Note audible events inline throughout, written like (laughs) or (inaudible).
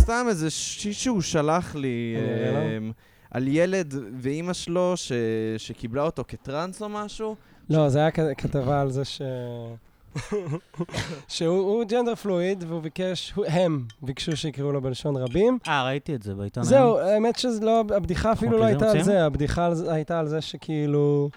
סתם איזה שיט שהוא שלח לי אני אראה אמ, על ילד ואימא שלו ש- שקיבלה אותו כטראנס או משהו. לא, זה היה כ- כתבה על זה (laughs) ש... שהוא הוא ג'נדר פלואיד, והוא ביקש, הוא- הם ביקשו שיקראו לו בלשון רבים. אה, ראיתי את זה בעיתון היום. זהו, האמת שזה לא, הבדיחה אפילו אוקיי, לא הייתה זה על מוצאים? זה, הבדיחה על זה- הייתה על זה שכאילו...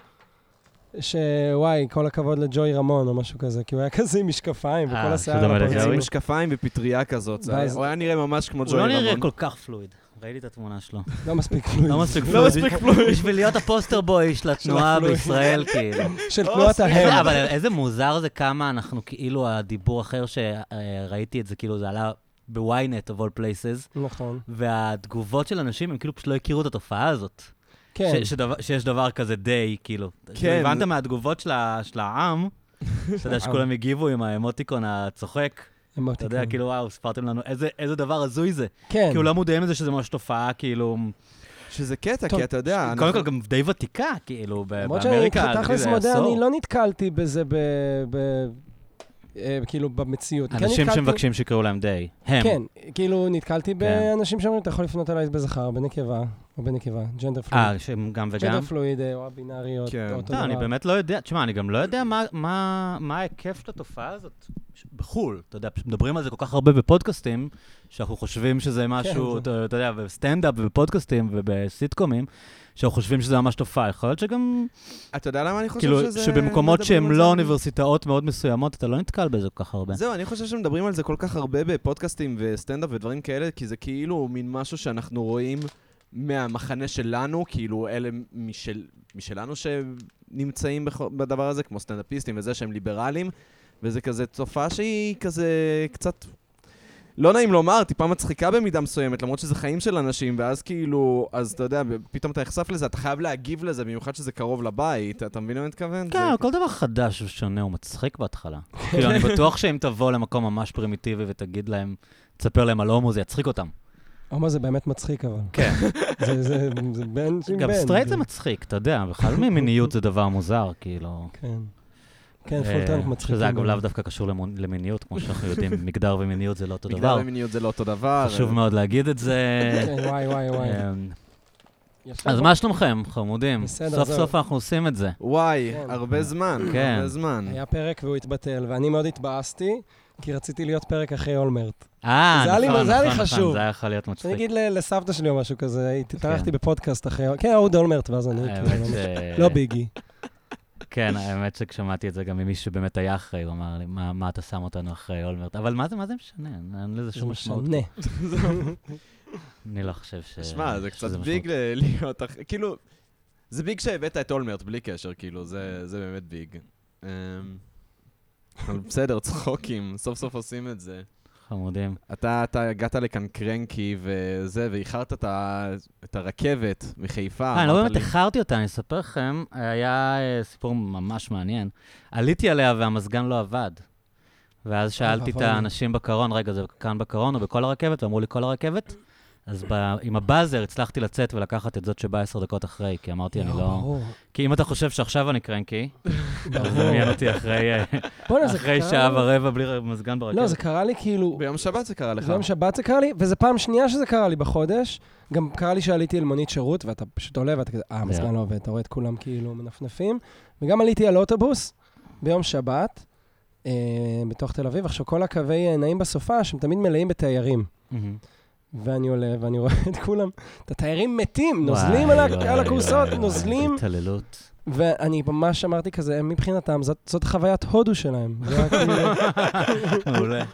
שוואי, כל הכבוד לג'וי רמון או משהו כזה, כי הוא היה (laughs) כזה עם משקפיים אה, וכל השיער. שדומה על לג'וי? הפנים. זה עם משקפיים ופטריה כזאת, זה היה- לא ואז- הוא היה נראה ממש כמו הוא ג'וי לא רמון. נראה כל כך פלואיד. ראיתי את התמונה שלו. לא מספיק פלואיד. לא מספיק לא מספיק פלואיד. בשביל להיות הפוסטר בוי של התנועה הפלואיד. בישראל, כאילו. של תנועת ההם. אבל איזה מוזר זה כמה אנחנו, כאילו, הדיבור אחר שראיתי את זה, כאילו, זה עלה ב-ynet of all places, נכון. והתגובות של אנשים, הם כאילו פשוט לא הכירו את התופעה הזאת. כן. ש- שדבר- שיש דבר כזה די, כאילו. כן. כן. הבנת מהתגובות של ה- של העם, שאתה יודע שכולם הגיבו עם האמוטיקון הצוחק. אתה יודע, אמוטיקון. כאילו, וואו, ספרתם לנו, איזה- איזה דבר הזוי זה. כן. כאילו, לא מודעים לזה שזה ממש תופעה, כאילו... שזה קטע, טוב, כי אתה יודע, קודם כל, אנחנו- גם די ותיקה, כאילו, ב- למרות שאני באמריקה, לדעתי תכלס זה מודה, עשור. אני לא נתקלתי בזה ב... ב- אה, כאילו, במציאות. כן אנשים נתקלתי- שמבקשים כן. שיקראו להם די. הם. כן, כאילו, נתקלתי באנשים שאומרים, אתה יכול לפנות אליי בזכר, בנקבה, או בנקבה, ג'נדר פלואיד. אה, שהם גם וגם? ג'נדר פלואיד אה, או הבינארי, או כן. או אותו לא, אני דבר. באמת לא יודע, תשמע, אני גם לא יודע מה- מה מה ההיקף של התופעה הזאת ש- בחו"ל. אתה יודע, פשוט מדברים על זה כל כך הרבה בפודקאסטים, שאנחנו חושבים שזה משהו, כן, זה- אתה אתה יודע, בסטנדאפ ובפודקאסטים ובסיטקומים, שאנחנו חושבים שזה ממש תופעה. יכול להיות שגם, אתה יודע למה אני חושב כאילו, שזה... שבמקומות מדברים שהם על זה? לא אוניברסיטאות מאוד מסוימות, אתה לא נתקל בזה כל כך הרבה. זהו, אני חושב שמדברים על זה כל כך הרבה בפודקאסטים וסטנדאפ ודברים כאלה, כי זה כאילו מין משהו שאנחנו רואים מהמחנה שלנו, כאילו אלה משל, משלנו שנמצאים בכ- בדבר הזה, כמו סטנדאפיסטים וזה שהם ליברלים, וזה כזה תופעה שהיא כזה קצת... לא נעים לומר, טיפה מצחיקה במידה מסוימת, למרות שזה חיים של אנשים, ואז כאילו, אז אתה יודע, פתאום אתה נחשף לזה, אתה חייב להגיב לזה, במיוחד שזה קרוב לבית, אתה מבין למה אני מתכוון? כן, זה- אבל כל דבר חדש ושונה הוא מצחיק בהתחלה. כן. כאילו, אני בטוח שאם תבוא למקום ממש פרימיטיבי ותגיד להם, תספר להם על הומו, זה יצחיק אותם. הומו זה באמת מצחיק, אבל. כן. (laughs) זה- זה זה בן עם בן. גם סטרייט זה מצחיק, אתה יודע, בכלל ממיניות זה דבר מוזר, כאילו. כן. כן, אה, פול טנק מצחיקים. שזה אגב באמת. לאו דווקא קשור למון- למיניות, כמו שאנחנו יודעים, (laughs) מגדר ומיניות זה לא אותו מגדר דבר. ומיניות זה לא אותו דבר. חשוב מאוד להגיד את זה. (laughs) כן, וואי, וואי, וואי. אמ, יפה. אז מה שלומכם, חמודים? בסדר, סוף זהו. סוף אנחנו עושים את זה. וואי, כן. הרבה זמן, כן. הרבה זמן. (laughs) היה פרק והוא התבטל, ואני מאוד התבאסתי, כי רציתי להיות פרק אחרי אולמרט. אה, זה היה לי- נכון, זה היה לי נכון, נכון, חשוב. זה היה יכול להיות שאני מצחיק. אגיד ל- לסבתא שלי או משהו כזה, כן. הייתי- התארחתי בפודקאסט אחרי... כן, אהוד אולמרט, ואז אני... האמת כאילו, ש- לא ביגי. כן, האמת שכשמעתי את זה גם ממישהו שבאמת היה אחראי, הוא אמר לי, "מה- מה אתה שם אותנו אחרי אולמרט? אבל מה זה מה זה משנה? אין לזה זה שום משמעות. משנה. אני לא חושב ש... שמע, זה שזה קצת משמעות. ביג ל- (laughs) להיות אח... כאילו, זה ביג שהבאת את אולמרט, בלי קשר, כאילו, זה זה באמת ביג. אמ, אבל בסדר, צחוקים, סוף סוף עושים את זה. חמודים. אתה אתה הגעת לכאן קרנקי וזה, ואיחרת את ה- את הרכבת מחיפה. אה, אני לא אמרת באמת לי. איחרתי אותה, אני אספר לכם, היה אה, סיפור ממש מעניין. עליתי עליה והמזגן לא עבד. ואז שאלתי את אה, ואבוי. האנשים בקרון, רגע, זה כאן בקרון או בכל הרכבת? ואמרו לי, כל הרכבת. אז ב- עם הבאזר הצלחתי לצאת ולקחת את זאת שבאה עשר דקות אחרי, כי אמרתי, אני לא... ברור, כי אם אתה חושב שעכשיו אני קרנקי, אז ברור. דמיין אותי אחרי אה, בוא'נה, זה אחרי קרה שעה לי- ורבע בלי ר- מזגן ברכבת. לא, זה קרה לי כאילו... ביום שבת זה קרה לך. ביום שבת זה קרה לי, וזה פעם שנייה שזה קרה לי בחודש. גם קרה לי שעליתי על מונית שירות, ואתה פשוט עולה ואתה כזה, אה, המזגן כן. לא עובד, אתה רואה את כולם כאילו מנפנפים. וגם עליתי על אוטובוס ביום שבת, אה, בתוך תל אביב. עכשיו, כל הקווי אה, נעים בסופה, שהם תמיד מלאים בתיירים. מהמם. ואני עולה ואני רואה את כולם, את התיירים מתים, נוזלים וואי, על ה- וואי, על הכורסות, וואי, וואי, נוזלים. איזה התעללות. ואני ממש אמרתי כזה, הם מבחינתם, זאת זאת חוויית הודו שלהם. זה היה כאילו- מעולה,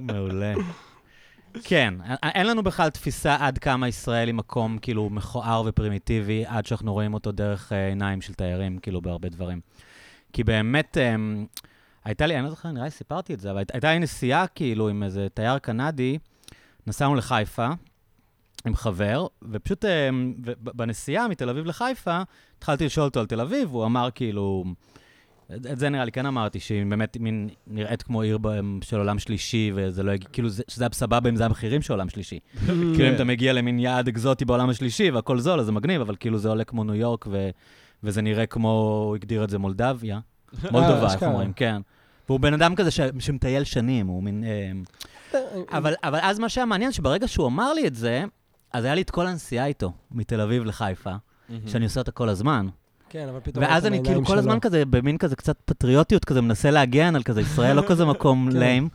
מעולה. כן, א- א- אין לנו בכלל תפיסה עד כמה ישראל היא מקום כאילו מכוער ופרימיטיבי, עד שאנחנו רואים אותו דרך אה, עיניים של תיירים, כאילו בהרבה דברים. כי באמת, אמ, הייתה לי, אני לא זוכר, נראה לי סיפרתי את זה, אבל הייתה- הייתה לי נסיעה כאילו עם איזה תייר קנדי, נסענו לחיפה עם חבר, ופשוט אמ, ו- ב- בנסיעה מתל אביב לחיפה, התחלתי לשאול אותו על תל אביב, הוא אמר כאילו, את את זה נראה לי כן אמרתי, שהיא באמת מין נראית כמו עיר ב- של עולם שלישי, וזה לא... הגיע- כאילו, זה- שזה היה בסבבה אם זה המחירים של עולם שלישי. כאילו, אם אתה מגיע למין יעד אקזוטי בעולם השלישי והכל זול, אז זה מגניב, אבל כאילו זה עולה כמו ניו יורק, ו- וזה נראה כמו, הוא הגדיר את זה מולדביה. מולדובה, איך אשכרה. אומרים, כן. והוא בן אדם כזה ש- שמטייל שנים, הוא מין... אה, (laughs) אבל, אבל אז מה שהיה מעניין, שברגע שהוא אמר לי את זה, אז היה לי את כל הנסיעה איתו, מתל אביב לחיפה, Mhm. שאני עושה אותה כל הזמן. כן, אבל פתאום... ואז ראיתם אני כאילו בעיניים כל הזמן שלו. כזה, במין כזה קצת פטריוטיות כזה, מנסה להגן על כזה, ישראל לא כזה מקום (laughs) כן. ליים.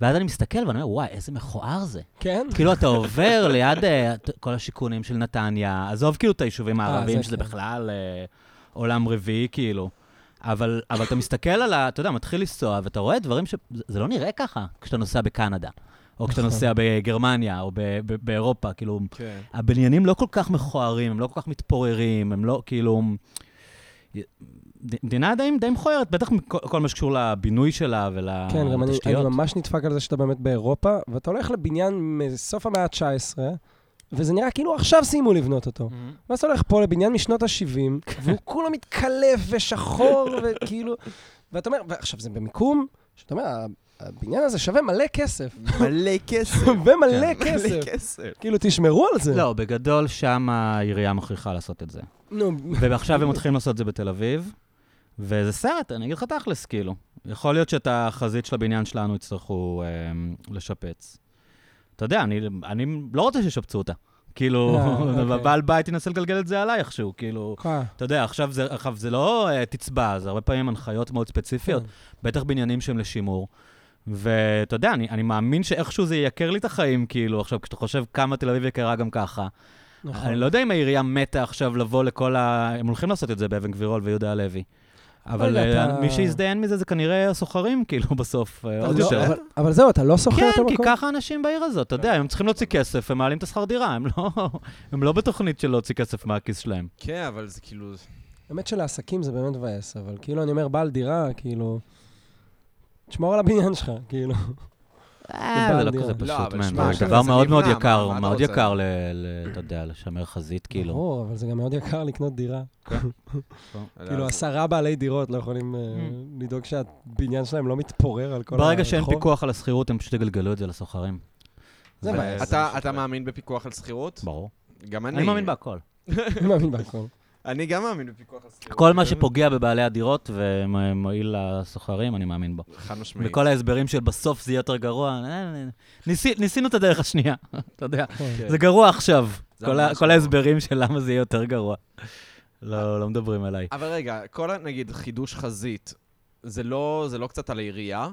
ואז אני מסתכל ואני אומר, וואי, איזה מכוער זה. כן? כאילו, אתה עובר ליד אה, ת- כל השיכונים של נתניה, עזוב כאילו את היישובים הערביים, זה שזה כן. בכלל אה, עולם רביעי, כאילו. אבל, אבל אתה מסתכל על ה... אתה יודע, מתחיל לנסוע, ואתה רואה דברים ש... זה- זה לא נראה ככה כשאתה נוסע בקנדה, או כשאתה נכון. נוסע בגרמניה, או ב, ב, באירופה, כאילו... (laughs) כן. הבניינים לא כל כך מכוערים, הם לא כל כך מתפוררים, הם לא, כאילו... ד- מדינה די, די מכוערת, בטח מכל כל מה שקשור לבינוי שלה ולתשתיות. כן, גם אני, אני ממש נדפק על זה שאתה באמת באירופה, ואתה הולך לבניין מסוף המאה ה-19, וזה נראה כאילו עכשיו סיימו לבנות אותו. (laughs) ממש... ואז אתה הולך פה לבניין משנות ה-70, והוא (laughs) כולו מתקלף ושחור, וכאילו... ואתה אומר, ועכשיו זה במיקום, שאתה אומר, "ה- הבניין הזה שווה מלא כסף. מלא כסף. שווה מלא כן, כסף. מלא כסף. כאילו, תשמרו על זה. לא, בגדול שם העירייה מכריחה לעשות את זה. נו, אה, ועכשיו הם מתחילים לעשות את זה בתל אביב, וזה סרט, אני אגיד לך תכלס, כאילו. יכול להיות שאת החזית של הבניין שלנו יצטרכו אמ, לשפץ. אתה יודע, אני, אני לא רוצה שישפצו אותה. כאילו, (laughs) אה, אוקיי. בעל בית ינסה לגלגל את זה עליי איכשהו, כאילו... אה, אתה יודע, עכשיו זה, עכשיו זה לא uh, תצבע, זה הרבה פעמים הנחיות מאוד ספציפיות, כן. בטח בעניינים שהם לשימור. ואתה יודע, אני, אני מאמין שאיכשהו זה ייקר לי את החיים, כאילו, עכשיו, כשאתה חושב כמה תל אביב יקרה גם ככה. נכון. אני לא יודע אם העירייה מתה עכשיו לבוא לכל ה... הם הולכים לעשות את זה באבן גבירול ויהודה הלוי. אבל רגע, אה, אתה- מי שיזדיין מזה זה כנראה הסוחרים, כאילו, בסוף, אה, אתה עוד לא- יותר. אבל- אבל זהו, אתה לא שוכר את כן, המקום? כי ככה האנשים בעיר הזאת, אתה יודע, הם צריכים להוציא כסף, הם מעלים את השכר דירה, הם לא, (laughs) הם לא בתוכנית של להוציא כסף מהכיס שלהם. כן, אבל זה כאילו... האמת שלעסקים זה באמת מבאס, אבל כאילו, אני אומר, בעל דירה, כאילו... תשמור על הבניין שלך, כאילו. אה, זה בעל לא דירה. כזה לא, פשוט, אבל מן. שמע, זה עכשיו דבר זה מאוד מאוד נמנע, יקר, מה אתה מאוד רוצה? יקר ל... ל- אתה יודע, לשמר חזית, כאילו. ברור, אבל זה גם מאוד יקר לקנות דירה. כאילו, אז- עשרה בעלי דירות לא יכולים אה, Mm. לדאוג שהבניין שלהם לא מתפורר על כל הרחוב. ברגע שאין פיקוח על השכירות, הם פשוט יגלגלו את זה לסוחרים. זה ו- בעיה. אתה- זה מה אתה שקורה. מאמין בפיקוח על שכירות? ברור. גם אני. אני מאמין בהכל. אני מאמין בהכל. כן. אני גם מאמין בפיקוח על שכירות. כל מה שפוגע בבעלי הדירות ומועיל לסוחרים, אני מאמין בו. חד משמעית. וכל ההסברים של בסוף זה יהיה יותר גרוע, אה, אה, ניסי- ניסינו את הדרך השנייה, (laughs) אתה יודע. כן. כן. זה גרוע עכשיו. זה כל ה- ממש כל גרוע. ההסברים של למה זה יהיה יותר גרוע. לא, לא מדברים עליי. אבל רגע, כל, ה- נגיד, חידוש חזית, זה לא, זה לא קצת על העירייה?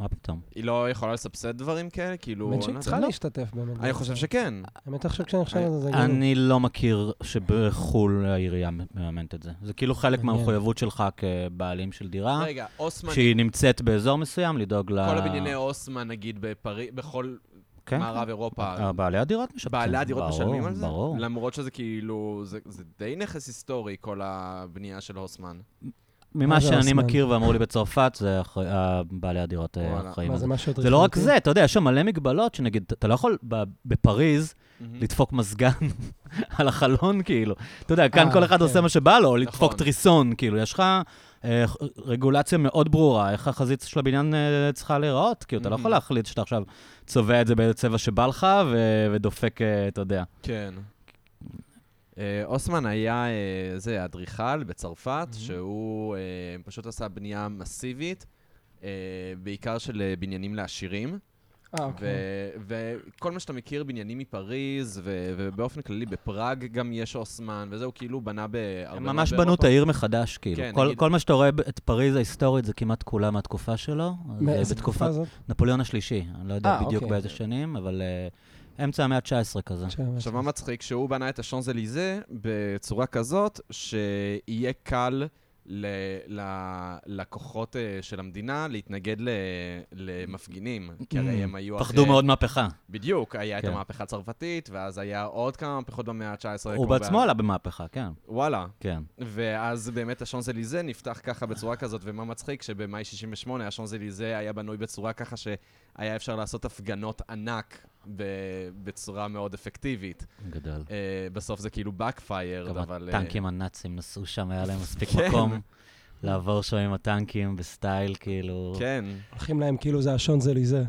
מה פתאום? היא לא יכולה לסבסד דברים כאלה? כאילו... האמת לא שהיא אני- צריכה להשתתף באמת. אני חושב שכן. האמת עכשיו כשאני חושב על זה, כאילו- זה גם... אני לא מכיר שבחו"ל העירייה מממנת את זה. זה כאילו חלק מעניין. מהמחויבות שלך כבעלים של דירה, רגע, אוסמן, אה? שהיא נמצאת באזור מסוים, לדאוג ל... כל הבנייני אוסמן, נגיד, בפריז, בכל כן. מערב אירופה. אה, בעלי הדירות משפצים. בעלי הדירות ברור, משלמים על זה? ברור. למרות שזה כאילו, זה, זה די נכס היסטורי, כל הבנייה של הוסמן. מה ממה אה, זה שאני אוסמן? מכיר ואמרו לי בצרפת, זה אחרי- אה, בעלי הדירות אה, וואלה. אחראים מה על זה זה. משהו זה לא רק זה, אתה יודע, יש שם מלא מגבלות, שנגיד, אתה לא יכול ב- בפריז Mm. לדפוק מזגן (laughs) על החלון, כאילו. אתה יודע, כאן אה, כל אחד כן. עושה מה שבא לו, לדפוק נכון. טריסון, כאילו, יש לך אה, ח- רגולציה מאוד ברורה, איך החזית של הבניין אה, צריכה להיראות, כאילו, אתה לא Mhm. יכול להחליט שאתה עכשיו צובע את זה באיזה צבע שבא לך ו- ודופק, אה, אתה יודע. כן. אה, אוסמן היה אה, זה, אדריכל בצרפת, שהוא אה, פשוט עשה בנייה מסיבית, אה, בעיקר של אה, בניינים לעשירים. אה, אוקיי. ו- וכל מה שאתה מכיר, בניינים מפריז, ו- ובאופן כללי בפראג גם יש אוסמן, וזהו, כאילו בנה בהרבה... הם ממש מאוד בנו את באירופה. העיר מחדש, כאילו. כן, כל- נגיד- כל מה שאתה רואה ב- את פריז ההיסטורית זה כמעט כולה מהתקופה שלו. אז, אה, מאיזה בתקופת תקופה זאת? נפוליאון השלישי, אני לא יודע אה, בדיוק אוקיי. באיזה שנים, אבל אה, אמצע המאה ה-19 כזה. עכשיו, מה מצחיק? שהוא בנה את השאנזליזה בצורה כזאת שיהיה קל ל- ללקוחות אה, של המדינה להתנגד ל- למפגינים, כי הרי הם היו... פחדו אחרי- מאוד מהפכה. בדיוק, היה את כן. המהפכה הצרפתית, ואז היה עוד כמה מהפכות במאה ה-19. הוא בעצמו עלה במהפכה, כן, וואלה. כן. ואז באמת השאנזליזה נפתח ככה בצורה כזאת, ומה מצחיק? שבמאי 68 השאנזליזה היה בנוי בצורה ככה שהיה אפשר לעשות הפגנות ענק ב- בצורה מאוד אפקטיבית. גדול. אה, בסוף זה כאילו backfired, גם אבל... אה, הטנקים הנאצים נסעו שם, היה להם מספיק כן. מקום. לעבור שם עם הטנקים בסטייל, כאילו... כן. הולכים להם כאילו זה השון זליזה.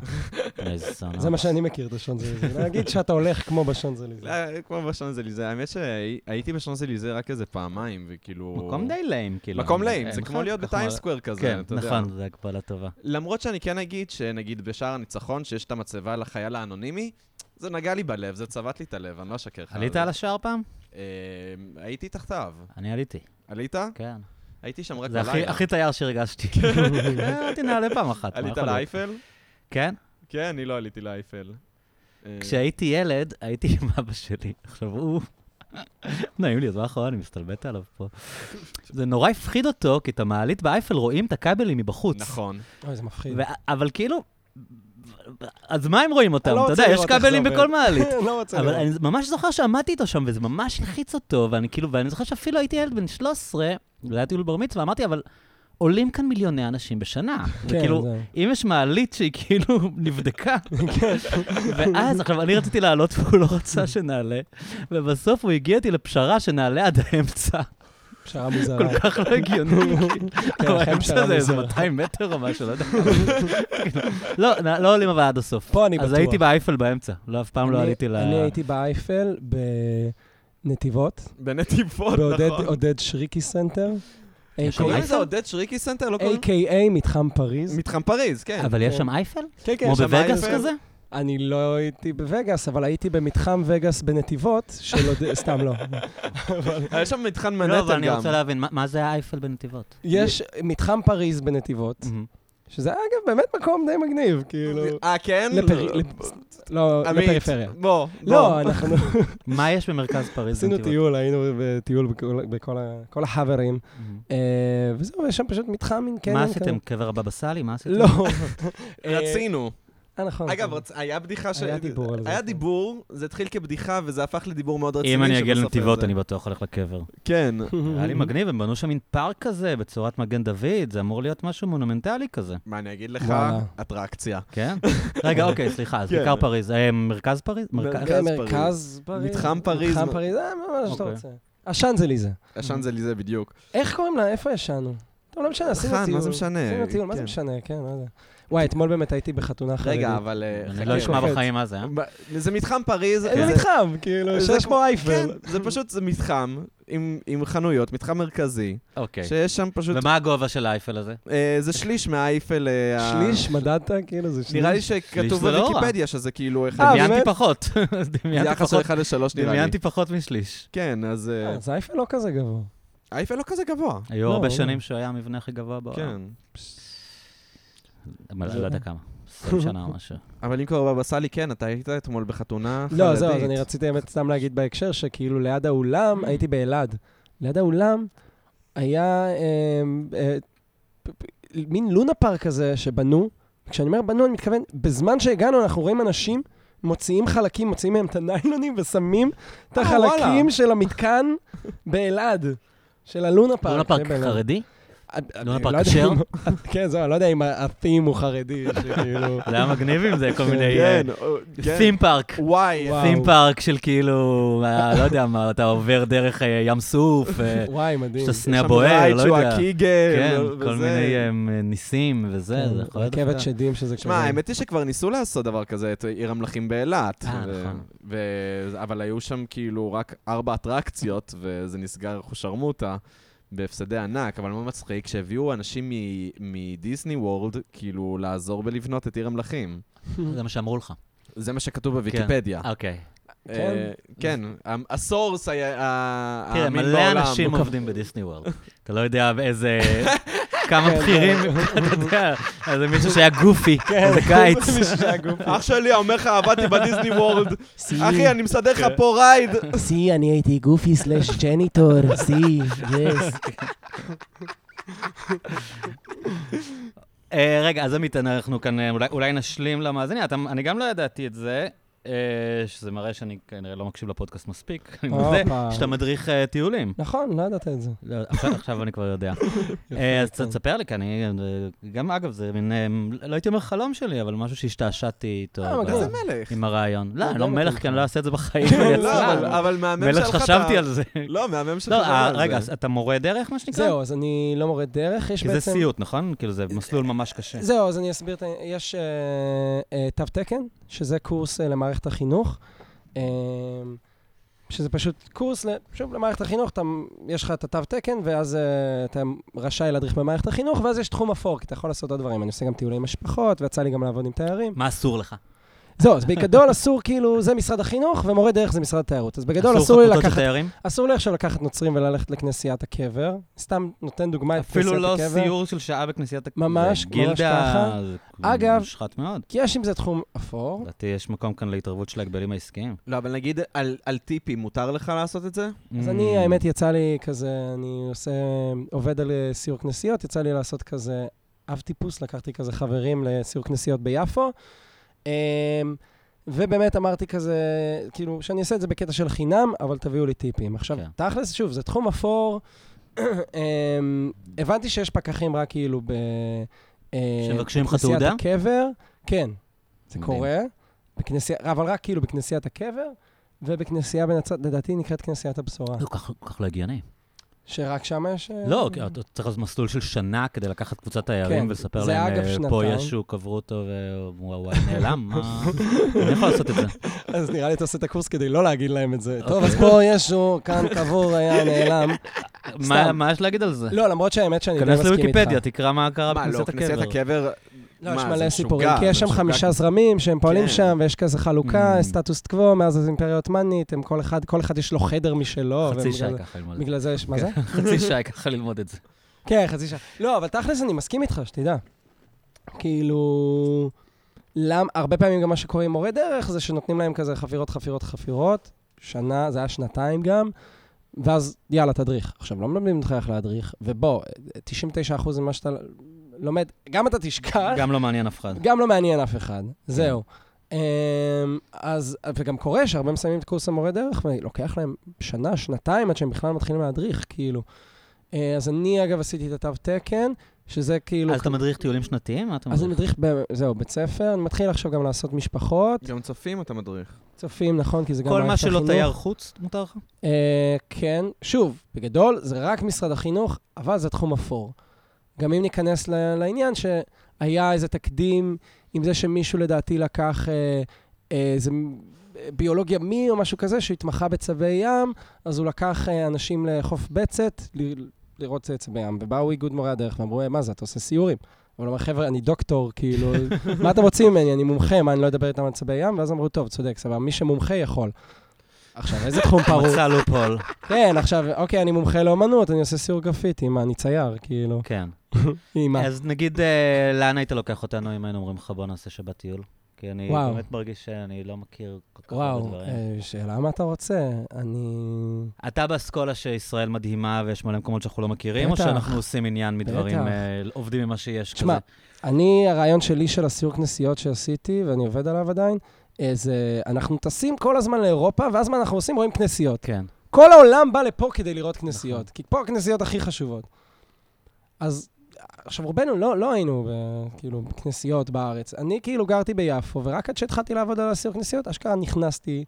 אה. איזה זונה. זה מה שאני מכיר, את (laughs) השון זליזה. להגיד שאתה הולך כמו בשון זליזה. לא, כמו בשאנזליזה, האמת שהייתי בשאנזליזה רק איזה פעמיים, וכאילו... מקום די ליים, כאילו. מקום אני- ליים, אה, זה נכון, כמו להיות נכון. בטיימסקוואר כזה, כן, אתה יודע. נכון, זו הקבלה טובה. למרות שאני כן אגיד שנגיד בשער הניצחון, שיש את המצבה לחייל האנונימי, זה נגע לי בלב, זה צבט לי את הלב, אני לא אשקר לך. עלית על השער פעם? השער? הייתי תחתיו. אני עליתי, עלית? כן. הייתי שם רק זה הכי- בלילה. הכי תייר שהרגשתי. כן. אה, אותי נעלה פעם אחת. מה עלית יכול להיות? לאייפל? כן. אה. כן, אני לא עליתי לאייפל. אה, כשהייתי ילד, הייתי עם אבא שלי. עכשיו, הוא... נעים לי, אז מה אחורה, אני מסתלבט עליו פה. זה נורא הפחיד אותו, כי את המעלית באייפל רואים את הכבלים מבחוץ. (laughs) נכון. אוי, זה מפחיד. ו- אבל כאילו... אז מה הם רואים אותם? אני לא אתה רוצה יודע, יש לראות איך זה כבלים עובד. בכל (laughs) מעלית. לא רוצה אבל לראות. אני ממש זוכר שעמדתי איתו שם, וזה ממש הלחיץ אותו, ואני כאילו, ואני זוכר שאפילו הייתי ילד בן 13, זה היה טיול בר מצווה, אמרתי, אבל עולים כאן מיליוני אנשים בשנה. כן, וכאילו, זה- אם יש מעלית שהיא כאילו (laughs) נבדקה, כן. ואז, עכשיו, אני רציתי לעלות והוא לא רצה שנעלה, ובסוף הוא הגיע איתי לפשרה שנעלה עד האמצע. פשרה מוזרה. כל כך לא הגיוני. אה. כן, כאילו, אכן פשרה האמצע זה איזה מוזרה. 200 מטר או משהו, לא יודע. כאילו, לא, נ- לא עולים אבל עד הסוף. פה אני בטוח. אז הייתי באייפל באמצע, לא, אף פעם לא אני- עליתי ל... אני הייתי באייפל (laughs) בנתיבות, בנתיבות, בעודד נכון. עודד שריקי סנטר, יש קוראים אייפל? לזה עודד שריקי סנטר? לא קוראים? A.K.A. מתחם פריז. מתחם פריז, כן. (laughs) אבל יש כן. שם אייפל? כן, כן, כמו שם בווגאס אייפל. כזה? אני לא הייתי בווגאס, אבל הייתי במתחם וגאס בנתיבות, (laughs) של עוד... סתם לא. היה שם מתחם לא, אבל מנהטן אני גם. רוצה להבין, מה- מה זה האייפל בנתיבות? (laughs) יש מתחם פריז בנתיבות, שזה אגב באמת מקום די מגניב, כאילו... אה, כן? לפר- לפ- לא, עמית, לפריפריה. בוא, לא, בוא. (laughs) אנחנו מה יש במרכז פריז עשינו בנתיבות? טיול, היינו בטיול בכל- בכל ה- כל החברים, מהמם. אה, וזהו, יש שם פשוט מתחם עם קניון. מה כזה. עשיתם? קבר הבבא סאלי? מה עשיתם? כן, (laughs) לא. רצינו. אה, נכון. אגב, נכון. רצ- היה בדיחה ש... אה, היה דיבור על זה. כן. היה דיבור, זה התחיל כבדיחה וזה הפך לדיבור מאוד רציני. אם אני אגיע שבסוף לנתיבות, זה- אני בטוח הולך (laughs) לקבר. כן. (laughs) היה לי מגניב, הם בנו שם מין פארק כזה, בצורת מגן דוד, זה אמור להיות משהו מונומנטלי כזה, מה אני אגיד לך? וואלה. אטרקציה. (laughs) כן? רגע, אוקיי, סליחה, אז כן. בעיקר פריז. אה, מרכז פריז? מרכז? מרכז מרכז פריז. מתחם פריז. מתחם פריז, זה מה שאתה אוקיי. רוצה. עשן זה לי זה. עשן זה לי זה בדיוק. איך קוראים לה? איפה ישנו? טוב, לא משנה, עשינו חן, מה טיול. זה משנה? עשינו טיול, מה זה כן. משנה? כן, לא יודע. וואי, אתמול באמת הייתי בחתונה חרדית. רגע, אבל... אה, אני חכה. לא אשמע קופץ. בחיים מה זה, אה? ב- זה מתחם פריז. איזה זה- כן. מתחם, כאילו, זה שיש כמו- כמו אייפל. כן, זה פשוט, זה מתחם עם- עם חנויות, מתחם מרכזי, אוקיי. שיש שם פשוט... ומה הגובה של האייפל הזה? אה, זה שליש מהאייפל... אה, ה- שליש מדדת? כאילו, זה שליש. נראה לי שכתוב זה לא רע. בוויקיפדיה שזה כאילו אחד... אה, דמיינתי באמת? פחות. (laughs) דמיינתי יחס של פחות. אחד לשלוש נראה לי. דמיינתי פחות משליש. כן, אז אה, אה, אז אייפל לא כזה גבוה. האייפל לא כזה גבוה. היו לא, הרבה לא. שנים שהוא היה המבנה הכי גבוה בעולם. כן. אבל לא יודע כמה. 20 שנה או (laughs) משהו. אבל אם כבר בבא סאלי, כן, אתה היית אתמול בחתונה חרדית. לא, זהו, אז אני רציתי באמת סתם להגיד בהקשר, שכאילו ליד Mm. האולם, הייתי באלעד. ליד האולם היה אה, אה, פ- פ- מין לונה פארק כזה שבנו, כשאני אומר בנו, אני מתכוון, בזמן שהגענו אנחנו רואים אנשים מוציאים חלקים, מוציאים מהם את הניילונים ושמים את אה, החלקים וואלה. של המתקן באלעד. של הלונה פארק. לונה לא פארק זה באלעד. חרדי? אני- אני לונה לא פארק יודע כשר? אם- (laughs) כן, זהו, אני לא יודע אם ה- ה-theme הוא חרדי, שכאילו... (laughs) זה היה מגניב עם זה, כל מיני... אה, כן, (laughs) או- כן. סים פארק. וואי, וואו. סים פארק של כאילו, אה, לא יודע מה, אתה עובר דרך אה, ים סוף, (laughs) אה, וואי, מדהים. יש את הסנה הבוער, לא יודע. קיגל, כן, לא- וזה. כל מיני אה, ניסים וזה, זה יכול להיות כן, רכבת דווקא. שדים שזה שמע, אה. האמת היא שכבר ניסו לעשות דבר כזה, את עיר המלכים באילת. אה, ו- נכון. ו- אבל היו שם כאילו רק ארבע אטרקציות, וזה נסגר חושרמוטה. בהפסדי ענק, אבל מה מצחיק? שהביאו אנשים מ- מדיסני וורלד, כאילו, לעזור בלבנות את עיר המלכים. זה מה שאמרו לך. זה מה שכתוב בוויקיפדיה. אוקיי. כן. אה, כן, המ- הסורס היה- ה- תראה, האמין כן, מלא בעולם. (laughs) אנשים (laughs) עובדים בדיסני וורלד. אתה לא יודע באיזה... כמה בכירים, אתה יודע, אז זה מישהו שהיה גופי, איזה קיץ. אח שלי אומר לך, עבדתי בדיסני וורלד. (laughs) אחי, אני מסדר כן. לך פה רייד. סי, אני הייתי גופי סלאש ג'ניטור, סי, (laughs) יס. אה, רגע, אז עמית, אנחנו כאן, אה, אולי- אולי נשלים למאזינים, אתה- אני גם לא ידעתי את זה. אה, אה, שזה מראה שאני כנראה לא מקשיב לפודקאסט מספיק, (laughs) אני הופה. מודה שאתה מדריך אה, טיולים. נכון, לא ידעת את זה. כן. לא, עכשיו- עכשיו אני כבר יודע. אה, אז ת- תספר לי, כי אני... אה, גם, אגב, זה מין... אה, לא הייתי אומר חלום שלי, אבל משהו שהשתעשעתי איתו. אה, אבל ב- כזה איזה מלך. עם הרעיון. לא, אני לא לא מלך, מתאים כי אני לך. לא אעשה את זה בחיים, לא, אני לא, עצלן. אבל- אבל מהמם שלך מלך אתה... חשבתי על זה. לא, מהמם שלך לא, אתה אה, על רגע, זה. אז אתה מורה דרך, מה שנקרא? זהו, אז אני לא מורה דרך, יש כי זה בעצם... סיוט, נכון? כאילו, זה מסלול ממש קשה. זהו, אז אני אסביר את ה... יש אה, אה, תו תקן, שזה קורס אה, למערכת החינוך, אה, שזה פשוט קורס, ל- שוב, למערכת החינוך, אתה, יש לך את התו תקן, ואז אה, אתה רשאי להדריך במערכת החינוך, ואז יש תחום אפור, כי אתה יכול לעשות עוד דברים. אני עושה גם טיולי משפחות, ויצא לי גם לעבוד עם תיירים. מה אסור לך? זהו, אז בגדול אסור, כאילו, זה משרד החינוך, ומורה דרך זה משרד התיירות. אז בגדול אסור לי חתונות של לקחת... תיירים? אסור לי עכשיו לקחת נוצרים וללכת לכנסיית הקבר. סתם נותן דוגמה את כנסיית אפילו הקבר. לא סיור של שעה בכנסיית הקבר. ממש, ממש גילדה, ככה. זה אגב- מושחת מאוד. כי יש עם זה תחום אפור. לדעתי יש מקום כאן להתערבות של ההגבלים העסקיים. לא, אבל נגיד על- על טיפים, מותר לך לעשות את זה? אה, אז אני, Mm. האמת, יצא לי כזה, אני עושה, עובד על אה, סיור כנסיות, יצא לי לעשות כזה אב טיפוס, לקחתי כזה חברים לסיור כנסיות ביפו. אמ, ובאמת אמרתי כזה, כאילו, שאני אעשה את זה בקטע של חינם, אבל תביאו לי טיפים. עכשיו, כן. תכלס, שוב, זה תחום אפור. (clears throat) אמ, הבנתי שיש פקחים רק כאילו ב... אה, שמבקשים לך בכנסיית תעודה? הקבר, כן, זה מדהים. קורה. בכנסי... אבל רק כאילו בכנסיית הקבר, ובכנסייה בנצרת, לדעתי נקראת כנסיית הבשורה. לא, כל כך- כל כך לא הגיוני. שרק שם יש... אה, לא, כי אתה צריך לעשות מסלול של שנה כדי לקחת קבוצת כן, תיירים ולספר זה להם, אגב אה, פה שנתיים." ישו, קברו אותו, ווואי וואי, נעלם, (laughs) מה? אני יכול לעשות את זה. אז נראה לי אתה עושה את הקורס כדי לא להגיד להם את זה. טוב, אוקיי. אז פה ישו, כאן קבור היה נעלם. מה- מה יש להגיד על זה? לא, למרות שהאמת שאני די כנס מסכים איתך. לוויקיפדיה, תקרא מה קרה מה, לא, בכנסיית כנסיית הקבר. הקבר... לא, מה, יש זה מלא משוגע, סיפורים, כי זה יש שם משוגע. חמישה זרמים שהם פועלים כן. שם, ויש כזה חלוקה, Mm. סטטוס קוו, מאז האימפריה העות'מאנית, הם כל אחד, כל אחד יש לו חדר משלו. חצי ובגלל- שעה ככה ללמוד את זה. בגלל זה יש, מה זה? חצי שעה ככה ללמוד את זה. כן, חצי שעה. לא, אבל תכלס אני מסכים איתך, שתדע. כאילו... למ... הרבה פעמים גם מה שקורה עם מורי דרך זה שנותנים להם כזה חפירות, חפירות, חפירות. שנה, זה היה שנתיים גם. ואז, יאללה, תדריך. עכשיו, לא מלמדים אותך איך להדריך, ובוא, 99% ממה שאתה לומד, גם אתה תשכח, גם לא מעניין אף אחד. גם לא מעניין אף אחד. כן. זהו. אמ, אז, וגם קורה שהרבה מסיימים את קורס המורה דרך, ולוקח להם שנה, שנתיים עד שהם בכלל מתחילים להדריך, כאילו. אה, אז אני, אגב, עשיתי את התו תקן, שזה כאילו... אז אתה מדריך טיולים שנתיים? מה אתה אז אני מדריך? מדריך, ב... זהו, בית ספר, אני מתחיל עכשיו גם לעשות משפחות, גם צופים אתה מדריך. צופים, נכון, כי זה גם כל מה מערכת שלא החינוך. תייר חוץ, מותר לך? אה, כן, שוב, בגדול, זה רק משרד החינוך, אבל זה תחום אפור. גם אם ניכנס ל- לעניין שהיה איזה תקדים עם זה שמישהו לדעתי לקח אה, אה, איזה מ- אה, ביולוגיה מי או משהו כזה, שהתמחה בצבי ים, אז הוא לקח אה, אנשים לחוף בצת ל- לראות אה, צבי ים, ובאו איגוד מורי הדרך ואמרו, "אה, מה זה, אתה עושה סיורים? אבל הוא אמר, חבר'ה, אני דוקטור, כאילו, מה אתם רוצים ממני? אני מומחה, מה, אני לא אדבר איתם על צבי ים? ואז אמרו, טוב, צודק, סבבה, מי שמומחה יכול. עכשיו, איזה תחום פרוץ? מצא לופול. כן, עכשיו, אוקיי, אני מומחה לאומנות, אני עושה סיור גרפיטי, מה, אני צייר, (laughs) כאילו. כן. אימא. אז נגיד, אה, לאן היית לוקח אותנו אם היינו אומרים לך בוא נעשה שבת טיול? כי אני וואו. באמת מרגיש שאני לא מכיר כל כך הרבה וואו, דברים. אה, שאלה מה אתה רוצה? אני... אתה באסכולה שישראל מדהימה ויש מלא מקומות שאנחנו לא מכירים, או בטח. שאנחנו עושים עניין מדברים, בטח. אה, עובדים עם מה שיש כזה? תשמע, אני, הרעיון שלי של הסיור כנסיות שעשיתי, ואני עובד עליו עדיין, אה, זה, אנחנו טסים כל הזמן לאירופה, ואז מה אנחנו עושים? רואים כנסיות. כן. כל העולם בא לפה כדי לראות נכון. כנסיות, כי פה הכנסיות הכי חשובות. אז עכשיו, רובנו לא, לא היינו, ב, כאילו, בכנסיות בארץ. אני כאילו גרתי ביפו, ורק עד שהתחלתי לעבוד על הסיור כנסיות, אשכרה נכנסתי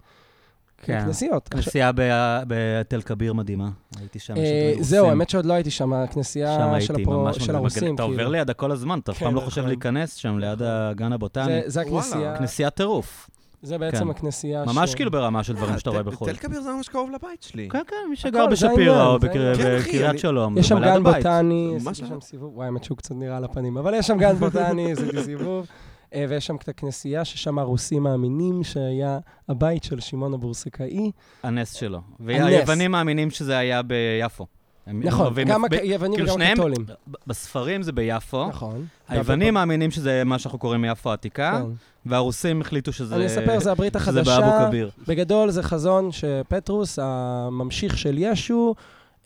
כן. לכנסיות. עכשיו- כנסייה ב- בתל כביר מדהימה. הייתי שם, יש אה, דברים זהו, רוסים. האמת שעוד לא הייתי שם, הכנסייה שם של הייתי, הפרו- ממש של מגניב. הרוסים, אתה עובר כאילו. לידה כל הזמן, אתה אף כן, פעם לא נכון. חושב להיכנס שם, ליד הגן הבוטני. זה- זה הכנסייה, וואלה. כנסיית טירוף. זה כן. בעצם הכנסייה ממש כאילו ברמה של דברים אה, שאתה רואה תל- בחו"ל. תל כביר זה ממש קרוב לבית שלי. כן, כן, מי שגר הכל, זה בשפירא העניין, או זה בקר- העניין. כן, אחי, בקריית אני- שלום. יש זה שם ליד גן הבית. בוטני, מה לא. עשיתי שם? שם סיבוב, וואי, האמת שהוא קצת נראה על הפנים, אבל יש שם גן בוטני, עשיתי סיבוב, אה, ויש שם את הכנסייה ששם הרוסים מאמינים שהיה הבית של שמעון הבורסקאי. הנס שלו. הנס. והיוונים מאמינים שזה היה ביפו. הם- הם נכון, אוהבים- גם ב- היוונים כאילו וגם שניהם- הקתולים. ב- בספרים זה ביפו. נכון. היוונים אה? מאמינים שזה מה שאנחנו קוראים יפו העתיקה, כן. והרוסים החליטו שזה... אני אספר, זה הברית שזה באבו החדשה. כביר. בגדול זה חזון שפטרוס, הממשיך של ישו,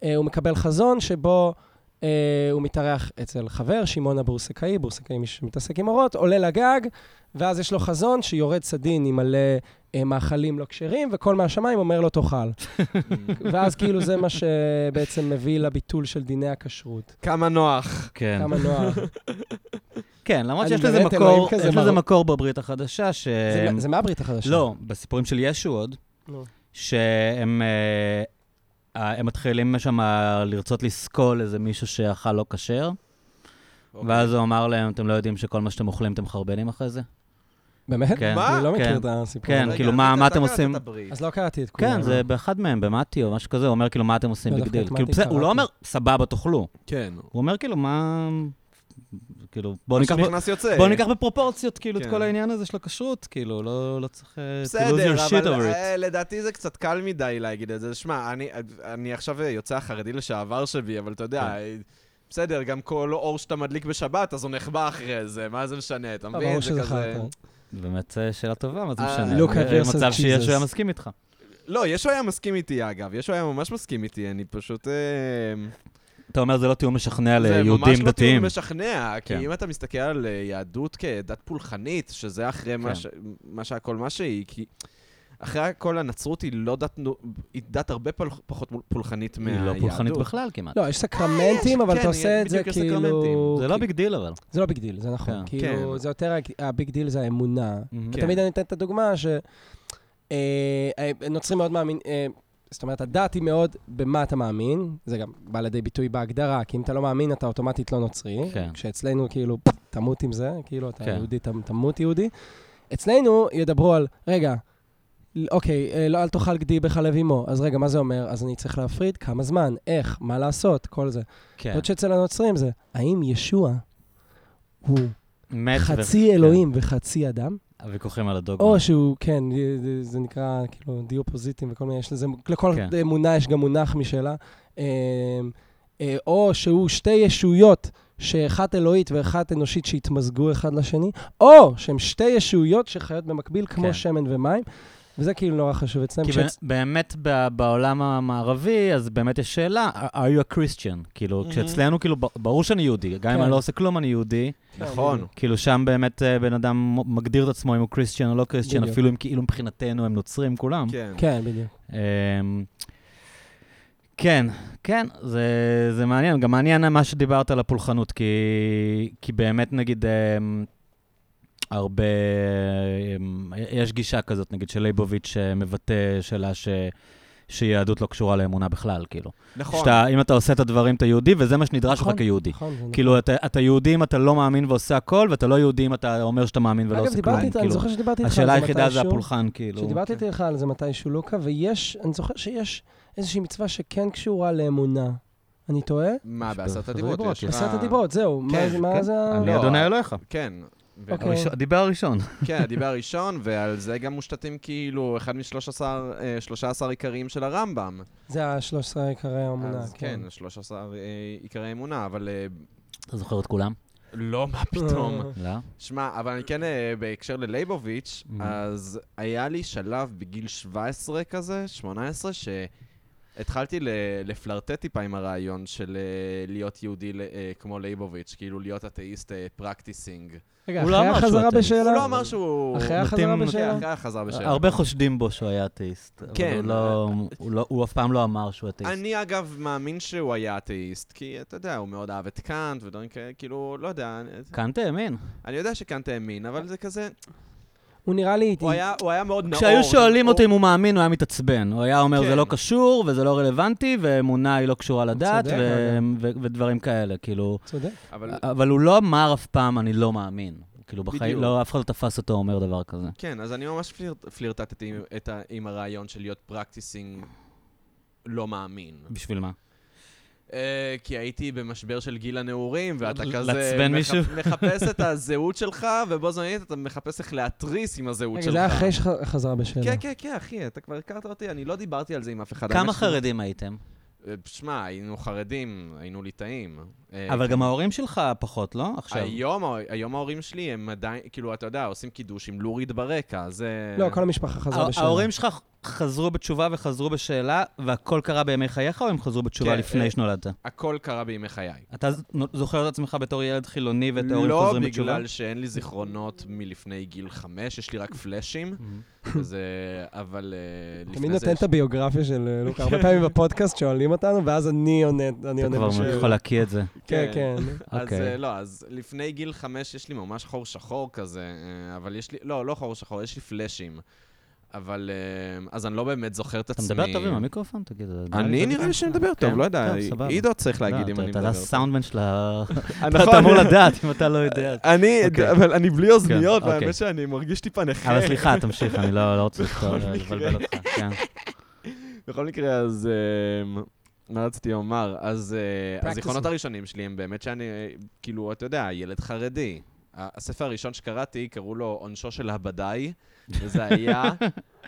אה, הוא מקבל חזון שבו אה, הוא מתארח אצל חבר, שמעון הבורסקאי, בורסקאי מי שמתעסק עם אורות, עולה לגג, ואז יש לו חזון שיורד סדין עם מלא אה, מאכלים לא כשרים, וקול מהשמיים אומר לו (laughs) תאכל. ואז כאילו זה מה שבעצם מביא לביטול של דיני הכשרות. כמה נוח. כן. כמה (laughs) נוח. כן, למרות אני שיש לזה באמת, אלוהים מקור, כזה יש לזה מר- מקור בברית החדשה, ש... זה מה- זה מהברית החדשה. אמ, לא, בסיפורים של ישו עוד, נו. שהם אה, אה, הם מתחילים שם לרצות לסקול איזה מישהו שאכל לא כשר, אוקיי. אוקיי. ואז הוא אמר להם, אתם לא יודעים שכל מה שאתם אוכלים אתם מחרבנים אחרי זה? באמת? כן. אני לא מכיר כן. את הסיפור. כן, הזה. כאילו, מה- מה אתם עושים? אז לא קראתי את כולם. כן, זה באחד מהם, במתי או משהו כזה, הוא אומר, כאילו, מה אתם עושים לא, ביג דווקא דיל? את כאילו, מתי בסדר, הוא לא קראתי. אומר, סבבה, תאכלו. כן. הוא אומר, כאילו, מה... כאילו, בואו מה ניקח... שנכנס יוצא. בואו ניקח בפרופורציות, כאילו, את כן. כל העניין הזה של הכשרות, כאילו, לא לא צריך... אה, to lose בסדר, your shit אבל over it. אה, לדעתי זה קצת קל מדי להגיד את זה. שמע, אני- אני עכשיו יוצא החרדי לשעבר שבי, אבל אתה כן. יודע... אה, בסדר, גם כל אור שאתה מדליק בשבת, אז הוא נחבא אחרי זה, מה זה משנה, אתה לא, מבין? ברור זה שזה כזה... חרטא. באמת אה, שאלה טובה, מה זה אה, משנה? Look at אה, versus מצב שיש Jesus. שהוא היה מסכים איתך. לא, ישו היה מסכים איתי, אגב. ישו היה ממש מסכים איתי, אני פשוט... אה, אתה אומר, זה לא טיעון משכנע זה ממש ליהודים לא טיעון דתיים. משכנע, כן. כי אם אתה מסתכל על אה, יהדות כדת פולחנית, שזה אחרי מה כן. ש- מה שהכל מה שהיא, כי אחרי הכל הנצרות היא לא דת, נו- היא דת הרבה פל- פחות מול- פולחנית היא מהיהדות. לא פולחנית בכלל כמעט. לא, יש סקרמנטים, אבל כן, אתה עושה את זה בדיוק, יש כאילו... סקרמנטים. זה לא ביג דיל, אבל. זה לא ביג דיל, זה נכון. כן. כן. כאילו, זה יותר, הג- הביג דיל זה האמונה. כן. ותמיד אני אתן את הדוגמה ש... אה, נוצרים מאוד מאמין... אה, זאת אומרת, הדת היא מאוד במה אתה מאמין, זה גם בא לידי ביטוי בהגדרה, כי אם אתה לא מאמין, אתה אוטומטית לא נוצרי. כן. כשאצלנו, כאילו, תמות עם זה, כאילו, אתה כן. יהודי, ת- תמות יהודי. אצלנו ידברו על, רגע, אוקיי, אה, לא, אל תאכל גדי בחלב אמו. אז רגע, מה זה אומר? אז אני צריך להפריד? כמה זמן? איך? מה לעשות? כל זה. כן. בעוד שאצל הנוצרים זה, האם ישוע הוא מת חצי כן. אלוהים וחצי אדם? הוויכוחים על הדוגמה. או שהוא, כן, זה- זה נקרא כאילו דיופוזיטים וכל מיני, יש לזה, לכל כן. אמונה יש גם מונח משלה. אה, אה, או שהוא שתי ישויות, שאחת אלוהית ואחת אנושית שהתמזגו אחד לשני, או שהם שתי ישויות שחיות במקביל כן. כמו שמן ומים, וזה כאילו נורא חשוב אצלם. כי שאצ- בא- באמת ב- בעולם המערבי, אז באמת יש שאלה, are you a Christian? כאילו, Mhm. כשאצלנו, כאילו, ב- ברור שאני יהודי, גם אם כן. אני לא עושה כלום, אני יהודי. נכון. כאילו, שם באמת אה, בן אדם מ- מגדיר את עצמו אם הוא Christian או לא Christian, בדיוק. אפילו אם כאילו מבחינתנו הם נוצרים כולם. כן. כן, בדיוק. אמ, כן, כן, זה, זה מעניין. גם מעניין מה שדיברת על הפולחנות, כי, כי באמת, נגיד, אמ, הרבה... אמ, יש גישה כזאת, נגיד, של ליבוביץ' שמבטא שאלה ש... שיהדות לא קשורה לאמונה בכלל, כאילו. נכון. שאתה, אם אתה עושה את הדברים, אתה יהודי, וזה מה שנדרש לך נכון, כיהודי. נכון, זה נכון. כאילו, אתה, אתה יהודי אם אתה לא מאמין ועושה הכל, ואתה לא יהודי אם אתה אומר שאתה מאמין ולא אגב, עושה כלום. דיברתי איתך, אני כאילו, זוכר שדיברתי איתך על זה השאלה היחידה זה מתישהו. הפולחן, כאילו. שדיברתי איתך על זה מתישהו, לוקה, ויש, אני זוכר שיש איזושהי מצווה שכן קשורה לאמונה. אני טועה? מה, יש בעשרת בעשרת הדיברות? הדיברות, יש כן. לך- עשרת הדיברות, זהו. מה כן, זה- מה כן. זה... ה- אני לא, אדוני אה, אלוהיך. כן. ו- אוקיי. הראשון- הדיבר הראשון. כן, הדיבר הראשון, ועל זה גם מושתתים כאילו אחד משלוש עשר, אה, שלושה עשר עיקריים של הרמב"ם. זה ה-13 עיקרי האמונה, אז כן. כן, שלוש עשר אה, עיקרי אמונה, אבל... אה, אתה זוכר את כולם? לא, מה אה, פתאום. לא. שמע, אבל אני כן, אה, בהקשר ללייבוביץ', Mhm. אז היה לי שלב בגיל 17 כזה, 18, שהתחלתי ל- לפלרטט טיפה עם הרעיון של אה, להיות יהודי ל- אה, כמו לייבוביץ', כאילו להיות אתאיסט פרקטיסינג. רגע, הוא לא אחרי אמר שהוא החזרה אתאיסט. בשאלה? הוא לא אמר שהוא... אחרי נוטים- החזרה נוטים- בשאלה? אחרי החזרה בשאלה. הרבה חושדים בו שהוא היה אתאיסט. כן. כן. הוא אף פעם לא אמר שהוא אתאיסט. אני אגב מאמין שהוא היה אתאיסט, כי אתה יודע, הוא מאוד אהב את קאנט ודברים כאלה, כאילו, לא יודע, אני- קנטה האמין. אני יודע שקאנט האמין, אבל זה כזה, הוא נראה לי... הוא היה- הוא היה מאוד נאור. כשהיו שואלים הוא- אותו אם הוא מאמין, הוא היה מתעצבן. הוא היה אומר, כן. זה לא קשור, וזה לא רלוונטי, ואמונה היא לא קשורה לדת, צודק, ו- ו- ודברים כאלה, כאילו. צודק. אבל אבל הוא לא אמר אף פעם, אני לא מאמין. כאילו, בחיים, בדיוק. לא, אף אחד לא תפס אותו אומר דבר כזה. כן, אז אני ממש פליר, פלירטטתי עם, את ה, עם הרעיון של להיות פרקטיסינג לא מאמין. בשביל מה? Uh, כי הייתי במשבר של גיל הנעורים, ואתה ל- כזה... לעצבן מישהו? מחפש (laughs) את הזהות שלך, ובו זמנית אתה מחפש איך להתריס עם הזהות רגע, שלך. זה היה אחרי שחזרה בשאלה. כן, כן, כן, אחי, אתה כבר הכרת אותי, אני לא דיברתי על זה עם אף אחד. כמה האמת שזה- חרדים הייתם? אה, שמע, היינו חרדים, היינו ליטאים. אה, אבל גם ההורים שלך פחות, לא? עכשיו. היום, ה- היום ההורים שלי הם עדיין, כאילו, אתה יודע, עושים קידוש עם לוריד ברקע, זה... לא, כל המשפחה חזרה ה- בשאלה. ההורים שלך חזרו בתשובה וחזרו בשאלה, והכל קרה בימי חייך, או הם חזרו בתשובה כן, לפני אה, שנולדת? הכל קרה בימי חיי. אתה ז- זוכר את עצמך בתור ילד חילוני ואת ההורים לא חוזרים בתשובה? בגלל שאין לי זיכרונות מלפני גיל חמש, יש לי רק (laughs) פלאשים, וזה... אבל אה, לפני זה... תמיד נותן יש- את הביוגרפיה של אה, (laughs) לוק. הרבה פעמים בפודקאסט שואלים אותנו, ואז אני עונה, אני אתה עונה כבר בשאלה. יכול להקיא את זה. כן, כן. אז אוקיי. אה, לא, אז לפני גיל חמש יש לי ממש חור שחור כזה, אה, אבל יש לי, לא, לא חור שחור, יש לי פלאשים. אבל, אה, אז אני לא באמת זוכר את אתה עצמי. מדבר טוב עם המיקרופון? תגיד. אני נראה לי שאני מדבר טוב, לא יודע, טוב, כן, סבבה. עידו צריך להגיד לא, אם אתה- אני מדבר. אתה הסאונדמן של ה... אה, (laughs) אתה אתה אמור לדעת אם אתה לא יודע. אני, אוקיי. אבל אני בלי אוזניות, אוקיי. והאמת שאני מרגיש טיפה נכה. אבל סליחה, תמשיך, אני לא לא רוצה לכתוב, אוקיי. (laughs) בכל מקרה. לבלבל אותך. כן. בכל מקרה, אז... אה, מה רציתי לומר? אז אה, Practice. הזיכרונות הראשונים שלי הם באמת שאני, אה, כאילו, אתה יודע, ילד חרדי. ה- הספר הראשון שקראתי, קראו לו עונשו של הבדאי, וזה (laughs) היה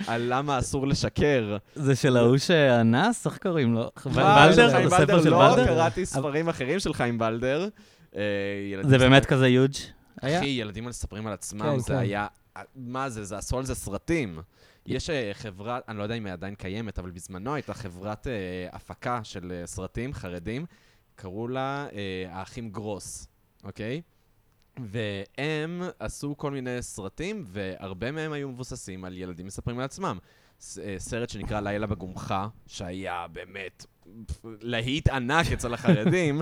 על למה אסור לשקר. זה של ההוא שאנס? איך קוראים לו? ולדר? חיים ולדר? הספר של לא, ולדר? קראתי ספרים אחרים של חיים ולדר. אה, ילדים זה באמת מספר- כזה יוג'? היה? אחי, ילדים מספרים על עצמם, כן, זה כן. היה... מה זה, זה עשו על זה סרטים. יש אה, חברה, אני לא יודע אם היא עדיין קיימת, אבל בזמנו הייתה חברת אה, הפקה של אה, סרטים חרדים, קראו לה אה, האחים גרוס, אוקיי? והם עשו כל מיני סרטים, והרבה מהם היו מבוססים על ילדים מספרים על עצמם. ס- אה, סרט שנקרא לילה בגומחה, שהיה באמת פ- להיט ענק אצל (laughs) החרדים,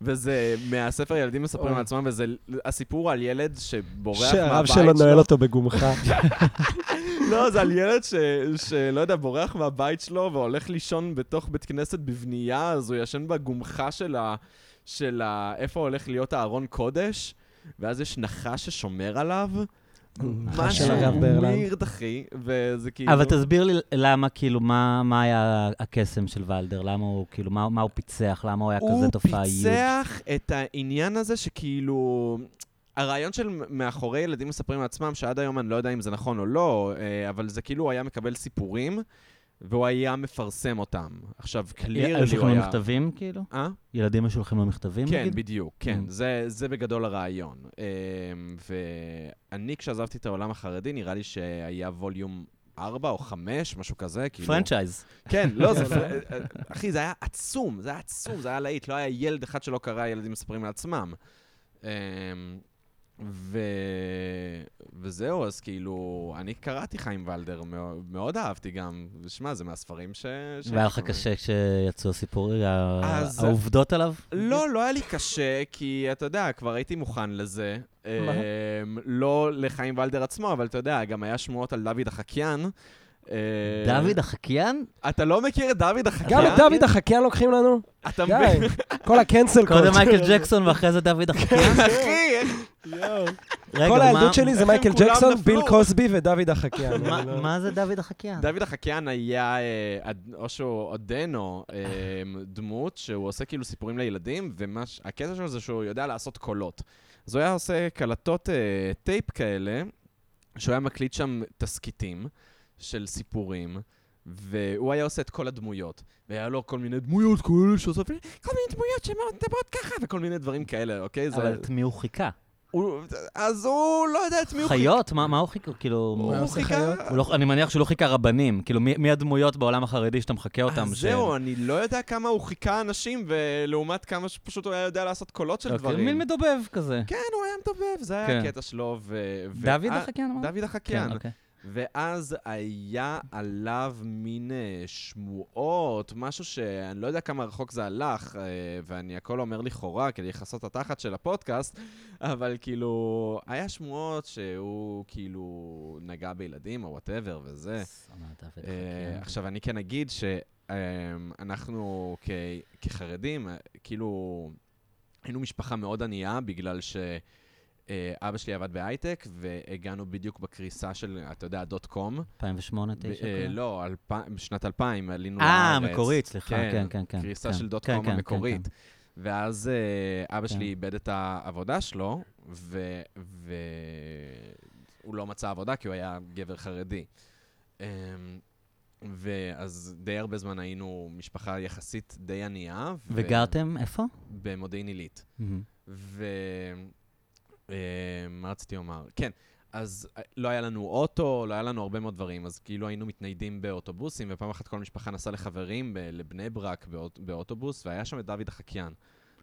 וזה מהספר ילדים מספרים על עצמם, וזה הסיפור על ילד שבורח מהבית שהרב שלו נועל (laughs) אותו בגומחה. לא, זה על ילד ש... שלא יודע, בורח מהבית שלו והולך לישון בתוך בית כנסת בבנייה, אז הוא ישן בגומחה של ה... של ה... איפה הולך להיות הארון קודש, ואז יש נחש ששומר עליו. נחש של משהו הרב בארלנד. weird, אחי, וזה כאילו... אבל תסביר לי למה, כאילו, מה מה היה הקסם של ולדר? למה הוא, כאילו, מה מה הוא פיצח? למה הוא היה כזה תופעה הוא יוג'? פיצח את העניין הזה שכאילו... הרעיון של מאחורי ילדים מספרים לעצמם, שעד היום אני לא יודע אם זה נכון או לא, אה, אבל זה כאילו הוא היה מקבל סיפורים, והוא היה מפרסם אותם. עכשיו, קלירלי הוא היה... היו שולחים לו אה, מכתבים, כאילו? אה? ילדים היו שולחים לו מכתבים, כן, נגיד? בדיוק, כן. Mm. זה, זה בגדול הרעיון. אמ, ואני, כשעזבתי את העולם החרדי, נראה לי שהיה ווליום 4 או 5, משהו כזה, כאילו... פרנצ'ייז. כן, (laughs) לא, זה... פר- אחי, זה היה עצום, זה היה עצום, זה היה להיט. לא היה ילד אחד שלא קרא, ילדים מספרים לעצמם. אמ, ו... וזהו, אז כאילו, אני קראתי חיים ולדר, מאוד, מאוד אהבתי גם. שמע, זה מהספרים ש... ש- והיה לך קשה כשיצאו הסיפורים, ה- אז- העובדות עליו? לא, לא היה לי קשה, כי אתה יודע, כבר הייתי מוכן לזה. אמ, לא לחיים ולדר עצמו, אבל אתה יודע, גם היה שמועות על דוד החקיין. אה, דוד החקיין? אתה לא מכיר את דוד גם החקיין? את דוד החקיין לוקחים לנו? אתה מבין? די. כל הקנסל קודם מייקל ג'קסון ואחרי זה (laughs) דוד כן, החקיין? אחי, איך רגע, כל מה- הילדות שלי זה איך מייקל הם כולם ג'קסון, נפלו? ביל קוסבי ודוד החקיין. (laughs) מה- אני לא- מה זה דוד החקיין? דוד החקיין היה, אה, עד- או שהוא עודנו, אה, דמות שהוא עושה כאילו סיפורים לילדים, והקטע שלו זה שהוא יודע לעשות קולות. אז הוא היה עושה קלטות אה, טייפ כאלה, שהוא היה מקליט שם תסכיתים של סיפורים. והוא היה עושה את כל הדמויות, והיה לו כל מיני דמויות כאלה שעושה, כל מיני דמויות שמדברות ככה, וכל מיני דברים כאלה, אוקיי? זה... אבל את מי הוא חיכה? הוא... אז הוא לא יודע את מי הוא חיכה. חיות? מה מה הוא חיכה? כאילו... מה- הוא עושה חיכה... חיות? הוא לא- אני מניח שהוא לא חיכה רבנים. כאילו, מי מי הדמויות בעולם החרדי שאתה מחכה אותם? אז ש- זהו, אני לא יודע כמה הוא חיכה אנשים, ולעומת כמה שפשוט הוא היה יודע לעשות קולות של אוקיי, דברים. מין מדובב כזה. כן, הוא היה מדובב, זה היה כן. הקטע שלו. ו- דוד ואז- החקיין אמרת? דוד כן, החקיין. אוקיי. ואז היה עליו מין אה, שמועות, משהו שאני לא יודע כמה רחוק זה הלך, אה, ואני הכל אומר לכאורה כדי לכסות את התחת של הפודקאסט, אבל כאילו, היה שמועות שהוא כאילו נגע בילדים או וואטאבר וזה. אמר דוד אה, החקיין. עכשיו, אני כן אגיד שאנחנו כחרדים, אה, כאילו, היינו משפחה מאוד ענייה, בגלל שאבא שלי עבד בהייטק, והגענו בדיוק בקריסה של, אתה יודע, דוט קום. 2008, אה, 2009. כזה? לא, אלפיים- בשנת 2000 עלינו אה, לארץ. המקורית, סליחה, כן, כן, כן. קריסה כן. של דוט כן, קום כן, כן, המקורית. ואז אה, אבא כן. שלי איבד את העבודה שלו, ו- והוא לא מצא עבודה כי הוא היה גבר חרדי. אמ, ואז די הרבה זמן היינו משפחה יחסית די ענייה. ו- כן. וגרתם איפה? במודיעין עילית. מהמם. ו... אה, מה רציתי לומר? כן, אז אה, לא היה לנו אוטו, לא היה לנו הרבה מאוד דברים, אז כאילו היינו מתניידים באוטובוסים, ופעם אחת כל המשפחה נסעה לחברים ב- לבני ברק באוט- באוטובוס, והיה שם את דוד החקיין.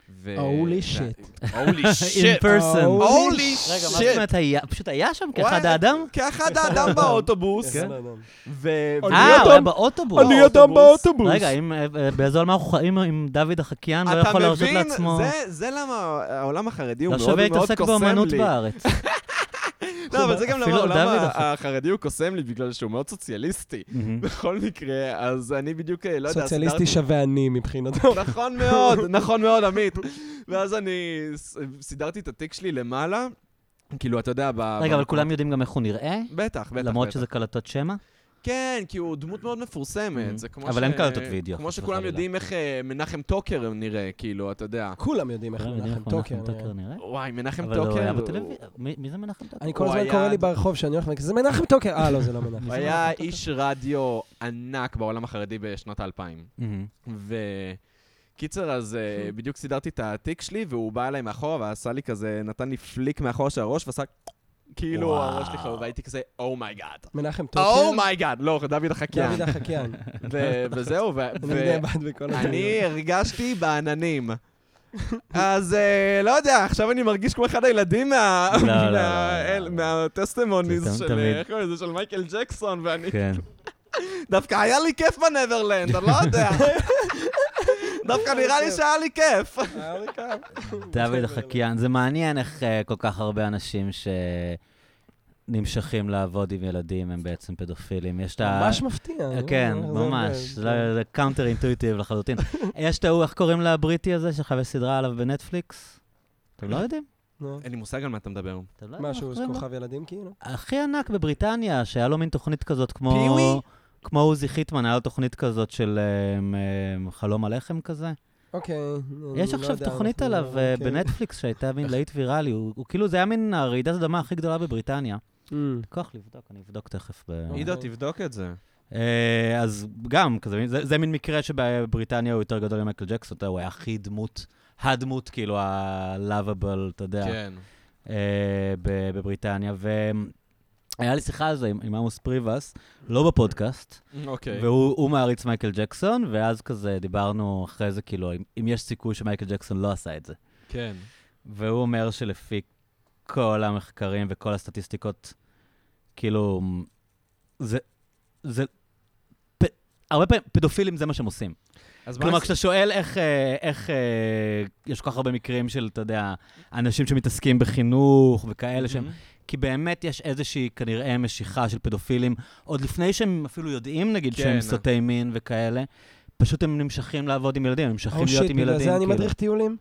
ו- Holy ו- shit. Holy In shit. person. Oh. Holy רגע, מה זאת shit. אומרת היה? פשוט היה שם כאחד וואי, האדם? כאחד האדם באוטובוס. כן. ו- אני אה, הוא אדם. היה באוטובוס. אני אדם באוטובוס. רגע, אם, אה, אה, באיזו על מה אנחנו חיים אם דוד החקיין לא אתה יכול להרשות מבין? לעצמו... זה- זה למה העולם החרדי הוא לא מאוד מאוד שווה קוסם לי. להתעסק באמנות בארץ. לא, אבל זה גם למה אפילו העולם דוד ה- אחי. החרדי הוא קוסם לי, בגלל שהוא מאוד סוציאליסטי. (laughs) בכל מקרה, אז אני בדיוק, אה, לא יודע, סוציאליסטי סידרתי- שווה עני מבחינתו. נכון (laughs) מאוד, נכון מאוד, עמית. ואז אני ס- סידרתי את התיק שלי למעלה, כאילו, אתה יודע, ב... רגע, אבל במקום- כולם יודעים גם איך הוא נראה? בטח, בטח. למרות בטח. שזה קלטות שמע? כן, כי הוא דמות מאוד מפורסמת, זה כמו ש... Mm-hmm. אבל אין קלטות וידאו, כמו חס שכולם וחלילה. יודעים איך אה, מנחם טוקר נראה, כאילו, אתה יודע. (laughs) כולם יודעים איך כולם יודעים מנחם איך מנחם טוקר. אה. טוקר נראה? וואי, מנחם אבל טוקר. הוא היה הוא- בטלוויזיה. מי מי זה מנחם טוקר? אני כל הוא הזמן היה- קורא לי ברחוב שאני הולך, זה מנחם טוקר. אה, לא, זה לא מנחם. הוא היה איש רדיו ענק בעולם החרדי בשנות האלפיים. מהמם. וקיצר, אז (laughs) אה, בדיוק סידרתי את התיק שלי, והוא בא אליי מאחורה, ועשה לי כזה, נתן לי פליק מאחורה של הראש, ועשה כאילו וואו. הראש שלי חרוב, והייתי כזה, "Oh אומייגאד. מנחם טוקר, אומייגאד. לא, דוד החקיין. (laughs) דוד החקיין. (laughs) ו- וזהו, ו- אני ו- נאבד בכל אני הרגשתי בעננים. אז אה, לא יודע, עכשיו אני מרגיש כמו אחד הילדים מה- לא, לא, לא, מה- לא. אל- מהטסטימוניז זה של תמיד. איך קוראים לזה? של מייקל ג'קסון, ואני כן. דווקא היה לי כיף בנברלנד, אני לא (laughs) יודע. לא, דווקא נראה לי שהיה לי כיף. אה, דוד החקיין. זה מעניין איך אה, כל כך הרבה אנשים שנמשכים לעבוד עם ילדים הם בעצם פדופילים. יש את ה... ממש מפתיע. אני לא כן, יודע, זה ממש. זה- זה קאונטר אינטואיטיב לחלוטין. יש את ההוא, איך קוראים לבריטי הזה, שעכשיו יש סדרה עליו בנטפליקס? אתם לא יודעים? נו. אין לי מושג על מה אתה מדבר. אתם לא יודעים מה, שהוא איך קוראים לו? כוכב ילדים כאילו? הכי ענק בבריטניה, שהיה לו מין תוכנית כזאת כמו... פיווי? כמו עוזי חיטמן, היה לו תוכנית כזאת של אמ, אמ, חלום הלחם כזה. אוקיי. יש עכשיו תוכנית עליו לא- אה, בנטפליקס (laughs) שהייתה מין להיט ויראלי. הוא הוא כאילו, זה היה מין הרעידת אדמה הכי גדולה בבריטניה. בנט. כוח לבדוק, אני אבדוק תכף. ב- אוקיי. עידו, תבדוק את זה. אה, אז גם, כזה, מין- זה, זה מין מקרה שבבריטניה הוא יותר גדול ממייקל ג'קסון, אתה יודע, הוא היה הכי דמות, הדמות, כאילו, ה-lovable, אתה יודע, כן. אה, ב- בבריטניה. והיה לי שיחה על זה עם, עם עמוס פריבס, לא בפודקאסט, אוקיי. והוא הוא מעריץ מייקל ג'קסון, ואז כזה דיברנו אחרי זה, כאילו, אם, אם יש סיכוי שמייקל ג'קסון לא עשה את זה. כן. והוא אומר שלפי כל המחקרים וכל הסטטיסטיקות, כאילו, זה, זה, פ, הרבה פעמים פדופילים זה מה שהם עושים. אז כלומר, כשאתה שואל איך, אה, איך אה, יש כל כך הרבה מקרים של, אתה יודע, אנשים שמתעסקים בחינוך וכאלה שהם, Mm-hmm. Mm-hmm. כי באמת יש איזושהי כנראה משיכה של פדופילים, עוד לפני שהם אפילו יודעים, נגיד, כן. שהם סוטי מין וכאלה. פשוט הם נמשכים לעבוד עם ילדים, הם נמשכים או להיות שיט, עם ילדים. Oh, בגלל זה אני כאילו. מדריך (laughs) טיולים?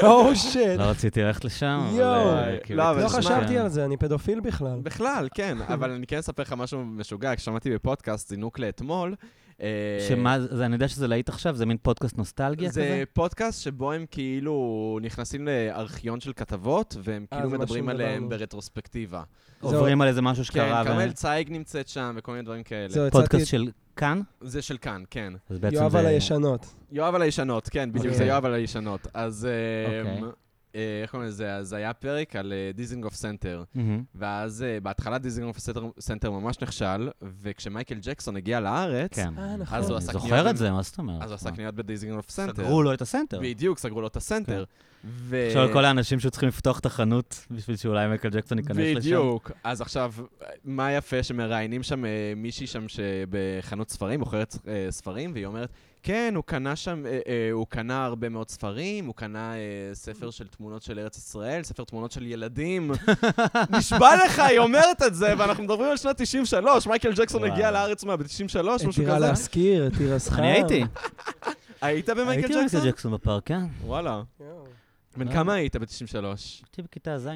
Oh, או שיט. (laughs) לא רציתי ללכת לשם, אבל... יואו. אה, כאילו, לא, אבל לא תשמע, חשבתי על זה, אני פדופיל בכלל. בכלל, (laughs) כן, אבל אני כן אספר לך משהו משוגע, כששמעתי בפודקאסט זינוק לאתמול. אה, שמה זה, זה- אני יודע שזה להיט עכשיו, זה מין פודקאסט נוסטלגיה זה כזה? פודקאסט שבו הם כאילו נכנסים לארכיון של כתבות, והם אה, כאילו זה מה מדברים שדיברנו. עליהם ברטרוספקטיבה. עוברים על איזה משהו כן, שקרה, כרמל ו- צייג נמצאת שם וכל מיני דברים כאלה. זהו, הצעתי פודקאסט של כאן? זה של כאן, כן. אז את בעצם יואב זה... על הישנות. יואב על הישנות, כן, בדיוק, זה אוקיי. יואב על הישנות. אז אה, אוקיי. אה, איך קוראים לזה? אז היה פרק על אה, דיזינגוף סנטר. מהמם. ואז אה, בהתחלה דיזינגוף סנטר- סנטר ממש נכשל, וכשמייקל ג'קסון הגיע לארץ, כן. אה, נכון. אז הוא אני עשה זוכר קניות את זה, מה זאת אומרת? אז הוא עשה מה? קניות בדיזינגוף סנטר. סגרו לו את הסנטר. כן. בדיוק, סגרו לו את הסנטר. ו- עכשיו כל האנשים שצריכים לפתוח את החנות בשביל שאולי מייקל ג'קסון ייכנס לשם. בדיוק. אז עכשיו, מה יפה שמראיינים שם אה, מישהי שם שבחנות ספרים, מוכרת אה, ספרים, והיא אומרת, כן, הוא קנה שם, אה, אה, הוא קנה הרבה מאוד ספרים, הוא קנה אה, ספר של תמונות של ארץ ישראל, ספר תמונות של (laughs) ילדים. נשבע לך, היא אומרת את זה, ואנחנו מדברים על שנת 93, מייקל ג'קסון וואו. הגיע לארץ מה, ב-93, את משהו טירה כזה. להשכיר, את טירה שכר. אני הייתי. היית הייתי במייקל מייקל ג'קסון? ג'קסון בפארק, כן? וואלה. יואו. בן אה. כמה היית ב-93? הייתי בכיתה ז'.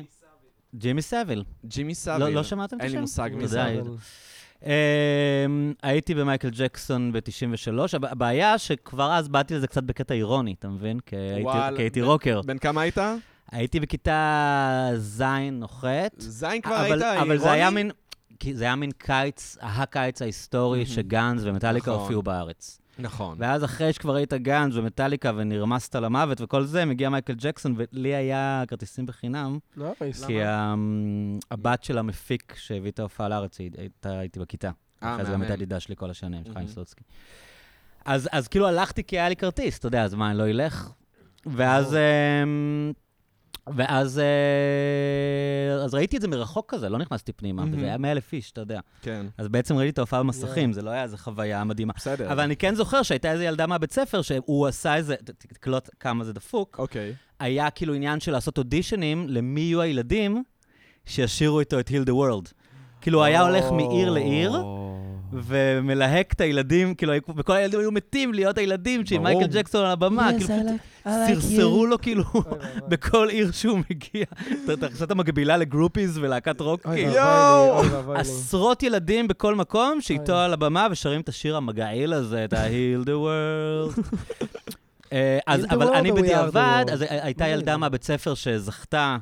ג'ימי סביל. ג'ימי לא- סאביל. לא שמעתם את השם? אין לי מושג מי אתה זה. יודע, אבל- אמ, הייתי במייקל ג'קסון ב-93, הב- הבעיה שכבר אז באתי לזה קצת בקטע אירוני, אתה מבין? כי הייתי- וואלה, כי הייתי ב- רוקר. בן כמה היית? הייתי בכיתה ז' או ח', זין כבר היית אבל אבל זה אירוני? היה מין, כי זה היה מין קיץ, הקיץ ההיסטורי מהמם. שגאנז ומטאליקה נכון. הופיעו בארץ. נכון. ואז אחרי שכבר ראית גאנג' ומטאליקה ונרמסת למוות וכל זה, מגיע מייקל ג'קסון, ולי היה כרטיסים בחינם, נייס. כי ה- הבת של המפיק שהביא את ההופעה לארץ, היא הייתה איתי בכיתה. אה, אחרי זה גם הייתה מהמם. ידידה שלי כל השנים, של חיים מהמם. סלוצקי. אז, אז כאילו הלכתי כי היה לי כרטיס, אתה יודע, אז מה, אני לא אלך? ואז... ברור. אמ, ואז אה, אז ראיתי את זה מרחוק כזה, לא נכנסתי פנימה, מהמם. וזה היה 100 אלף איש, אתה יודע. כן, אז בעצם ראיתי את ההופעה במסכים, זה לא היה איזה חוויה מדהימה. בסדר. אבל אני כן זוכר שהייתה איזו ילדה מהבית ספר שהוא עשה איזה, ת- ת- תקלוט כמה זה דפוק, אוקיי. היה כאילו עניין של לעשות אודישנים למי יהיו הילדים שישירו איתו את Heal the World. כאילו, היה הולך מעיר לעיר, ומלהק את הילדים, כאילו, היו- וכל הילדים היו מתים להיות הילדים שעם ברור. מייקל ג'קסון על הבמה, כאילו, סרסרו לו כאילו (laughs) בכל עיר שהוא מגיע. אתה- אתה עושה את המקבילה לגרופיז ולהקת רוק, כאילו. יואו! עשרות ילדים בכל מקום שאיתו אוי. על הבמה ושרים את השיר המגעיל הזה, את ה-Heal the World. (laughs) אה, אז, Heal the אבל world אני or we are the בדיעבד, world? אז הי- הייתה מה זה ילדה זה? מהבית ספר שזכתה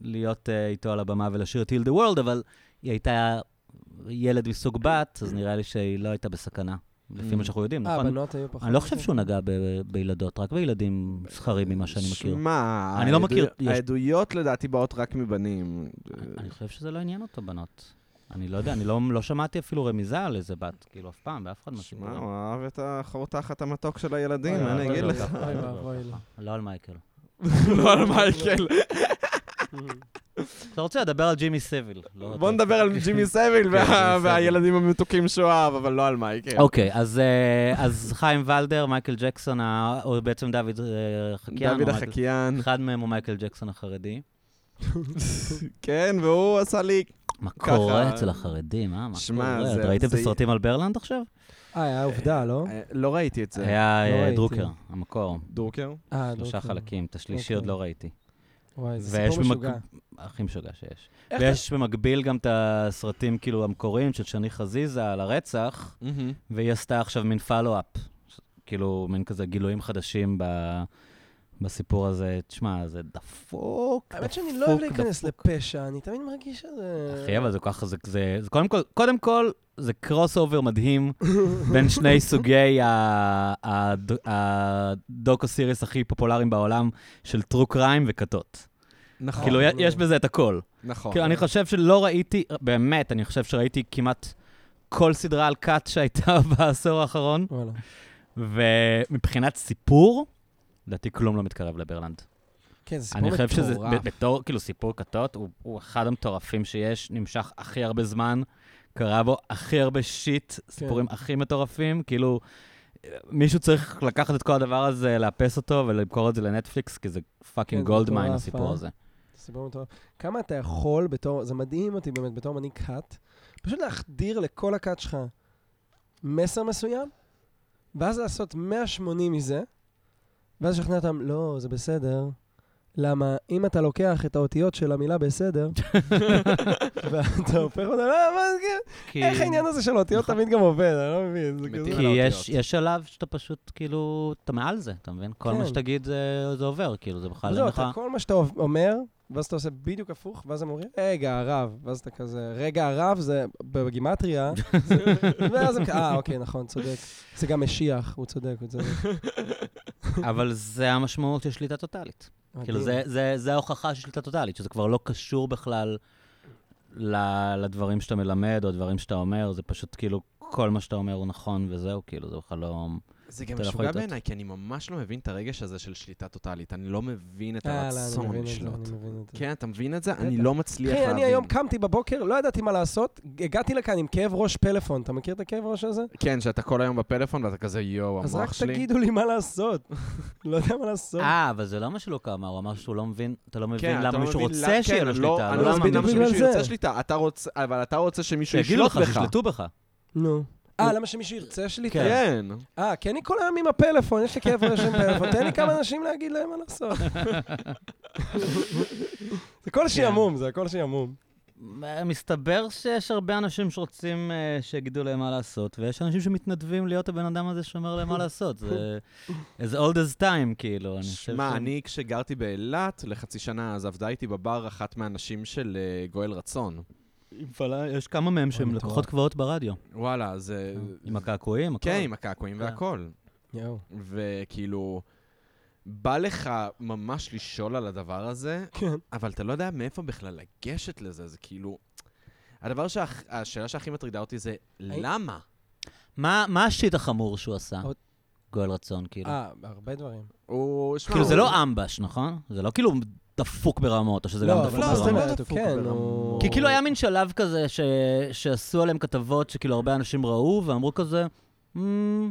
להיות אה, איתו על הבמה ולשיר את Heal the World, אבל היא הייתה ילד מסוג בת, אז נראה לי שהיא לא הייתה בסכנה, לפי Mm. מה שאנחנו יודעים, אה, נכון? בנות היו פחות. אני לא חושב שהוא נגע ב- בילדות, רק בילדים זכרים ממה שאני מכיר. שמע, אני לא העדו- מכיר- יש- העדויות לדעתי באות רק מבנים. אני חושב שזה לא עניין אותו, בנות. אני לא יודע, אני לא- לא שמעתי אפילו רמיזה על איזה בת, כאילו, אף פעם, באף אחד שמע, מהסיפורים. הוא אהב את החורתחת המתוק של הילדים, אוי, אה, מה אוי, אני אגיד אוי, לך? אוי, אוי, אוי, אוי. לא על מייקל. לא על מייקל. אתה רוצה לדבר על ג'ימי סביל. לא- בוא נדבר על ג'ימי סביל כן, וה- בסדר. והילדים המתוקים שהוא אהב, אבל לא על מייקל. אוקיי, אז אה, אז חיים ולדר, מייקל ג'קסון, ה- או בעצם דוד אה, חקיין. או דוד מייקל- החקיין. אחד מהם הוא מייקל ג'קסון החרדי. כן, והוא עשה לי... מה ככה. קורה אצל החרדים, אה? מה שמע, קורה? זה- את ראיתם את זה- הסרטים על ברלנד עכשיו? אה, היה עובדה, לא? אה, לא ראיתי את זה. היה לא אה, ראיתי. דרוקר, המקור. דרוקר? אה, לא שלושה כן. חלקים, את השלישי עוד אוקיי. לא ראיתי. וואי, זה ויש סיפור במק- משוגע. הכי משוגע שיש. ויש במקביל גם את הסרטים כאילו המקוריים של שני חזיזה על הרצח. והיא עשתה עכשיו מין follow-up, ש- כאילו, מין כזה גילויים חדשים ב... בסיפור הזה. תשמע, זה דפוק, האמת דפוק, שאני לא אוהב להיכנס דפוק. לפשע, אני תמיד מרגיש שזה... אחי, אבל זה כל כך, זה, זה, זה קודם כל, קודם כל, זה קרוס אובר (laughs) מדהים בין שני סוגי ה- הד- הדוקו סיריס הכי פופולריים בעולם, של טרו קריים וכתות. נכון. כאילו, י- לא. יש בזה את הכל. נכון. כאילו, אני חושב שלא ראיתי, באמת, אני חושב שראיתי כמעט כל סדרה על כת שהייתה (laughs) בעשור האחרון. וואלה. ומבחינת סיפור, לדעתי כלום לא מתקרב לברלנד. כן, זה סיפור אני חושב שזה, מטורף. ב- בתור כאילו סיפור כתות, הוא, הוא אחד המטורפים שיש, נמשך הכי הרבה זמן, קרה בו הכי הרבה שיט, כן. סיפורים הכי מטורפים, כאילו, אה, מישהו צריך לקחת את כל הדבר הזה, לאפס אותו ולמכור את זה לנטפליקס, כי זה פאקינג כן, זה גולד מיין מטורף, הסיפור אה? הזה. סיפור מטורף. כמה אתה יכול בתור, זה מדהים אותי באמת, בתור מנהיג כת, פשוט להחדיר לכל הכת שלך מסר מסוים, ואז לעשות 180 מזה, ואז לשכנע אותם, לא, זה בסדר. למה אם אתה לוקח את האותיות של המילה (laughs) בסדר, ואתה הופך אותה, לא, מה זה, כי- איך העניין הזה של האותיות נכון. תמיד גם עובד, אני לא מבין, זה מתים כזה. כי על האותיות. יש, יש שלב שאתה פשוט, כאילו, אתה מעל זה, אתה מבין? כל כן. מה שתגיד זה, זה עובר, כאילו, זה בכלל אין זהו, לך... אתה כל מה שאתה אומר, ואז אתה עושה בדיוק הפוך, ואז הם אומרים, רגע, הרב, ואז אתה כזה, רגע, הרב זה בגימטריה, זה- ואז הם כ- אה, אוקיי, נכון, צודק. זה גם משיח, הוא צודק, הוא צודק. אבל זה המשמעות של שליטה טוטאלית. כאילו, מדהים. זה, זה, זה ההוכחה של שליטה טוטאלית, שזה כבר לא קשור בכלל ל- לדברים שאתה מלמד או דברים שאתה אומר, זה פשוט כאילו כל מה שאתה אומר הוא נכון וזהו, כאילו, זה בכלל לא... זה גם אתה לא יכול משוגע לטעות. בעיניי, כי אני ממש לא מבין את הרגש הזה של שליטה טוטאלית. אני לא מבין את אה, לא, אני הרצון מבין את זה, לשלוט. אני מבין את זה. כן, אתה מבין את זה? אני בטח. לא מצליח אחי, להבין. אני היום קמתי בבוקר, לא ידעתי מה לעשות, הגעתי לכאן עם כאב ראש פלאפון, אתה מכיר את הכאב ראש הזה? כן, שאתה כל היום בפלאפון ואתה כזה, יואו, אז רק המוח שלי. תגידו לי מה לעשות. (laughs) לא יודע מה לעשות. אה, אבל זה לא מה שלוקה אמר, הוא אמר שהוא לא מבין, אתה לא מבין כן, אתה למה לא מישהו מבין רוצה למה- שיהיה לו כן, לא, שליטה, אני לא לא למה מבין למה בדיוק שמישהו בגלל ירצה זה. שליטה. אתה רוצה, אבל אתה רוצה שמישהו שיגידו ישלוט לך, בך. שישלטו בך. נו. אה, למה שמישהו ירצה שליטה? כן. כן. אה, כי אני כל היום עם הפלאפון, יש לי כאב ראש עם פלאפון, תן לי כמה אנשים להגיד להם מה לעשות. זה קול שעמום, זה הכל שעמום. מסתבר שיש הרבה אנשים שרוצים אה, שיגידו להם מה לעשות, ויש אנשים שמתנדבים להיות הבן אדם הזה שאומר להם מה (laughs) לעשות. זה as old as time, כאילו, אני חושב... שמע, ש- אני כשגרתי באילת לחצי שנה, אז עבדה איתי בבר אחת מהנשים של אה, גואל רצון. עם פלה- יש כמה מהם שהם מטורף. לקוחות קבועות ברדיו. אה, וואלה, זה... עם הקעקועים, אה. הכל. כן, עם הקעקועים כן. והכל. יואו. וכאילו, בא לך ממש לשאול על הדבר הזה, כן. אבל אתה לא יודע מאיפה בכלל לגשת לזה, זה כאילו... הדבר שה... השאלה שהכי מטרידה אותי זה, למה? מה מה השיט החמור שהוא עשה? עוד- גואל רצון, כאילו. אה, הרבה דברים. הוא... שמע, כאילו, זה הוא- לא אמבש, נכון? זה לא כאילו דפוק ברמות, או שזה גם לא, דפוק אבל מה זאת ברמות. ברמות. אומרת, הוא דפוק כן, ברמות. הוא... כי כאילו היה מין שלב כזה ש... שעשו עליהם כתבות שכאילו הרבה אנשים ראו ואמרו כזה, "מ,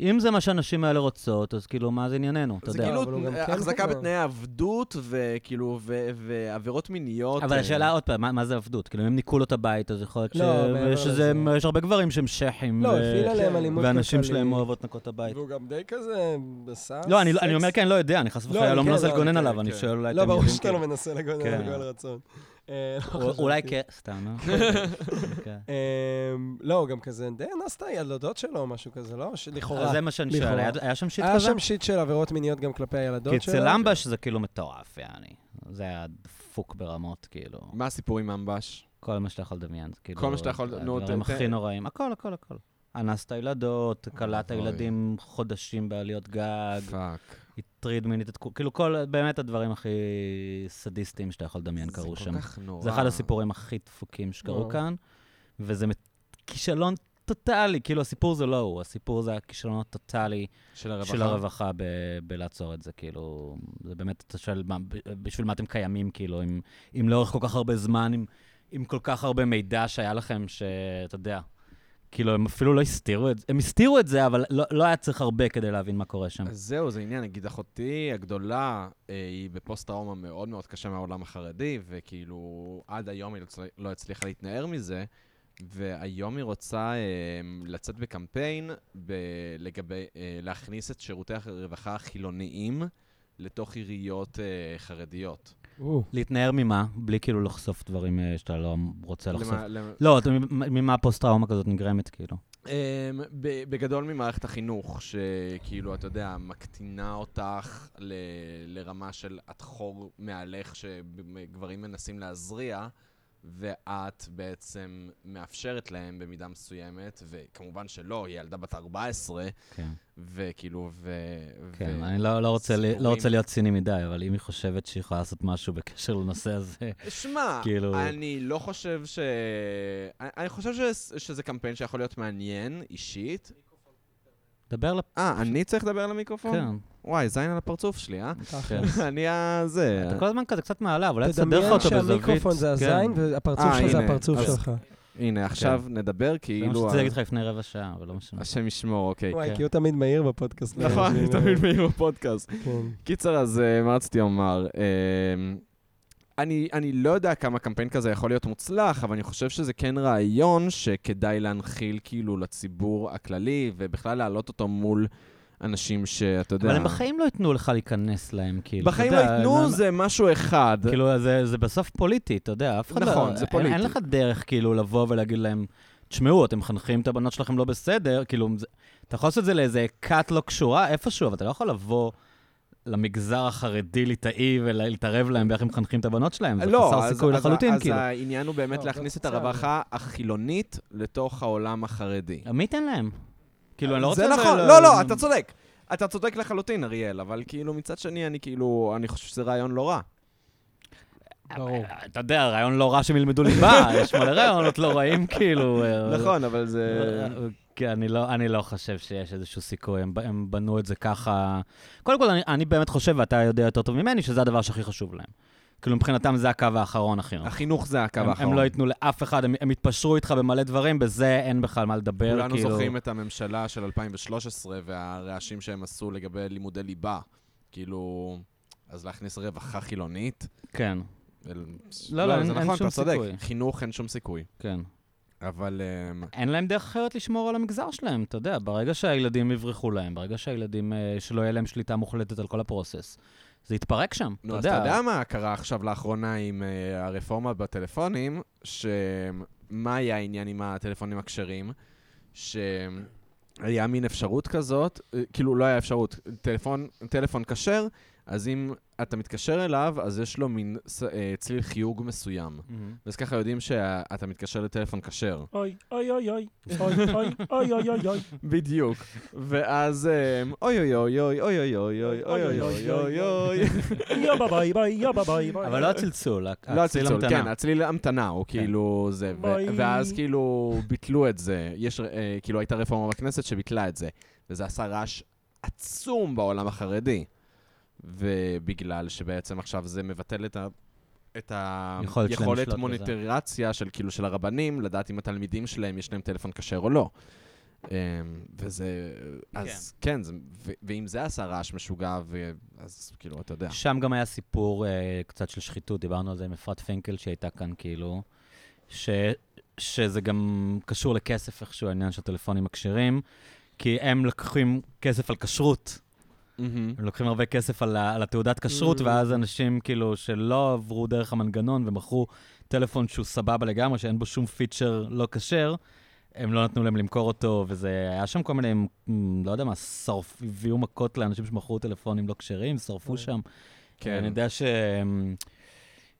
אם זה מה שהנשים האלה רוצות, אז כאילו, מה זה ענייננו, אתה זה יודע. כאילו אבל הוא גם כן החזקה כזה. בתנאי עבדות, וכאילו, ו- ועבירות מיניות. אבל אה, השאלה עוד פעם, מה- מה זה עבדות? כאילו, אם ניקו לו את הבית, אז יכול להיות ש- לא, מעבר ויש איזה- לזה. יש הרבה גברים שהם שכים, לא, ו- הפעיל עליהם אלימות כלכלית. ואנשים שלהם אוהבות לנקות את הבית. והוא גם די כזה עשה לא, אני לא- סקס. אני אומר כי אני לא יודע, אני חס לא, וחלילה אני לא כן, מנסה לא, לגונן כן, עליו, אני כן. שואל אולי לא, אתם ברור יודעים. שאתה לא מנסה לגונן כן. על גואל רצון. אה, לא כאילו. חשבתי. אולי כן, סתם, (laughs) לא? כן. אמ, לא, הוא גם כזה די אנס את הילדות שלו או משהו כזה, לא? ש- אז לכאורה. זה מה שאני לכאורה. שואל, היה- היה שם שיט היה כזה? שם שיט של עבירות מיניות גם כלפי כי הילדות שלו. אצל אמבש זה כאילו מטורף, יעני. זה היה דפוק ברמות, כאילו. מה הסיפור עם אמבש? כל מה שאתה יכול לדמיין. זה כאילו, כל מה שאתה יכול- נו, נו, ת- הדברים ת- הכי נוראים. הכל, הכל, הכל. אנס את הילדות, כלא את אוי. הילדים חודשים בעליות גג, פאק. הטריד מינית את כו- כאילו כל, באמת הדברים הכי סדיסטיים שאתה יכול לדמיין זה קרו כל שם. כך נורא. זה אחד הסיפורים הכי דפוקים שקרו וואו. כאן, וזה מת- כישלון טוטאלי, כאילו הסיפור זה לא הוא, הסיפור זה הכישלון הטוטאלי של הרווחה. של הרווחה ב- בלעצור את זה, כאילו, זה באמת, אתה שואל, מה- ב- בשביל מה אתם קיימים, כאילו, אם, אם לאורך כל כך הרבה זמן, עם, עם כל כך הרבה מידע שהיה לכם, שאתה יודע, כאילו, הם אפילו לא הסתירו את זה, הם הסתירו את זה, אבל לא, לא היה צריך הרבה כדי להבין מה קורה שם. אז זהו, זה עניין. נגיד אחותי הגדולה, אה, היא בפוסט-טראומה מאוד מאוד קשה מהעולם החרדי, וכאילו עד היום היא לא הצל- לא הצליחה להתנער מזה, והיום היא רוצה אה, לצאת בקמפיין ב- לגבי, אה, להכניס את שירותי הרווחה החילוניים לתוך עיריות אה, חרדיות. או, להתנער ממה, בלי כאילו לחשוף דברים אה, שאתה לא רוצה לחשוף. למה- למ- לא, אתה- ממה- ממה פוסט-טראומה כזאת נגרמת, כאילו? אמ, ב- בגדול ממערכת החינוך, שכאילו, אתה יודע, מקטינה אותך ל, לרמה של את חור מעלך שגברים מנסים להזריע, ואת בעצם מאפשרת להם במידה מסוימת, וכמובן שלא, היא ילדה בת 14, כן. וכאילו, ו... כן, ו- אני לא, לא, רוצה לי, לא סיפורים. רוצה להיות ציני מדי, אבל אם היא חושבת שהיא יכולה לעשות משהו בקשר לנושא הזה, שמע, כאילו- אני לא חושב ש... אני, אני חושב ש, שזה קמפיין שיכול להיות מעניין, אישית. דבר לפ... אה, אני צריך לדבר למיקרופון? כן. וואי, זין על הפרצוף שלי, אה? כן. (laughs) אני ה... זה... אתה כל הזמן כזה קצת מעלה, אולי תסדר לך תדמיין אותו בזווית. שהמיקרופון זה הזין כן. אוקיי. והפרצוף אה, שלך זה הנה, הפרצוף אז- שלך. הנה, עכשיו נדבר זה מה כאילו... שרציתי ה- להגיד לך לפני רבע שעה, אבל לא משנה. השם ישמור, אוקיי. וואי, כן. כי הוא תמיד מהיר בפודקאסט. לא נכון, אני יודעים, (laughs) תמיד אה, מעיר בפודקאסט. כן. קיצר, אז אה, מה רציתי לומר? אמ, אני, אני לא יודע כמה קמפיין כזה יכול להיות מוצלח, אבל אני חושב שזה כן רעיון שכדאי להנחיל כאילו לציבור הכללי, ובכלל להעלות אותו מול אנשים שאתה יודע... אבל הם בחיים לא ייתנו לך להיכנס להם, כאילו. אתה בחיים לא יודע, ייתנו, למה- זה משהו אחד. כאילו, זה, זה בסוף פוליטי, אתה יודע, אף אחד לא... נכון, זה אין- פוליטי. אין לך דרך כאילו לבוא ולהגיד להם, תשמעו, אתם מחנכים את הבנות שלכם לא בסדר, כאילו, זה, אתה יכול לעשות את זה לאיזה כת לא קשורה איפשהו, אבל אתה לא יכול לבוא למגזר החרדי-ליטאי ולהתערב להם באיך הם מחנכים את הבנות שלהם, זה לא, חסר אז- סיכוי אז- לחלוטין, אז כאילו. העניין הוא באמת לא, להכניס זה את הרווחה החילונית לתוך העולם החרדי. מי ייתן להם? כאילו, אני לא רוצה... זה נכון, ל- לא, לא, אתה צודק. אתה צודק לחלוטין, אריאל, אבל כאילו מצד שני, אני כאילו, אני חושב שזה רעיון לא רע. ברור. אתה יודע, רעיון לא רע שהם ילמדו (laughs) ליבה, יש מלא רעיונות לא רעים, כאילו. אבל- נכון, אבל זה... כן, אני לא, אני לא חושב שיש איזשהו סיכוי, הם, ב- הם בנו את זה ככה. קודם כל, אני, אני באמת חושב, ואתה יודע יותר טוב ממני, שזה הדבר שהכי חשוב להם. כאילו, מבחינתם זה הקו האחרון, אחי. החינוך זה הקו הם, האחרון. הם לא ייתנו לאף אחד, הם, הם יתפשרו איתך במלא דברים, בזה אין בכלל מה לדבר, כאילו. כולנו זוכרים את הממשלה של 2013 והרעשים שהם עשו לגבי לימודי ליבה. כאילו, אז להכניס רווחה חילונית? כן, אל- לא, אין- זה אין נכון, שום אתה צודק. סיכוי. חינוך אין שום סיכוי. כן. אבל... אמ, אין להם דרך אחרת לשמור על המגזר שלהם, אתה יודע, ברגע שהילדים יברחו להם, ברגע שהילדים, אה, שלא יהיה להם שליטה מוחלטת על כל הפרוסס, זה יתפרק שם, נו, אז אתה יודע מה קרה עכשיו לאחרונה עם אה, הרפורמה בטלפונים, שמה היה העניין עם הטלפונים הכשרים? שהיה מין אפשרות כזאת, אה, כאילו לא היה אפשרות, טלפון, טלפון כשר, אז אם אתה מתקשר אליו, אז יש לו מין ס- אה, צליל חיוג מסוים. Mm-hmm. ואז ככה יודעים שאתה מתקשר לטלפון כשר. אוי, אוי, אוי, אוי, אוי, אוי, אוי, אוי, אוי, אוי. בדיוק. ואז אמ, אוי אוי אוי אוי אוי אוי אוי אוי אוי אוי אוי אוי. יובה ביי ביי, יובה ביי ביי. אבל לא הצלצול, הק- לא הצליל הצלצול, כן, המתנה. כן. הצליל המתנה, הוא כאילו זה. ו- ביי. ואז כאילו ביטלו את זה. יש, אה, כאילו הייתה רפורמה בכנסת שביטלה את זה. וזה עשה רעש עצום בעולם החרדי. ובגלל שבעצם עכשיו זה מבטל את ה... את יכולת שלהם היכולת לשלוט בזה. מוניטרציה של כאילו של הרבנים, לדעת אם התלמידים שלהם יש להם טלפון כשר או לא. אמ, וזה, אז כן, זה- ו- ואם זה עשה רעש משוגע, ו- אז כאילו, אתה יודע. שם גם היה סיפור אה, קצת של שחיתות, דיברנו על זה עם אפרת פינקל שהייתה כאן, כאילו, ש- שזה גם קשור לכסף איכשהו, העניין של טלפונים הכשרים, כי הם לקחים כסף על כשרות. מהמם. הם לוקחים הרבה כסף על, ה- על התעודת כשרות, Mm. ואז אנשים כאילו שלא עברו דרך המנגנון ומכרו טלפון שהוא סבבה לגמרי, שאין בו שום פיצ'ר לא כשר, הם לא נתנו להם למכור אותו, וזה היה שם כל מיני, מ, לא יודע מה, שרף, הביאו מכות לאנשים שמכרו טלפונים לא כשרים, שרפו אוי. שם. כן. אני יודע ש...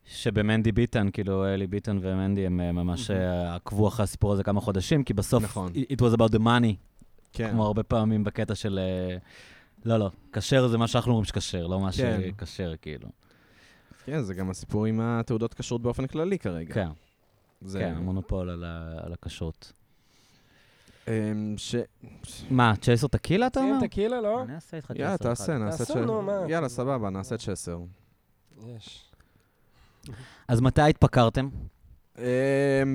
שבמנדי ביטן, כאילו אלי ביטן ומנדי, הם אה, ממש אה, עקבו אחרי הסיפור הזה כמה חודשים, כי בסוף, נכון. it was about the money, כן. כמו הרבה פעמים בקטע של... אה, לא, לא, כשר זה מה שאנחנו אומרים שכשר, לא מה כן. שכשר, כאילו. כן, זה גם הסיפור עם התעודות כשרות באופן כללי כרגע. כן, זה, כן, המונופול על ה- על הכשרות. אמ, ש... מה, צ'ייסר טקילה אתה אומר? שים טקילה, לא? אני אעשה איתך יאללה, צ'ייסר תעשה, אחד. נעשה את תעשו, ש... נו, מה? יאללה, סבבה, נעשה את שסר. יש. אז מתי התפקרתם? אמ,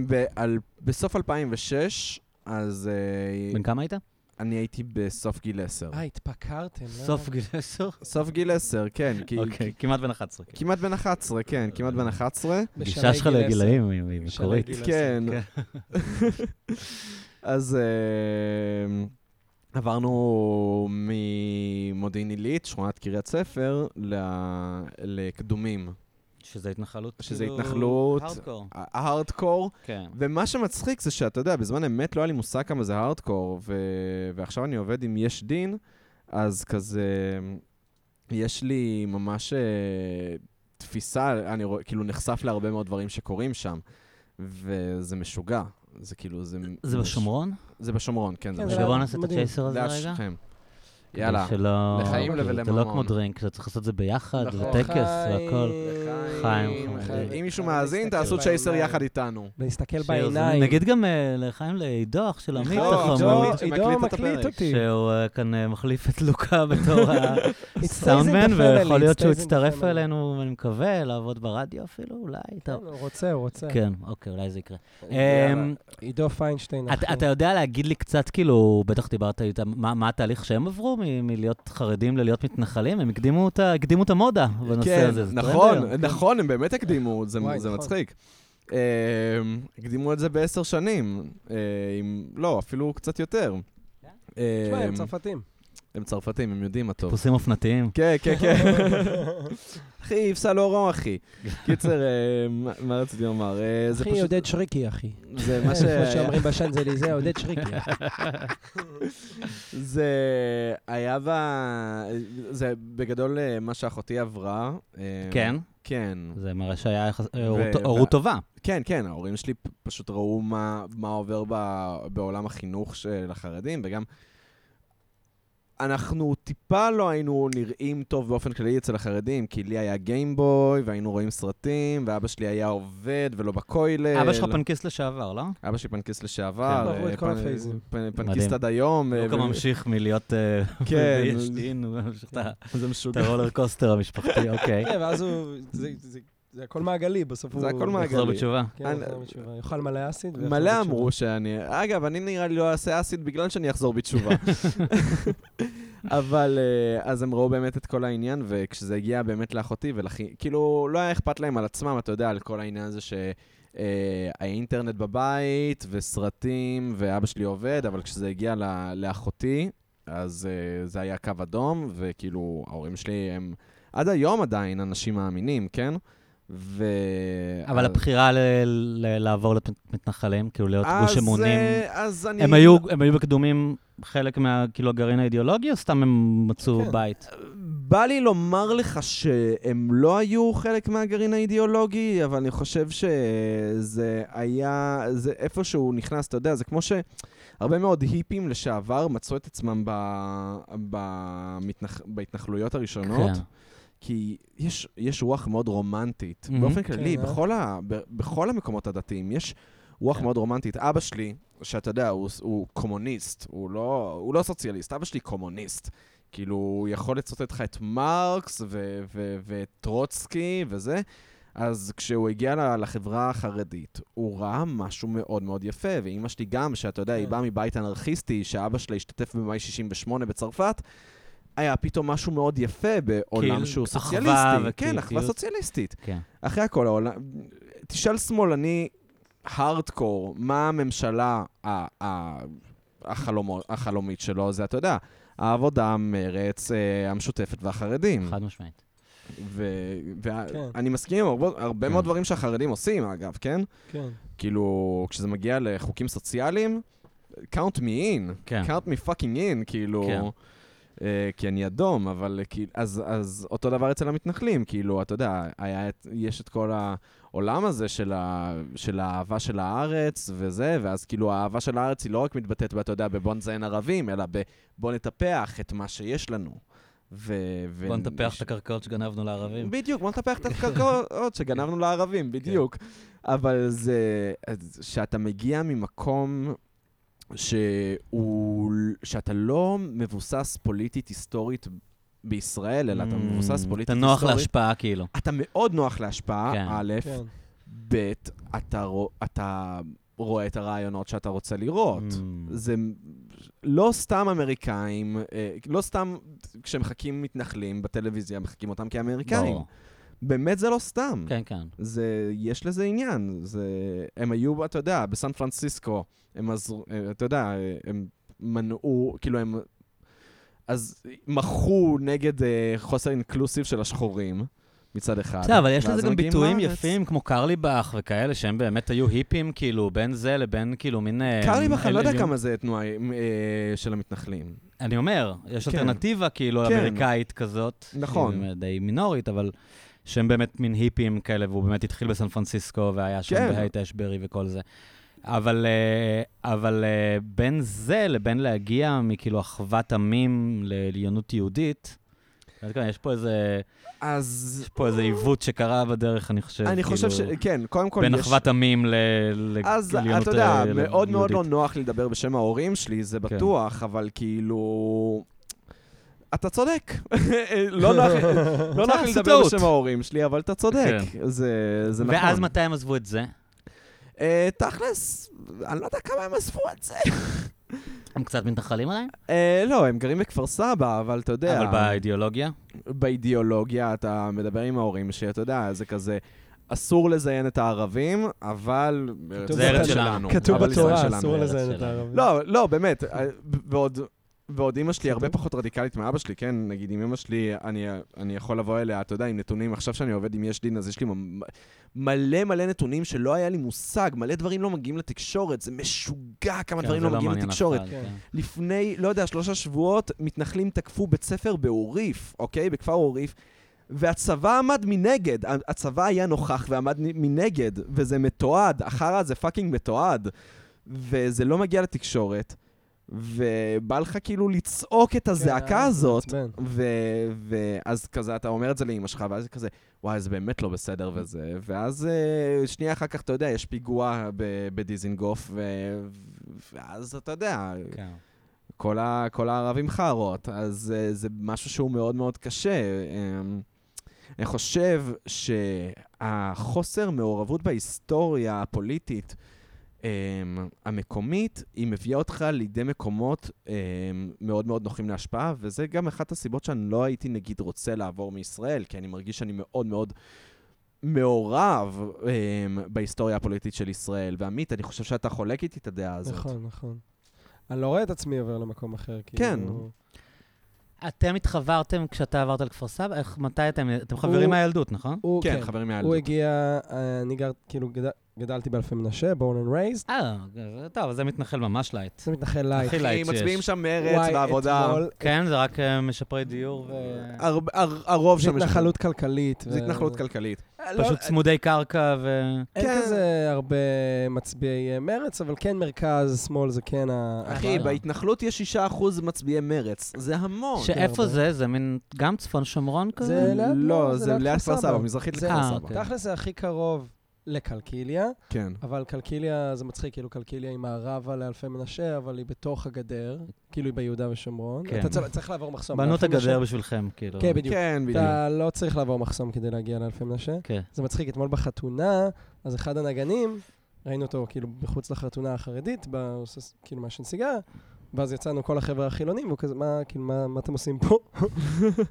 בעל- בסוף 2006, אז אה, בן כמה היית? אני הייתי בסוף גיל 10. אה, התפקרתם. לא סוף גיל 10? סוף גיל 10, כן, כי... אוקיי, כמעט בן 11. כן. כמעט בן 11, כן, כמעט בן 11. בשלהי גישה שלך גיל עשר. לגילאים היא היא בשלהי מקורית. גיל עשר. כן. כן. (laughs) אז אמ, עברנו ממודיעין עילית, שכונת קריית ספר, ל- לקדומים. שזה התנחלות? שזה כאילו, התנחלות. הארדקור. ה- ההארדקור, כן. ומה שמצחיק זה שאתה יודע, בזמן אמת לא היה לי מושג כמה זה הארדקור, ו... ועכשיו אני עובד עם יש דין, אז כזה, יש לי ממש אה, תפיסה, אני רוא... כאילו נחשף להרבה מאוד דברים שקורים שם, וזה משוגע. זה כאילו, זה... זה בשומרון? זה בשומרון, כן, כן, זה זה בשומרון. שבוא נעשה את מדהים. הצ'ייסר הזה זה לא רגע. השכם. יאללה. כדי שלא... לחיים כאילו, זה לא ולממון. כמו דרינק, אתה צריך לעשות את זה ביחד, נכון. זה טקס והכל. חיים, חיים. חיים. אם מישהו מאזין, תעשו צ'ייסר יחד איתנו. ולהסתכל שיר, זה- בעיניים. לא, נגיד גם אה, לחיים לעידו, אח של עמית, נכון, אנחנו עידו, אומרים, שמקליט עידו את הפרק. מקליט אותי. שהוא אה, כאן אה, מחליף את לוקה (laughs) בתור It's הסאונדמן, Stays in the ויכול Family, להיות Stays שהוא in the יצטרף Family. אלינו, אני מקווה, לעבוד ברדיו אפילו, אולי, טוב. כן, הוא רוצה, הוא רוצה. כן, אוקיי, אולי זה יקרה. יאללה. אמ, עידו פיינשטיין, נכון. אתה- אחי. אתה יודע להגיד לי קצת, כאילו, בטח דיברת איתם, מה מה התהליך שהם עברו מ- מלהיות חרדים ללהיות מתנחלים? הם הקדימו את ה- הקדימו את המודה בנושא כן, הזה. זה טרנד היום. נכון, נכון, הם באמת הקדימו, זה וואי, זה נכון. מצחיק. אמ, הקדימו את זה בעשר שנים, אה, אם- לא, אפילו קצת יותר. כן? תשמע, הם אמ, צרפתים. הם צרפתים, הם יודעים מה טוב. פוסים אופנתיים. כן, כן, (laughs) כן. אחי, יבסה לורו, אחי. קיצר, אה, מה- מה רציתי לומר? אה, זה אחי, פשוט... עודד שריקי, אחי. זה (laughs) מה ש... (laughs) כמו שאומרים בשן כן. (laughs) זה ליזה, עודד שריקי. אחי. זה היה ב... זה בגדול אה, מה שאחותי עברה. אה, כן, כן. זה מראה שהיה יחס- אה, הורות- ו- הורות ו- טובה. כן, כן, ההורים שלי פ- פשוט ראו מה, מה עובר ב, בעולם החינוך של החרדים, וגם אנחנו טיפה לא היינו נראים טוב באופן כללי אצל החרדים, כי לי היה גיימבוי, והיינו רואים סרטים, ואבא שלי היה עובד ולא בכולל. אבא שלך פנקיסט לשעבר, לא? אבא שלי פנקיסט לשעבר. כן, אה, עברו את כל פנ- הפייזים. פנ- פנקיסט מדהים. לא עד היום. אה, הוא גם ו- ממשיך מלהיות... אה, (laughs) כן. (laughs) ביש דין, הוא ממשיך את ה- (laughs) זה את משוגע. הרולר קוסטר המשפחתי, (laughs) אוקיי. כן, ואז הוא... זה- זה- זה הכל מעגלי, בסוף הוא... זה הכל מעגלי. נחזור בתשובה. כן, אני- אה, יחזור בתשובה. יאכל מלא אסיד. ויחזור מלא בתשובה. אמרו שאני... אגב, אני נראה לי לא אעשה אסיד בגלל שאני אחזור בתשובה. אבל אה, אז הם ראו באמת את כל העניין, וכשזה הגיע באמת לאחותי ולכי... כאילו, לא היה אכפת להם על עצמם, אתה יודע, על כל העניין הזה ש... אה, האינטרנט בבית, וסרטים, ואבא שלי עובד, אבל כשזה הגיע ל- לאחותי, אז אה, זה היה קו אדום, וכאילו, ההורים שלי הם עד היום עדיין אנשים מאמינים, כן? ו... אבל אז- הבחירה ל- ל- לעבור למתנחלים, כאילו להיות אז, גוש אמונים, אה, אז אני... הם כאילו, היו- הם היו בקדומים חלק מהגרעין האידיאולוגי, או סתם הם מצאו כן. בית? בא לי לומר לך שהם לא היו חלק מהגרעין האידיאולוגי, אבל אני חושב שזה היה, זה איפשהו נכנס, אתה יודע, זה כמו שהרבה מאוד היפים לשעבר מצאו את עצמם ב, במתנח, בהתנחלויות הראשונות. כן. כי יש, יש רוח מאוד רומנטית. מהמם. Mm-hmm. באופן כללי, כן, כן, אה? בכל, ה, ב, בכל המקומות הדתיים יש רוח כן. מאוד רומנטית. אבא שלי, שאתה יודע, הוא, ס- הוא קומוניסט, הוא לא, הוא לא סוציאליסט, אבא שלי קומוניסט. כאילו, הוא יכול לצטט לך את מרקס ו- ו- וטרוצקי וזה. אז כשהוא הגיע ל- לחברה החרדית, הוא ראה משהו מאוד מאוד יפה, ואימא שלי גם, שאתה יודע, היא כן. באה מבית אנרכיסטי, שאבא שלה השתתף במאי 68 בצרפת, היה פתאום משהו מאוד יפה בעולם כאילו, שהוא אחווה סוציאליסטי. כן, וקהילתיות. אחווה סוציאליסטית. כן. אחרי הכל, העולם... תשאל שמאלני הארדקור, מה הממשלה ה- ה- החלומו- החלומית שלו, זה אתה יודע, העבודה, מרצ, אה, המשותפת והחרדים. חד משמעית. כן. ואני מסכים עם הרבה- הרבה כן. מאוד דברים שהחרדים עושים, אגב, כן? כן. כאילו, כשזה מגיע לחוקים סוציאליים, count me in. כן. count me fucking in, כאילו, כן. אה, כי אני אדום, אבל אה, כאילו, אז, אז אותו דבר אצל המתנחלים, כאילו, אתה יודע, היה, את- יש את כל העולם הזה של, ה, של האהבה של הארץ וזה, ואז כאילו האהבה של הארץ היא לא רק מתבטאת, אתה יודע, בבוא נזיין ערבים, אלא בבוא נטפח את מה שיש לנו. ו, ו... בוא נטפח את הקרקעות שגנבנו לערבים. בדיוק, בוא נטפח (laughs) את הקרקעות שגנבנו כן. לערבים, בדיוק. אבל זה... אז שאתה מגיע ממקום שהוא... שאתה לא מבוסס פוליטית היסטורית בישראל, אלא אתה מבוסס Mm, פוליטית אתה נוח היסטורית. להשפעה, כאילו. אתה מאוד נוח להשפעה, כן. א', כן. ב', אתה רוא- אתה רואה את הרעיונות שאתה רוצה לראות. Mm. זה לא סתם אמריקאים, אה, לא סתם כשמחקים מתנחלים בטלוויזיה, מחקים אותם כאמריקאים. ברור. באמת זה לא סתם. כן, כן. זה, יש לזה עניין. זה, הם היו, אתה יודע, בסן פרנסיסקו, הם עזרו, אה, אתה יודע, אה, הם מנעו, כאילו הם... אז מחו נגד אה, חוסר אינקלוסיב של השחורים מצד אחד. בסדר, אבל יש ואז לזה הם גם מגיעים ביטויים לארץ. יפים, כמו קרליבך וכאלה, שהם באמת היו היפים, כאילו, בין זה לבין, כאילו, מין... אה, קרליבך, אני לא אל- יודע כמה זה תנועה אה, של המתנחלים. אני אומר, יש כן. אלטרנטיבה, כאילו, כן. אמריקאית כזאת. נכון. שהיא באמת די מינורית, אבל שהם באמת מין היפים כאלה, והוא באמת התחיל בסן פרנסיסקו, והיה שם כן. בהייט אשברי וכל זה. אבל, אה, אבל אה, בין זה לבין להגיע מכאילו אחוות עמים לעליונות יהודית, אז כן, יש פה איזה, אז יש פה איזה עיוות שקרה בדרך, אני חושב. אני חושב ש... כאילו, כן, קודם כל בין יש... אחוות עמים ל- ל- אז לעליונות אתה יודע, אה, מאוד מאוד לא יהודית. נוח לי לדבר בשם ההורים שלי, זה כן. בטוח, אבל כאילו... אתה צודק. (laughs) לא נוח לי- לא נוח לי עשו לדבר טעות. בשם ההורים שלי, אבל אתה צודק. כן. זה זה נכון. ואז מתי הם עזבו את זה? אה, תכלס, אני לא יודע כמה הם עזבו את זה. (laughs) הם קצת מתנחלים עליהם? אה, לא, הם גרים בכפר סבא, אבל אתה יודע... אבל באידיאולוגיה? באידיאולוגיה, אתה מדבר עם ההורים שלי, אתה יודע, זה כזה... אסור לזיין את הערבים, אבל... לא, זה ארץ ישראל שלנו. כתוב אבל ישראל בתורה, שלנו. אסור הארץ לזיין את שלנו. הערבים. לא, לא, באמת, אה, ועוד... ועוד אימא שלי הרבה בסדר. פחות רדיקלית מאבא שלי, כן? נגיד, עם אימא שלי, אני, אני יכול לבוא אליה, אתה יודע, עם נתונים, עכשיו שאני עובד עם יש דין, אז יש לי ממ- מלא מלא נתונים שלא היה לי מושג, מלא דברים לא מגיעים לתקשורת, זה משוגע כמה כן, דברים זה לא מגיעים מעניין אף לתקשורת. אחד, כן. כן. לפני, לא יודע, שלושה שבועות, מתנחלים תקפו בית ספר בעוריף, אוקיי? בכפר עוריף, והצבא עמד מנגד. ה- הצבא היה נוכח ועמד נ- מנגד, וזה מתועד. החרא זה פאקינג מתועד. וזה לא מגיע לתקשורת, ובא לך כאילו לצעוק את כן, הזעקה אה, הזאת. מעצבן. ו- ואז כזה, אתה אומר את זה לאמא שלך, ואז היא כזה, וואי, זה באמת לא בסדר וזה. ואז אה, שנייה אחר כך, אתה יודע, יש פיגוע ב- בדיזינגוף, ו- ואז אתה יודע, כן. כל, ה, כל הערבים חארות, אז uh, זה משהו שהוא מאוד מאוד קשה. Um, אני חושב שהחוסר מעורבות בהיסטוריה הפוליטית um, המקומית, היא מביאה אותך לידי מקומות um, מאוד מאוד נוחים להשפעה, וזה גם אחת הסיבות שאני לא הייתי נגיד רוצה לעבור מישראל, כי אני מרגיש שאני מאוד מאוד... מעורב um, בהיסטוריה הפוליטית של ישראל. ועמית, אני חושב שאתה חולק איתי את הדעה הזאת. נכון, נכון. אני לא רואה את עצמי עובר למקום אחר, כאילו... כן. אתם התחברתם כשאתה עברת לכפר סבא? איך, מתי אתם, אתם חברים הוא- מהילדות, נכון? כן. הוא, כן, חברים מהילדות. הוא הגיע, אה, אני גר, כאילו, גד... גדלתי באלפי מנשה, born and raised. אה, טוב, אז זה מתנחל ממש לייט. זה מתנחל לייט. הכי לייט כי שיש. מצביעים שם מרץ וואי, ועבודה. אתמול- כן, זה רק אה, משפרי דיור ו... הר- הר- הרוב זה שם יש- התנחלות כלכלית. ו- זה התנחלות כלכלית. אה, לא, פשוט צמודי קרקע ו... אין כן. כזה הרבה מצביעי אה, מרץ, אבל כן מרכז, שמאל, זה כן ה... אחי, וואלה. בהתנחלות יש 6% מצביעי מרץ. זה המון. שאיפה הרבה. זה? זה מין גם צפון שומרון כזה? זה ליד- לא, זה ליד כפר סבא, מזרחית זה- לכפר אה, סבא. אוקיי. תכל'ס זה הכי קרוב לקלקיליה, כן. אבל קלקיליה זה מצחיק, כאילו קלקיליה היא מערבה לאלפי מנשה, אבל היא בתוך הגדר, כאילו היא ביהודה ושומרון. כן. אתה צריך- צריך לעבור מחסום. בנו את לאלפי מנשה- הגדר בשבילכם, כאילו. כן, בדיוק. כן, בדיוק. אתה לא צריך לעבור מחסום כדי להגיע לאלפי מנשה. כן. זה מצחיק, אתמול בחתונה, אז אחד הנגנים, ראינו אותו כאילו מחוץ לחתונה החרדית, ב- עושה ס- כאילו מעשן סיגר, ואז יצאנו כל החבר'ה החילונים, והוא כזה, מה, כאילו, מה, מה אתם עושים (laughs) פה?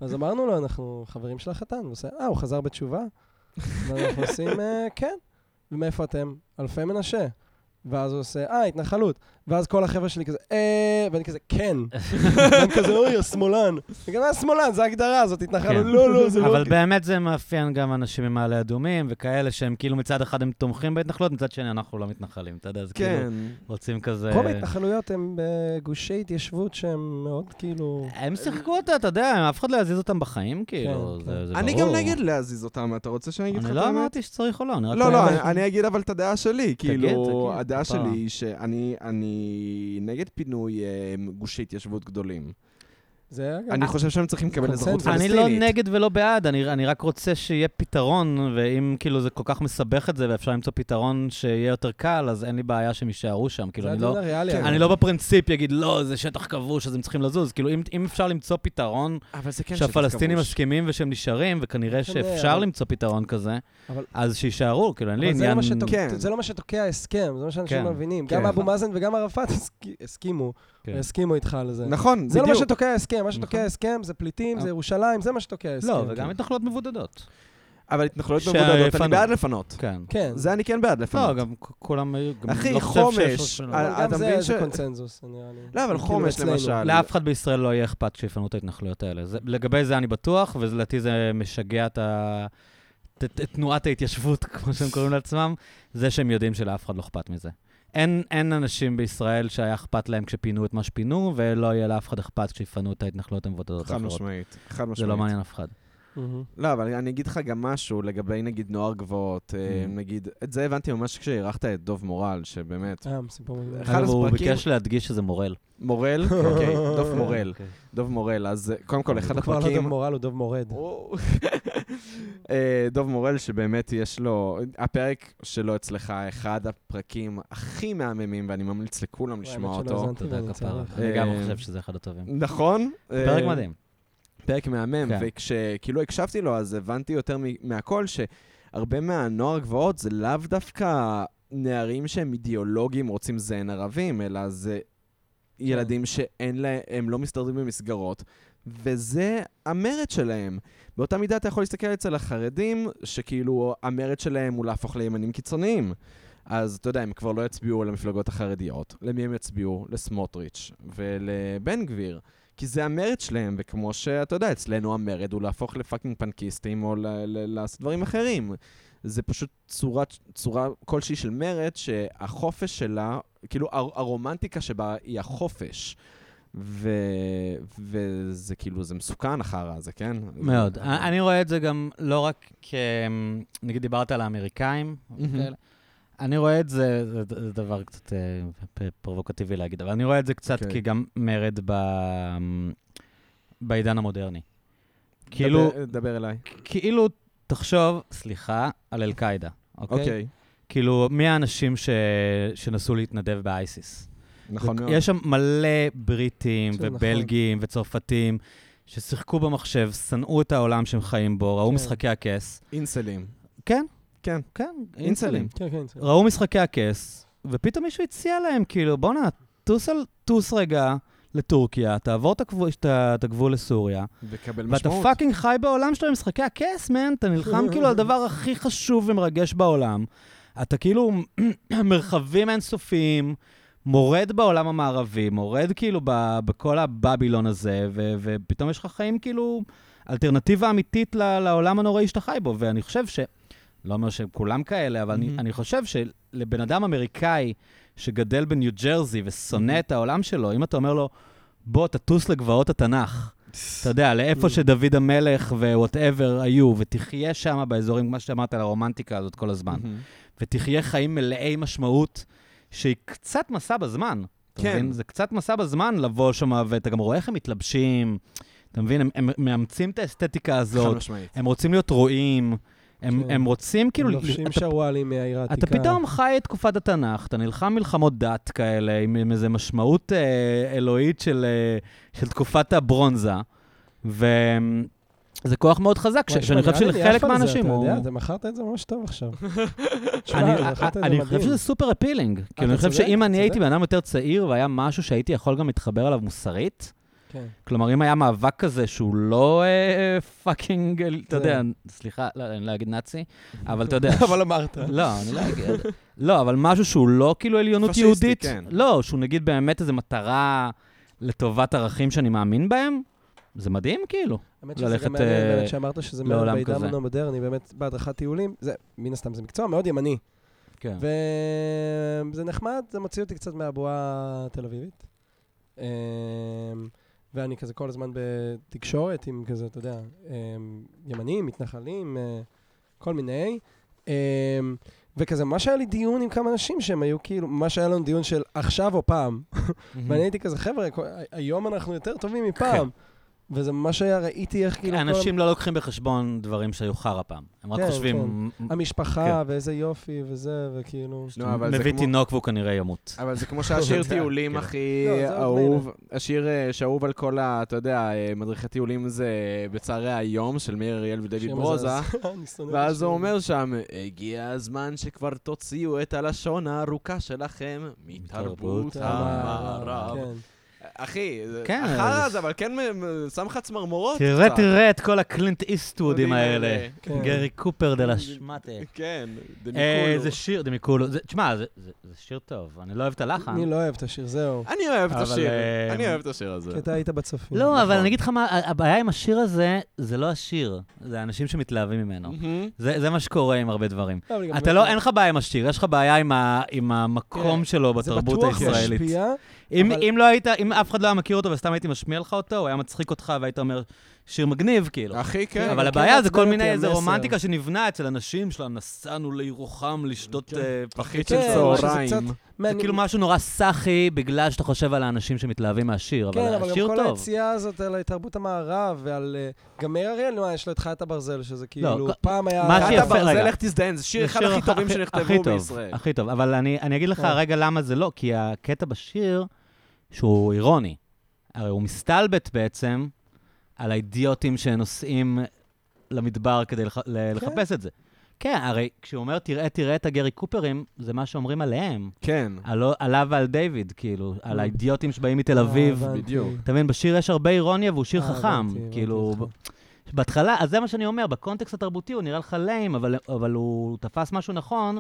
אז אמרנו לו, אנחנו חברים של החתן, והוא עושה, אה, הוא חזר בתשובה? ואז אנחנו עושים, "אה, כן. ומאיפה אתם? אלפי מנשה. ואז הוא עושה, אה, התנחלות. ואז כל החבר'ה שלי כזה, אה, ואני כזה, (laughs) כן. והם כזה, אוי, השמאלן. אני כזה, "מה שמאלן, זה הגדרה, זאת התנחלות. כן. לא, לא, זה לא... אבל באמת זה מאפיין גם אנשים ממעלה אדומים וכאלה שהם כאילו מצד אחד הם תומכים בהתנחלות, מצד שני אנחנו לא מתנחלים, אתה יודע, אז כן. כאילו רוצים כזה... רוב ההתנחלויות הן בגושי התיישבות שהם מאוד כאילו... הם שיחקו אותה, אתה יודע, אף אחד לא יזיז אותם בחיים, כאילו, כן. זה זה ברור. אני גם נגד להזיז אותם, אתה רוצה שאני אגיד לך אני את לא האמת? אמרתי שצריך או לא, אני רק... לא, לא, אומר- אני- אני אגיד אבל את הדעה שלי. כאילו, תגיד, הדעה כפרה. שלי היא שאני אני נגד פינוי אה, גושי התיישבות גדולים. זה אגב... אני חושב שהם צריכים לקבל אזרחות קונצנזוס. אני לא פלסטינית. נגד ולא בעד, אני, אני רק רוצה שיהיה פתרון, ואם כאילו זה כל כך מסבך את זה ואפשר למצוא פתרון שיהיה יותר קל, אז אין לי בעיה שהם יישארו שם. כאילו, זה אני לא, הדיון הריאלי. כן. אגב. אני לא בפרינציפ אגיד, לא, זה שטח כבוש, אז הם צריכים לזוז. כאילו, אם, אם אפשר למצוא פתרון אבל זה כן שטח שהפלסטינים כבוש. מסכימים ושהם נשארים, וכנראה כן, שאפשר אבל- למצוא פתרון כזה, אבל- אז שיישארו, כאילו, אין לי אבל זה לא עניין... מה שתוק- כן. זה לא מה שתוקע הסכם, זה מה שאנשים כן, לא מבינים. כן. גם אבו מאזן וגם ערפאת הסכ- הסכימו, כן. הסכימו איתך על זה. נכון, זה לא מה בדיוק. שתוקע ההסכם, מה שתוקע נכון. ההסכם זה פליטים, אה. זה ירושלים, זה מה שתוקע ההסכם. לא, כן. וגם התנחלות מבודדות. אבל התנחלויות שיפנו. מבודדות, אני בעד לפנות. כן. כן. זה אני כן בעד לפנות. לא, גם כ- כולם היו... גם אחי, לא חושב חומש, שיש- אה, אבל גם אתה זה מבין זה ש- קונצנזוס, נראה כן, לי. לא, אבל כאילו חומש אצלנו. למשל. לאף אחד בישראל לא יהיה אכפת שיפנו את ההתנחלויות האלה. זה, לגבי זה אני בטוח, ולדעתי זה משגע את, ה, את, את, את תנועת ההתיישבות, (laughs) כמו שהם קוראים לעצמם, זה שהם יודעים שלאף אחד לא אכפת מזה. אין, אין אנשים בישראל שהיה אכפת להם כשפינו את מה שפינו, ולא יהיה לאף אחד אכפת כשיפנו את ההתנחלויות המבודדות חד האחרות. משמעית, חד משמעית. זה לא מעניין אף אחד. מהמם. לא, אבל אני אגיד לך גם משהו לגבי נגיד נוער גבעות, אה, Mm. נגיד, את זה הבנתי ממש כשאירחת את דוב מורל, (laughs) שבאמת, אה, סיפור מגניב. אחד אגב, הוא הספקים- ביקש להדגיש שזה מורל. (laughs) מורל, אוקיי, דוב מורל, דוב מורל, אז אה, קודם כל, אחד הוא כבר לא דב הפרקים... מורל, הוא דב מורד. הוא- (laughs) אה, דוב מורל, שבאמת יש לו, הפרק שלו אצלך, אחד הפרקים הכי מהממים, ואני ממליץ לכולם לשמוע האמת שלא אותו. האזנתי. תודה, אני כפרה. צריך. אני גם אה, חושב שזה אחד הטובים. נכון? פרק לא, אה, מדהים. פרק מהמם, כן. וכשכאילו הקשבתי לו, אז הבנתי יותר מ- מהכל שהרבה מהנוער גבעות זה לאו דווקא נערים שהם אידיאולוגים רוצים זן ערבים, אלא זה ילדים שאין להם, הם לא מסתדרים במסגרות, וזה המרד שלהם. באותה מידה אתה יכול להסתכל אצל החרדים, שכאילו המרד שלהם הוא להפוך לימנים קיצוניים. אז אתה יודע, הם כבר לא יצביעו למפלגות החרדיות. למי הם יצביעו? לסמוטריץ' ולבן גביר. כי זה המרד שלהם, וכמו שאתה יודע, אצלנו המרד הוא להפוך לפאקינג פנקיסטים או ל- ל- לעשות דברים אחרים. זה פשוט צורה, צורה כלשהי של מרד שהחופש שלה, כאילו הר- הרומנטיקה שבה היא החופש. ו... וזה כאילו, זה מסוכן אחר הזה, כן? מאוד. זה- אני אני רואה את זה גם לא רק כ... נגיד דיברת על האמריקאים, מהמם. כאלה. אני רואה את זה, זה- זה דבר קצת אה, פ- פרובוקטיבי להגיד, אבל אני רואה את זה קצת אוקיי. כגם מרד ב... בעידן המודרני. כאילו, דבר, דבר אליי. כאילו, תחשוב, סליחה, על אל-קאעידה, אוקיי? אוקיי, כאילו, מי האנשים ש... שנסעו להתנדב באייסיס? נכון מאוד. יש שם מלא בריטים זה נכון. ובלגים וצרפתים ששיחקו במחשב, שנאו את העולם שהם חיים בו, ראו כן. משחקי הכס. אינסלים. כן, כן. כן, אינסלים. כן, כן. צריך. ראו משחקי הכס, ופתאום מישהו הציע להם, כאילו, בואנה, טוס, על- טוס רגע לטורקיה, תעבור את הגבול, את ה- את הגבול לסוריה, וקבל ואתה משמעות. פאקינג חי בעולם של משחקי הכס, מן, אתה נלחם כאילו על הדבר הכי חשוב ומרגש בעולם. אתה כאילו (clears throat) מרחבים אינסופיים, מורד בעולם המערבי, מורד כאילו ב- בכל הבבילון הזה, ו- ופתאום יש לך חיים כאילו אלטרנטיבה אמיתית ל- לעולם הנוראי שאתה חי בו, ואני חושב ש... לא אומר שהם כולם כאלה, אבל אני, Mhm. אני חושב שלבן אדם אמריקאי שגדל בניו ג'רזי ושונא את העולם שלו, אם אתה אומר לו, בוא, תטוס לגבעות התנ"ך, אתה יודע, לאיפה שדוד המלך ווואטאבר היו, ותחיה שם באזורים, כמו שאמרת, על הרומנטיקה הזאת כל הזמן, מהמם. ותחיה חיים מלאי משמעות, שהיא קצת מסע בזמן. אתה כן. מבין? זה קצת מסע בזמן לבוא שם, ואתה גם רואה איך הם מתלבשים, אתה מבין? הם, הם מאמצים את האסתטיקה חד הזאת, משמעית. הם רוצים להיות רועים, הם, כן. הם רוצים כאילו... לובשים אתה- שרוואלים מהעיר העתיקה. אתה פתאום חי את תקופת התנ"ך, אתה נלחם מלחמות דת כאלה, עם, עם איזו משמעות אה, אלוהית של, אה, של תקופת הברונזה, וזה כוח מאוד חזק, ש- וואי, שאני תשמע, חושב נראה לי אני שלחלק עף על זה, מהאנשים הוא... אתה יודע, אתה מכרת את זה ממש טוב (laughs) עכשיו. תשמע, אני, מכרת את זה אני חושב מדהים. שזה סופר אפילינג. כאילו, אני חושב צודק, שאם אתה אני הייתי צודק. בן אדם יותר צעיר והיה משהו שהייתי יכול גם להתחבר אליו מוסרית, כן. כלומר, אם היה מאבק כזה שהוא לא פאקינג, אה, אתה יודע, סליחה, לא, אני לא אגיד נאצי, אבל אתה יודע, (laughs) כן. (laughs) אבל אמרת. לא, אני לא אגיד. לא, אבל משהו שהוא לא כאילו עליונות פשיסטי, יהודית. כן. לא, שהוא נגיד באמת איזו מטרה לטובת ערכים שאני מאמין בהם, זה מדהים כאילו. האמת שזה ללכת, גם מעניין, אה, באמת שאמרת שזה מעניין לעולם בעידן כזה. המודרני, באמת בהדרכת טיולים, זה, מן הסתם זה מקצוע מאוד ימני. כן. וזה נחמד, זה מוציא אותי קצת מהבועה התל אביבית. אמ, ואני כזה כל הזמן בתקשורת עם כזה, אתה יודע, אמ, ימנים, מתנחלים, אה, כל מיני. אמ, וכזה, ממש היה לי דיון עם כמה אנשים שהם היו כאילו, ממש היה לנו דיון של עכשיו או פעם. Mm-hmm. ואני הייתי כזה, חבר'ה, כל- היום אנחנו יותר טובים מפעם. כן. וזה ממש היה, ראיתי איך כאילו... כל אנשים לא לוקחים בחשבון דברים שהיו חרא פעם. הם רק כן, חושבים, "מ- המשפחה, ואיזה יופי, וזה, וכאילו... כן. לא, אבל זה מביא כמו- תינוק והוא כנראה ימות. אבל זה כמו שהשיר טיולים כאילו. הכי לא, זה עוד אהוב, השיר אה, שאהוב על כל ה... אתה יודע, אה, מדריכי טיולים זה בצהרי היום של מאיר אריאל ודויד שיר ברוזה. מזעזע. (laughs) אני שונא את ואז השיר הוא הזה. אומר שם, הגיע הזמן שכבר תוציאו את הלשון הארוכה שלכם מתרבות מתרבות המערב. אה, כן. אחי, כן, אחר אבל- זה, אבל כן מ- מ- שם לך צמרמורות תראה, קצת. אה, תראה את כל הקלינט יודעים איסטוודים האלה. כן. גרי קופר דה לה שמאטה. כן, אה, דניקולו. זה שיר, דמיקולו. זה- תשמע, זה- זה זה שיר טוב, אני לא אוהב את הלחן. אני לא אוהב את השיר, זהו. אני אוהב את אבל, השיר, אה, אני אוהב את השיר הזה. כי אתה היית בצופים. לא, אבל נכון. אני אגיד לך מה, ה- הבעיה עם השיר הזה, זה לא השיר, זה האנשים שמתלהבים ממנו. מהמם. זה זה מה שקורה עם הרבה דברים. אבל גם אתה באמת, לא, אין לך בעיה עם השיר, יש לך בעיה עם ה- עם המקום שלו בתרבות כן, זה בטוח הישראלית. משפיע, אם כן, אבל- אם לא היית, אם אף אחד לא היה מכיר אותו וסתם הייתי משמיע לך אותו, הוא היה מצחיק אותך והיית אומר, שיר מגניב, כאילו. אחי, כן. אבל כן הבעיה זה מעצבן כל אותי מיני איזה המסר. רומנטיקה שנבנה אצל אנשים שלה, נסענו לירוחם לשתות אה, פחית של של כן, צהריים. משהו צהריים. קצת- זה כאילו משהו נורא סאחי, בגלל שאתה חושב על האנשים שמתלהבים מהשיר, אבל כן, אבל השיר גם כל טוב. היציאה הזאת על תרבות המערב ועל... אה, גם מאיר אריאל, נו, יש לו את חיית הברזל, שזה כאילו, לא, כל- פעם היה... מה אתה שיפה- ברזל, רגע. לך תזדיין, זה שיר זה אחד שיר הכי הכ- טובים הכי- שנכתבו הכי טוב, בישראל. הכי טוב, אבל אני אני אגיד לך כן. רגע למה זה לא, כי הקטע בשיר, שהוא אירוני, הרי הוא מסתלבט בעצם על האידיוטים שנוסעים למדבר כדי לח- ל- כן. לחפש את זה. כן, הרי כשהוא אומר, תראה, תראה את הגרי קופרים, זה מה שאומרים עליהם. כן. עלו- עליו ועל דיוויד, כאילו, על האידיוטים שבאים מתל כן. אה, אביב. הבנתי. בדיוק. אתה מבין, בשיר יש הרבה אירוניה והוא שיר אה, חכם. הבנתי, נכון. הבנתי כאילו, אותך. בהתחלה, אז זה מה שאני אומר, בקונטקסט התרבותי הוא נראה לך ליים, אבל, אבל הוא תפס משהו נכון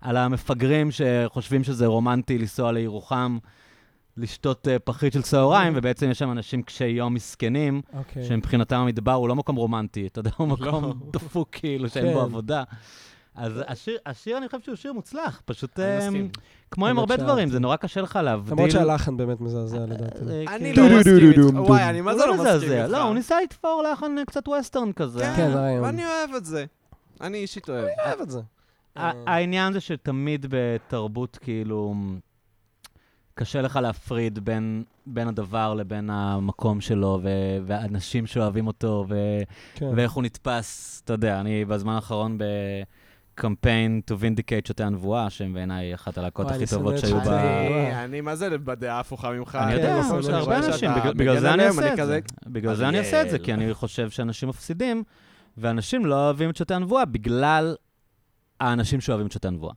על המפגרים שחושבים שזה רומנטי לנסוע לירוחם, לשתות אה, פחית של צהריים, ובעצם יש שם אנשים קשי יום מסכנים, אוקיי. שמבחינתם המדבר הוא לא מקום רומנטי, אתה יודע, הוא מקום דפוק כאילו, שאין בו כן. עבודה. אז השיר, השיר, אני חושב שהוא שיר מוצלח, פשוט אני אה, מסכים. כמו עם האמת הרבה שאהבתי. דברים, זה נורא קשה לך להבדיל. למרות שהלחן באמת מזעזע לדעתי. אה, אני כאילו- לא מסכים דו- איתך. דו- וואי, אני מה זה לא הוא לא מסכים מזעזע, איתך. לא, הוא ניסה לתפור לחן קצת ווסטרן כזה. כן, כן, זה רעיון. ואני אוהב את זה. אני אישית אוהב. אני אוהב את זה. אה, ה- העניין זה שתמיד בתרבות, כאילו, קשה לך להפריד בין, בין הדבר לבין המקום שלו, ו- ואנשים שאוהבים אותו, ו- כן. ואיך הוא נתפס. אתה יודע, אני בזמן האחרון בקמפיין To Vindicate שוטי הנבואה, שהם בעיניי אחת הלהקות וואי, הכי אני שונא טובות את שהיו שוטי ב... הנבואה. אני- אני מה זה בדעה הפוכה ממך. אה, אני כן, יודע, לא, יש אבל הרבה אני רואה אנשים, שאתה בגלל- בגלל זה מגן אני עליהם, עושה אני את זה. בגלל זה אני עושה אה, את זה, כי אני חושב שאנשים מפסידים, ואנשים לא אוהבים את שוטי הנבואה בגלל האנשים שאוהבים את שוטי הנבואה.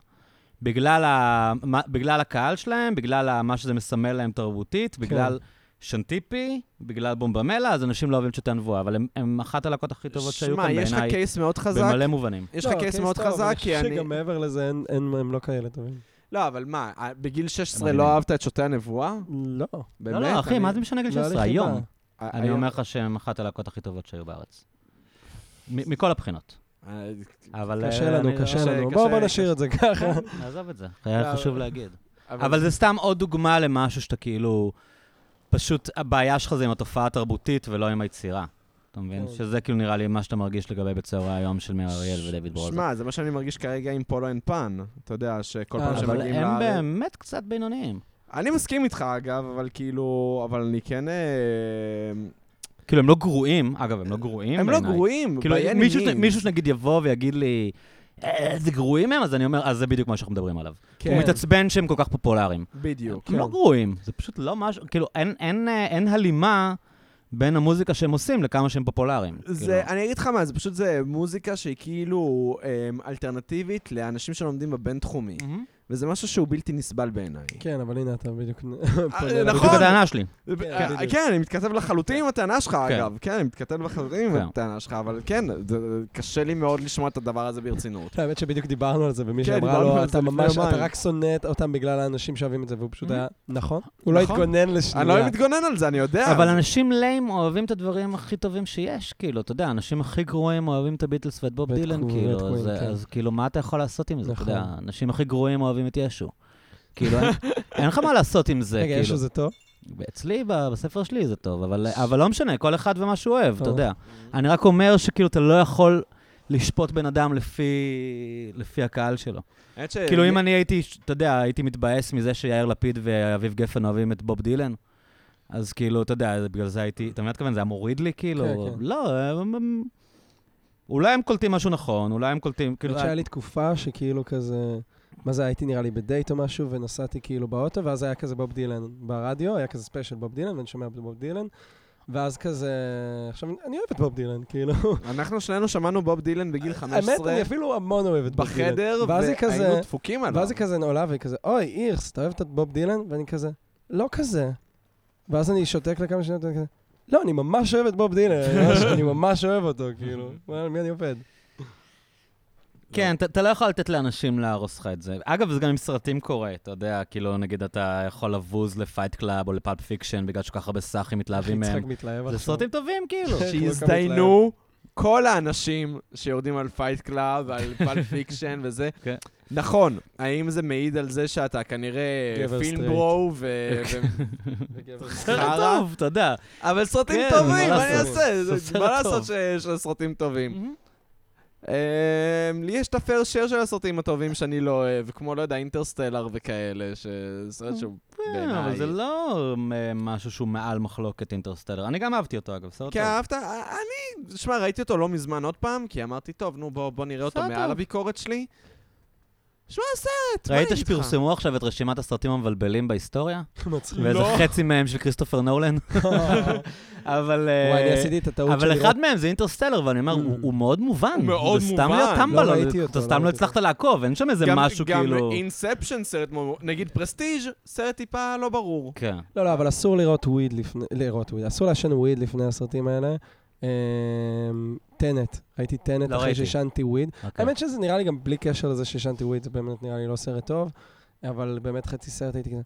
בגלל, ה... מה- בגלל הקהל שלהם, בגלל ה... מה שזה מסמל להם תרבותית, כן. בגלל שנטיפי, בגלל בומבמלה, אז אנשים לא אוהבים את שוטי הנבואה, אבל הם, הם אחת הלהקות הכי טובות שהיו כאן שמע, יש לך בעיניי, קייס מאוד חזק. במלא מובנים. יש לך לא, קייס קייס מאוד טוב, אבל (laughs) חזק, כי אני אני... חושב שגם מעבר לזה אין- אין- הם לא כאלה טובים. לא, אבל מה, בגיל 16 הם לא מדהימים. אהבת את שוטי הנבואה? לא. באמת? לא, לא, אחי, אני- מה זה משנה גיל לא היה לי 16? חיבה. היום. ה- אני היום- אומר לך שהם אחת הלהקות הכי טובות שהיו בארץ. מ- מכל הבחינות. אה, אבל... קשה אה, לנו, אני- כן, קשה לנו. קשה, בואו בואו קשה. נשאיר את זה ככה. עזוב את זה, היה לא, אבל- חשוב להגיד. אבל זה סתם עוד דוגמה למשהו שאתה כאילו... פשוט הבעיה שלך זה עם התופעה התרבותית ולא עם היצירה. אתה מבין? כן. שזה כאילו נראה לי מה שאתה מרגיש לגבי בית סוהר היום של מאיר אריאל ודויד ברוזן. שמע, זה מה שאני מרגיש כרגע עם פולו אין פן. אתה יודע, שכל אה, פעם אבל שמגיעים אבל לארץ... הם באמת קצת בינוניים. אני מסכים איתך, אגב, אבל כאילו... אבל אני כן... אה, כאילו, הם לא גרועים, אגב, הם לא גרועים הם לא בעיניי. גרועים, כאילו, בעיין מישהו מי. ש- מישהו שנגיד יבוא ויגיד לי, "אה, איזה גרועים הם, אז אני אומר, אז זה בדיוק מה שאנחנו מדברים עליו. הוא כן. מתעצבן שהם כל כך פופולריים. בדיוק. הם לא גרועים, זה פשוט לא משהו, כאילו, אין- אין אה, אין הלימה בין המוזיקה שהם עושים לכמה שהם פופולריים. זה, כאילו. אני אגיד לך מה, זה פשוט זה מוזיקה שהיא כאילו אמ, אלטרנטיבית לאנשים שלומדים בבינתחומי, מהמם. וזה משהו שהוא בלתי נסבל בעיניי. כן, אבל הנה אתה בדיוק... פונה אה, אליי. נכון. בדיוק הטענה שלי. זה ב- אה, בדיוק. כן, אני מתכתב לחלוטין עם הטענה שלך, כן. אגב. כן, אני מתכתב לחלוטין עם כן. הטענה שלך, אבל כן, זה- קשה לי מאוד לשמוע את הדבר הזה ברצינות. האמת שבדיוק דיברנו על זה, ומי כן, שאמרה דיברנו לו, על אתה זה לפני ממש, אתה יומיים." רק שונא את- אותם בגלל האנשים שאוהבים את זה, והוא פשוט Mhm. היה, נכון? הוא לא נכון. התגונן אני לא לשנייה. מתגונן על זה, אני יודע. אבל אנשים ליים אוהבים את הדברים הכי טובים שיש, כאילו, אתה יודע, האנשים הכי גרועים אוהבים את הביטלס ואת בוב ואת דילן, קווין, ואת כאילו, קווין, אז- כן. אז כאילו, מה אתה יכול לעשות עם זה, אתה נכון. יודע, האנשים הכי גרועים אוהבים את ישו. כאילו, (laughs) אין- אין לך מה לעשות עם זה, רגע, יש כאילו. לזה טוב? אצלי, ב- בספר שלי זה טוב, אבל אבל לא משנה, כל אחד ומה שהוא אוהב, אתה טוב. יודע. אני רק אומר שכאילו, אתה לא יכול לשפוט בן אדם לפי לפי הקהל שלו. האמת ש- כן. כאילו, אם אני הייתי, אתה יודע, הייתי מתבאס מזה שיאיר לפיד ואביב גפן אוהבים את בוב דילן, אז כאילו, אתה יודע, בגלל זה הייתי, אתה מבין מה אני מתכוון? זה היה מוריד לי, כאילו? כן, כן. לא, הם- הם- אולי הם קולטים משהו נכון, אולי הם קולטים, כאילו... כאילו שהיה לי תקופה שכאילו כזה, מה זה, הייתי נראה לי בדייט או משהו, ונסעתי כאילו באוטו, ואז היה כזה בוב דילן ברדיו, היה כזה ספיישל בוב דילן, ואני שומע בוב דילן, ואז כזה, עכשיו, אני אוהב את בוב דילן, כאילו. אנחנו שנינו שמענו בוב דילן בגיל האמת, 15 אני אפילו המון אוהב את בוב דילן. בחדר, ואז היא כזה- והיינו דפוקים עליו. ואז לא. היא כזה עולה והיא כזה, אוי, אירס, אתה אוהב את בוב דילן? ואני כזה, לא כזה. ואז אני שותק לכמה שניות, ואני כזה, לא, אני ממש אוהב את בוב דילן, אני ממש- אני ממש אוהב אותו, (laughs) כאילו, וואלה, על מי אני עובד? כן, אתה- אתה לא יכול לתת לאנשים להרוס לך את זה. אגב, זה גם עם סרטים קורה, אתה יודע, כאילו, נגיד אתה יכול לבוז לפייט קלאב או לפאב פיקשן בגלל שכל כך הרבה סאחים מתלהבים יצחק מהם. מתלהב זה עכשיו. סרטים טובים, כאילו. שהזדיינו כל האנשים שיורדים על פייט קלאב (laughs) ועל פל פיקשן וזה. כן. נכון, האם זה מעיד על זה שאתה כנראה גבר כן. פילם סטרייט. ברו (laughs) ו... ו- סרט חרא. טוב, אתה יודע. אבל סרטים כן, טובים, מה מה אני לעשות? אעשה? זה זה- סרט מה טוב. לעשות שיש סרטים טובים? אמ, לי יש את הפייר שייר של הסרטים הטובים שאני לא אוהב, כמו, לא יודע, אינטרסטלר וכאלה, שזה סרט שהוא כן, אבל זה בעיניי... לא אה, משהו שהוא מעל מחלוקת אינטרסטלר. אני גם אהבתי אותו, אגב, סרט כן, לא טוב. אהבת? אני, שמע, ראיתי אותו לא מזמן עוד פעם, כי אמרתי, טוב, נו, בוא בוא נראה אותו סרט מעל טוב. הביקורת שלי. שמע, סרט, מה אני ראית אגיד לך? שפרסמו עכשיו את רשימת הסרטים המבלבלים בהיסטוריה? (laughs) (laughs) מצחיק. ואיזה חצי מהם של כריסטופר (laughs) נולן? אבל... אה, וואי, אני עשיתי לא- את הטעות של אבל לראות אחד מהם זה אינטרסטלר, ואני אומר, Mm. הוא הוא מאוד מובן. הוא מאוד זה סתם מובן. להיות טמבל, לא אבל ראיתי אותו, אתה לא סתם לא ראיתי הצלחת לעקוב, אין שם איזה גם- משהו כאילו... גם אינספשן סרט, מו- נגיד פרסטיג', סרט טיפה לא ברור. כן. לא, לא, אבל אסור לראות וויד לפני, לראות וויד, אסור לעשן וויד לפני הסרטים האלה. אמ, טנט, ראיתי טנט לא אחרי ראיתי. שעישנתי וויד. אוקיי. האמת שזה נראה לי גם בלי קשר לזה שעישנתי וויד, זה באמת נראה לי לא סרט טוב, אבל באמת חצי סרט הייתי כזה,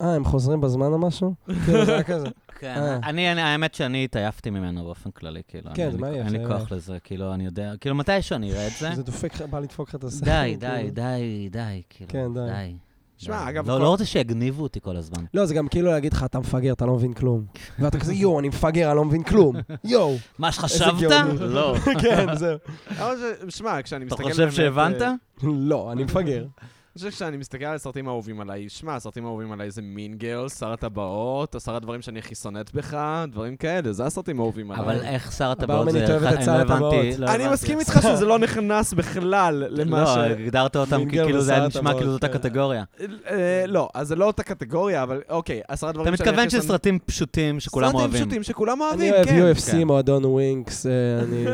אה, הם חוזרים בזמן או (laughs) משהו? כאילו, זה היה כזה. כן, אה. אני, אני- האמת שאני התעייפתי ממנו באופן כללי, כאילו. כן, אני- מה אני- יש, אין לי זה- כוח לזה, כאילו, אני יודע, כאילו, מתישהו אני אראה את זה. (laughs) זה דופק, לך- בא לדפוק לך את הסרט. די, כאילו. די, די, די, כאילו, כן, די. די. שמע, די. אגב, לא כל- לא רוצה שיגניבו אותי כל הזמן. לא, זה גם כאילו להגיד לך, אתה מפגר, אתה לא מבין כלום. ואתה כזה, יואו, אני מפגר, אני לא מבין (laughs) כלום. יואו. מה שחשבת? גאוני. (laughs) לא. כן, זהו. אבל זה- שמע, כשאני אתה מסתכל... חושב באמת, שהבנת? אה, לא, אני מפגר. אני חושב שכשאני מסתכל על הסרטים האהובים עליי, שמע, הסרטים האהובים עליי זה מין גרל, שר הטבעות, שר הדברים שאני הכי שונאת בך, דברים כאלה, זה הסרטים האהובים עליי. אבל איך שר הטבעות הברמנית זה... אוהבת אחד- את אני שר לא הבנתי, הטבעות. לא אני הבנתי. מסכים איתך שזה לא נכנס בכלל למה לא, ש... הגדרת אותם, מינגר כאילו זה ושר היה נשמע הטבעות, כאילו זאת כן. הקטגוריה. אה, לא, אז זה לא אותה קטגוריה, אבל אוקיי, עשרה אתה דברים שאני מתכוון הכי שונא- שסרטים פשוטים שכולם סרטים אוהבים. פשוטים שכולם אני אוהבים, אוהב כן. UFC, כן. מועדון ווינקס, אה, אני...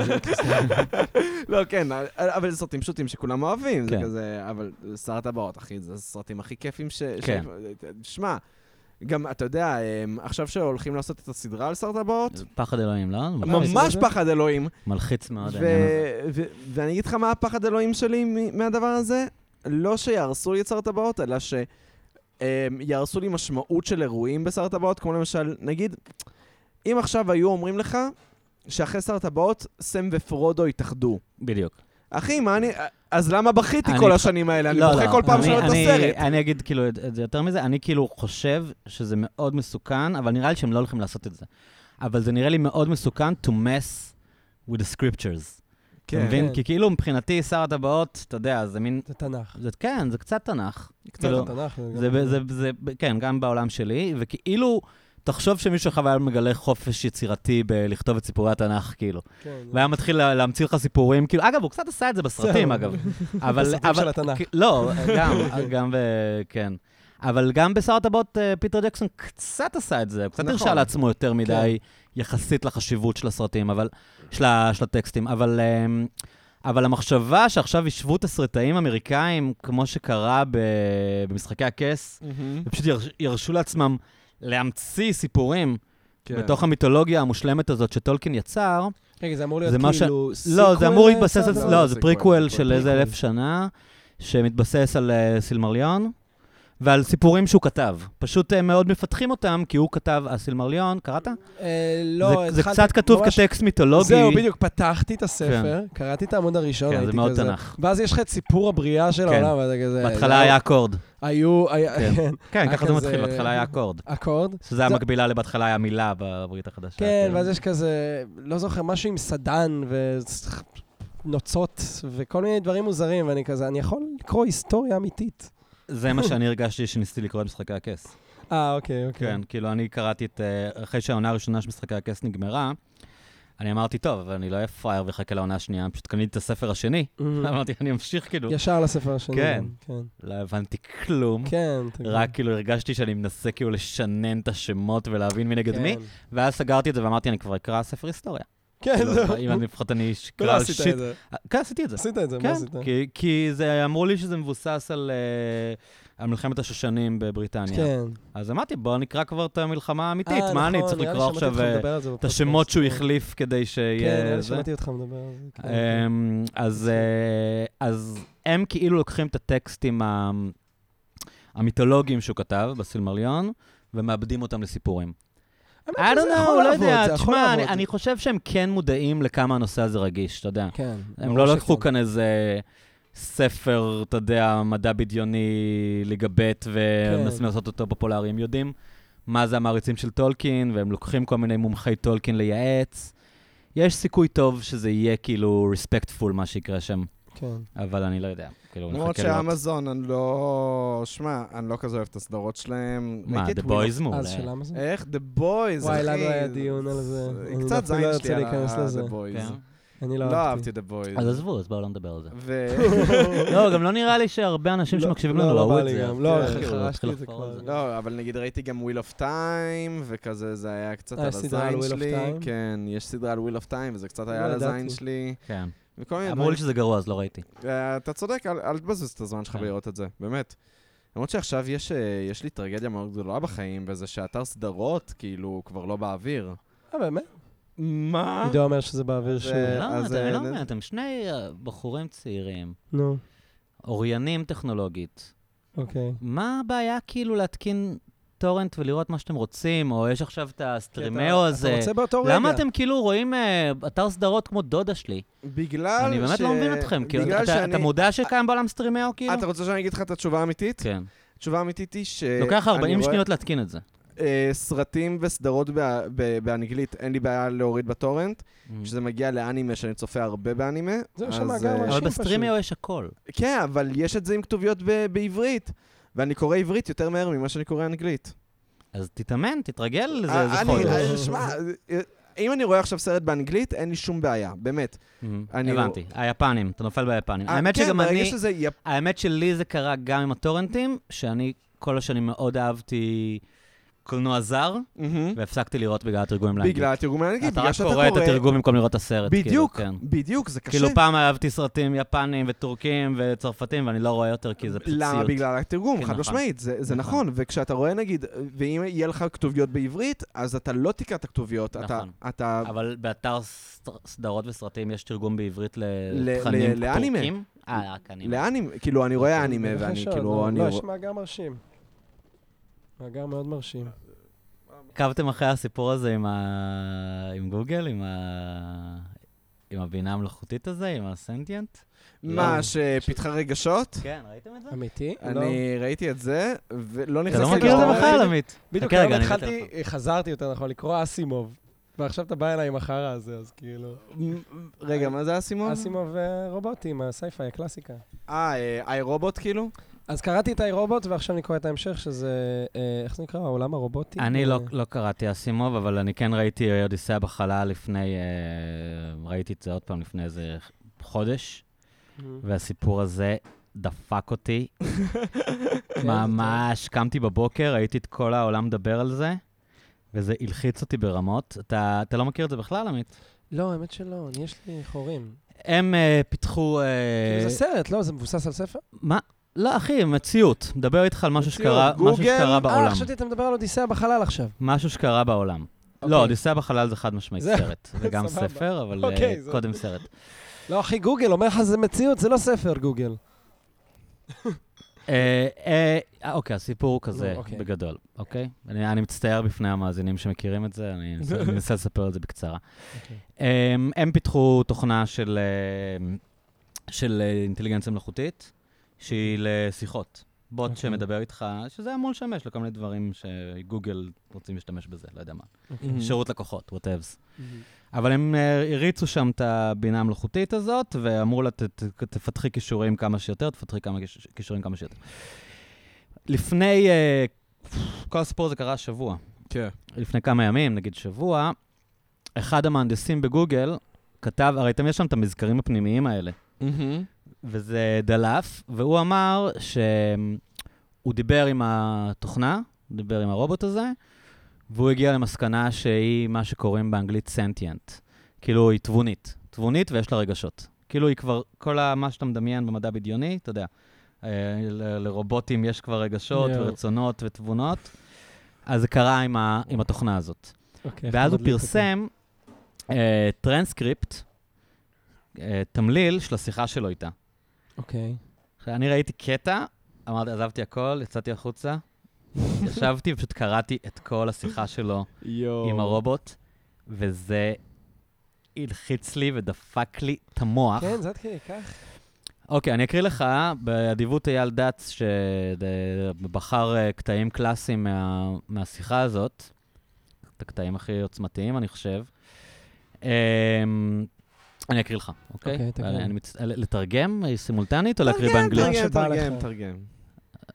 (laughs) לא, כן, אבל זה סרטים פשוטים שכולם אוהבים, זה כן. כזה, אבל שר הטבעות, אחי, זה הסרטים הכי כיפים ש... כן. ש- שמע, גם, אתה יודע, הם, עכשיו שהולכים לעשות את הסדרה על שר טבעות, פחד אלוהים, לא? ממש זה- פחד אלוהים. מלחיץ מאוד נכון. ו- העניין הזה. ו- ואני אגיד לך מה הפחד אלוהים שלי מ- מהדבר הזה? לא שיהרסו לי את שר הטבעות, אלא ש... אמ, יהרסו לי משמעות של אירועים בשר טבעות, כמו למשל, נגיד, אם עכשיו היו אומרים לך שאחרי שר טבעות, סם ופרודו התאחדו. בדיוק. אחי, מה אני... אז למה בכיתי אני- כל השנים האלה? אני לא, בוכה לא, כל פעם אני- שאני רואה את אני- הסרט. אני אגיד כאילו את את זה יותר מזה, אני כאילו חושב שזה מאוד מסוכן, אבל נראה לי שהם לא הולכים לעשות את זה. אבל זה נראה לי מאוד מסוכן to mess with the scriptures. אתה כן. מבין? כן. כי כאילו מבחינתי שר הטבעות, אתה יודע, זה מין... זה (laughs) תנ"ך. זה, כן, זה קצת תנ"ך. קצת כאילו, התנ"ך. זה, ב- זה, זה, ב- כן, גם בעולם שלי, וכאילו, תחשוב שמישהו עכשיו היה מגלה חופש יצירתי בלכתוב את סיפורי התנ"ך, כאילו. כן. והיה מתחיל לה- להמציא לך סיפורים, כאילו, אגב, הוא קצת עשה את זה בסרטים, בסדר. אגב. אבל... בסרטים אבל- של התנ"ך. כ- לא, גם, (laughs) גם ב... כן. אבל גם בשר הטבעות, אה, פיטר ג'קסון קצת עשה את זה, הוא קצת נכון. כן. הרשה לעצמו יותר מדי, יחסית לחשיבות של הסרטים, אבל... של, ה, של הטקסטים, אבל... אמ, אבל המחשבה שעכשיו ישבו תסריטאים אמריקאים, כמו שקרה ב, במשחקי הכס, מהמם. ופשוט יר, ירשו לעצמם להמציא סיפורים כן. בתוך המיתולוגיה המושלמת הזאת שטולקין יצר, רגע, זה אמור זה להיות מה ש- כאילו... לא, זה סיקוול אמור לסאגה? להתבסס לא, על... לא, זה זה sequel, פריקוול sequel, של איזה prequel. אלף שנה, שמתבסס על אה, סילמרליון, ועל סיפורים שהוא כתב. פשוט הם מאוד מפתחים אותם, כי הוא כתב הסילמרליון, קראת? אה, זה- לא, זה התחלתי קצת כתוב ממש- כטקסט מיתולוגי. זהו, בדיוק, פתחתי את הספר, קראתי את העמוד הראשון, כן, זה הייתי מאוד כזה. אה, תנ"ך. ואז יש לך את סיפור הבריאה של כן. העולם, ואתה כזה... בהתחלה היה אקורד. היו... היה- (laughs) כן. כן. כן, היה ככה זה כזה- מתחיל, בהתחלה היה אקורד. אקורד. שזה המקבילה לבהתחלה היה מילה בברית החדשה. כאילו. כן, ואז יש כזה, לא זוכר, משהו עם סדן ונוצות וכל מיני דברים מוזרים, ואני כזה, אני יכול לקרוא היסטוריה אמיתית. זה מה שאני הרגשתי שניסיתי לקרוא את משחקי הכס. אה, אוקיי, אוקיי. כן, כאילו, אני קראתי את... אה, אחרי שהעונה הראשונה של משחקי הכס נגמרה, אני אמרתי, טוב, אבל אני לא אהיה פראייר ואחכה לעונה השנייה, פשוט קניתי את הספר השני. Mhm. (laughs) אמרתי, אני אמשיך כאילו. ישר לספר השני. כן. גם, כן. לא הבנתי כלום. כן. אתה- רק כאילו הרגשתי שאני מנסה כאילו לשנן את השמות ולהבין מי נגד כן. מי, ואז סגרתי את זה ואמרתי, אני כבר אקרא ספר (laughs) היסטוריה. כן, כאילו, זהו. אם אני לפחות אני אקרא לא על עשית שיט. את זה. כן, עשיתי את זה. עשית את זה, מה עשית? כן, כי- כי זה אמרו לי שזה מבוסס על אה, על מלחמת השושנים בבריטניה. כן. אז אמרתי, בוא נקרא כבר את המלחמה האמיתית, אה, מה אני נכון, צריך נראה לי לקרוא שמעתי עכשיו אותך אה, מדבר על זה את בפודקאסט. השמות שהוא כן. החליף כדי כן, נראה שיהיה לי זה? שמעתי אותך מדבר על זה. כן. אמ, אז אה, אז הם כאילו לוקחים את הטקסטים ה- המיתולוגיים שהוא כתב בסילמריון, ומאבדים אותם לסיפורים. I האמת don't שזה know, יכול לא לעבוד, זה יודע, יכול תשמע, אני- לעבוד. אני חושב שהם כן מודעים לכמה הנושא הזה רגיש, אתה יודע. כן. הם ברור לא לקחו שכן. כאן איזה ספר, אתה יודע, מדע בדיוני לגבט, כן. ומנסים לעשות אותו פופולרי. הם יודעים מה זה המעריצים של טולקין, והם לוקחים כל מיני מומחי טולקין לייעץ. יש סיכוי טוב שזה יהיה כאילו respectful מה שיקרה שם, כן. אבל אני לא יודע. כאילו, למרות נחכה לראות. שאמזון, אני לא... שמע, אני לא כזה אוהב את הסדרות שלהם. מה, Make it The weird. Boys מעולה. אה, אז שלמה זה? אה, איך? The Boys, אחי. וואי, לנו היה דיון על זה. אני קצת אפילו זין לא שלי רוצה על להיכנס ה- לזה. The Boys. כן. אני לא לא אהבתי אהבתי. The Boys. אז עזבו, אז בואו לא נדבר על (laughs) זה. ו... לא, גם לא נראה לי שהרבה אנשים לא, שמקשיבים לא, לנו לא ראו בא את לי זה. גם. אז לא, כאילו, חרשתי להתחיל את זה לחפור על כבר. לא, אבל נגיד ראיתי גם Wheel of Time, וכזה, זה היה קצת אה, על יש סדרה על הזין Wheel of שלי. Time? כן, יש סדרה על Wheel of Time, וזה קצת היה לא על הזין ידעתי. שלי. כן. וכל מיני אמרו דברים. לי שזה גרוע, אז לא ראיתי. אה, אתה צודק, אל אל תבזבז את הזמן שלך כן. לראות את זה, באמת. למרות שעכשיו יש, אה, יש לי טרגדיה מאוד גדולה בחיים, וזה שאתר סדרות, כאילו, כבר לא באוויר. אה, באמת? מה? עידו אומר שזה באוויר שוב. זה- לא, אז, אתם אה, לא נ- מבינים, אתם שני אה, בחורים צעירים, נו, אוריינים טכנולוגית. אוקיי. מה הבעיה כאילו להתקין טורנט ולראות מה שאתם רוצים, או יש עכשיו את הסטרימאו הזה? אתה רוצה באותו רגע. למה אתם כאילו רואים אה, אתר סדרות כמו דודה שלי? בגלל אני באמת ש- לא מבין אתכם. כאילו, בגלל אתה- שאני- אתה מודע שקיים בעולם סטרימאו כאילו? אה, אתה רוצה שאני אגיד לך את התשובה האמיתית? כן. התשובה האמיתית היא ש... לוקח אני 40 רואה- שניות להתקין את זה. אה, סרטים וסדרות בא- ב- באנגלית, אין לי בעיה להוריד בטורנט. Mm. כשזה מגיע לאנימה, שאני צופה הרבה באנימה. זהו, אז, שמאגר אה, מרשים. אבל אנשים בסטרימאו יש הכל. כן, אבל יש את זה עם כתוביות ב- בעברית. ואני קורא עברית יותר מהר ממה שאני קורא אנגלית. אז תתאמן, תתרגל לזה אה, איזה אני- חודש. אה, שמע, אה, אם אני רואה עכשיו סרט באנגלית, אין לי שום בעיה, באמת. מ, אני- הבנתי, היפנים, אתה נופל ביפנים. אה, Mm. האמת שגם כן, ברגע אני... שזה יפ... האמת שלי זה קרה גם עם הטורנטים, שאני כל השנים מאוד אהבתי קולנוע זר, מהמם. והפסקתי לראות בגלל התרגומים לאנגלית. בגלל התרגום האנגלית, אתה בגלל רק שאתה קורא... קורא את התרגום במקום לראות את הסרט. כאילו, בדיוק, כן. בדיוק, זה קשה. כאילו פעם אהבתי סרטים יפנים וטורקים וצרפתים, ואני לא רואה יותר כי זה פשוט למה? סיוט. בגלל התרגום, כן, חד נכון. משמעית, זה זה נכון. נכון. וכשאתה רואה, נגיד, ואם יהיה לך כתוביות בעברית, אז אתה לא תקרא את הכתוביות, אתה- נכון. אתה... אבל באתר סט- סדרות וסרטים יש תרגום בעברית ל- לתכנים ל- לאנימה. טורקים? אה, רק אנימה. לאנימה, כאילו, אני אוקיי, רואה אנימה, איך ואני לשאול? כאילו, אני... לא, יש רוא- מאגר מרשים. מאגר מאוד מרשים. עקבתם אחרי הסיפור הזה עם ה- עם גוגל? עם ה... עם הבינה המלאכותית הזה, עם הסנטיאנט. מה, לא. שפיתחה אה, רגשות? כן, ראיתם את זה? אמיתי? לא. אני ראיתי את זה, ולא אתה נכנסתי לא מכיר את זה לעומק. בכלל, עמית. בדיוק חכה רגע, היום אני התחלתי, בטלפון. חזרתי יותר נכון, לקרוא אסימוב. ועכשיו אתה בא אליי עם החרא הזה, אז כאילו... אה, רגע, מה זה אסימוב? אסימוב אה, רובוטים, הסייפיי, הקלאסיקה. אה, אה, איי רובוט (laughs) כאילו? אז קראתי את האיי-רובוט, ועכשיו אני קורא את ההמשך, שזה... אה, איך זה נקרא? העולם הרובוטי? אני אה, לא- לא קראתי אסימוב, אבל אני כן ראיתי אודיסאה בחלל לפני... אה, ראיתי את זה עוד פעם לפני איזה חודש, אה, והסיפור הזה דפק אותי. כן, ממש, קמתי בבוקר, ראיתי את כל העולם מדבר על זה, וזה הלחיץ אותי ברמות. אתה אתה לא מכיר את זה בכלל, עמית? לא, האמת שלא, אני- יש לי חורים. הם אה, פיתחו... אה, כאילו, זה סרט, לא? זה מבוסס על ספר? מה? לא, אחי, מציאות. מדבר איתך על משהו מציאות, שקרה משהו גוגל, שקרה אה, בעולם. חשבתי אתה מדבר על אודיסאה בחלל עכשיו. משהו שקרה בעולם. אוקיי. לא, אודיסאה בחלל זה חד משמעית זהו. סרט. זה גם סבבה. ספר, אבל אה, אוקיי, זה- קודם סרט. לא, אחי, גוגל אומר לך זה מציאות, זה לא ספר, גוגל. אה, אה, אה, אוקיי, הסיפור הוא כזה, נו, אוקיי. בגדול, אוקיי? אני אני מצטער בפני המאזינים שמכירים את זה, (laughs) אני אנסה- אני אנסה לספר את זה בקצרה. אוקיי, הם, הם פיתחו תוכנה של, אה, של אה, אינטליגנציה מלאכותית, שהיא לשיחות. בוט אוקיי. שמדבר איתך, שזה אמור לשמש לכל מיני דברים שגוגל רוצים להשתמש בזה, לא יודע מה. אוקיי. שירות לקוחות, וואטאבס. אבל הם אה, הריצו שם את הבינה המלאכותית הזאת, ואמרו לה, "ת- ת- תפתחי כישורים כמה שיותר, תפתחי כמה כיש- כישורים כמה שיותר. לפני, אה, כל הסיפור הזה קרה השבוע. כן. לפני כמה ימים, נגיד שבוע, אחד המהנדסים בגוגל כתב, הרי תמיד יש שם את המזכרים הפנימיים האלה, וזה דלף, והוא אמר שהוא דיבר עם התוכנה, דיבר עם הרובוט הזה, והוא הגיע למסקנה שהיא מה שקוראים באנגלית סנטיאנט. כאילו, היא תבונית. תבונית ויש לה רגשות. כאילו, היא כבר, כל ה- מה שאתה מדמיין במדע בדיוני, אתה יודע, אה, ל- לרובוטים יש כבר רגשות יואו. ורצונות ותבונות. אז זה קרה עם, ה, עם התוכנה הזאת. אוקיי, ואז אתה הוא מדליק אותי. פרסם אה, טרנסקריפט, אה, תמליל של השיחה שלו איתה. אוקיי. עכשיו, אני ראיתי קטע, אמרתי, עזבתי הכל, יצאתי החוצה, ישבתי ופשוט קראתי את כל השיחה שלו יואו. עם הרובוט, וזה הלחיץ לי ודפק לי את המוח. כן, זה עד כדי כך. אוקיי, אני אקריא לך, באדיבות אייל דץ, שבחר אה, קטעים קלאסיים מה, מהשיחה הזאת, את הקטעים הכי עוצמתיים, אני חושב. אמ, אני אקריא לך, אוקיי? אוקיי, תקריא. אני- אני מצ- לתרגם אה, סימולטנית או להקריא באנגלית? מה תרגם, שבא תרגם, לך. תרגם.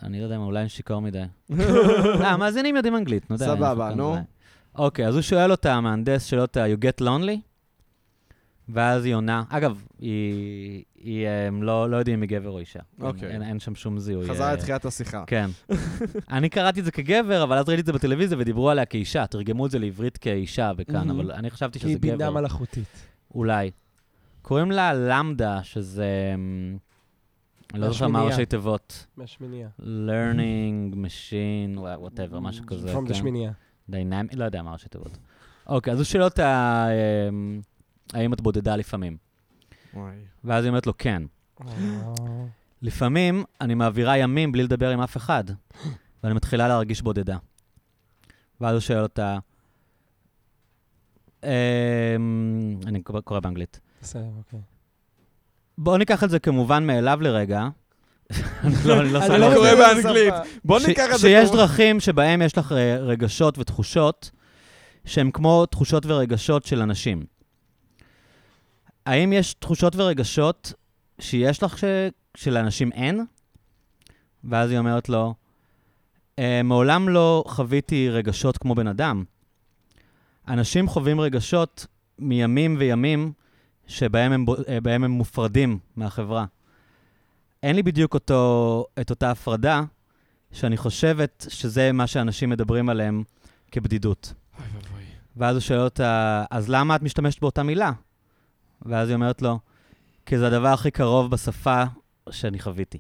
אני לא יודע מה, אולי אני שיכור (laughs) מדי. לא, המאזינים יודעים אנגלית, נו די. אני סבבה, זוכר, נו. אולי. אוקיי, אז הוא שואל אותה, המהנדס שואל אותה, you get lonely? ואז היא עונה, אגב, היא, היא, הם לא, לא יודעים אם היא גבר או אישה. אוקיי. אין, אין שם שום זיהוי. חזרה אה, לתחילת השיחה. כן. (laughs) אני קראתי את זה כגבר, אבל אז ראיתי את זה בטלוויזיה ודיברו עליה כאישה, תרגמו את זה לעברית כאישה וכאן, מהמם. אבל אני חשבתי כי היא שזה בינה גבר, מלאכותית. אולי. קוראים לה למדה, שזה... אמ, אני לא זוכר מה השמינייה. ראשי תיבות. מהשמינייה. learning machine, whatever, Mm. משהו כזה, From the כן? שמינייה. דיינמי, לא יודע מה ראשי תיבות. אוקיי, אז הוא שואל אותה, אמ, האם את בודדה לפעמים? כן. וואי. ואז היא אומרת לו, כן. אה, לפעמים אני מעבירה ימים בלי לדבר עם אף אחד, ואני מתחילה להרגיש בודדה. ואז הוא שואל אותה, אמ, אני קורא- קורא באנגלית. בסדר, אוקיי. בואו ניקח את זה כמובן מאליו לרגע. (laughs) אני לא, אני לא אני שם לא לב. קורא מבין את באנגלית. השפה. בוא ש- ניקח את זה. שיש כמו- דרכים שבהם יש לך ר- רגשות ותחושות שהן כמו תחושות ורגשות של אנשים. האם יש תחושות ורגשות שיש לך ש... שלאנשים אין? ואז היא אומרת לו, "אה, מעולם לא חוויתי רגשות כמו בן אדם. אנשים חווים רגשות מימים וימים שבהם הם, בו- אה, בהם הם מופרדים מהחברה. אין לי בדיוק אותו, את אותה הפרדה, שאני חושבת שזה מה שאנשים מדברים עליהם כבדידות. אוי ואבוי. ואז הוא שואל אותה, אז למה את משתמשת באותה מילה? ואז היא אומרת לו, כי זה הדבר הכי קרוב בשפה שאני חוויתי.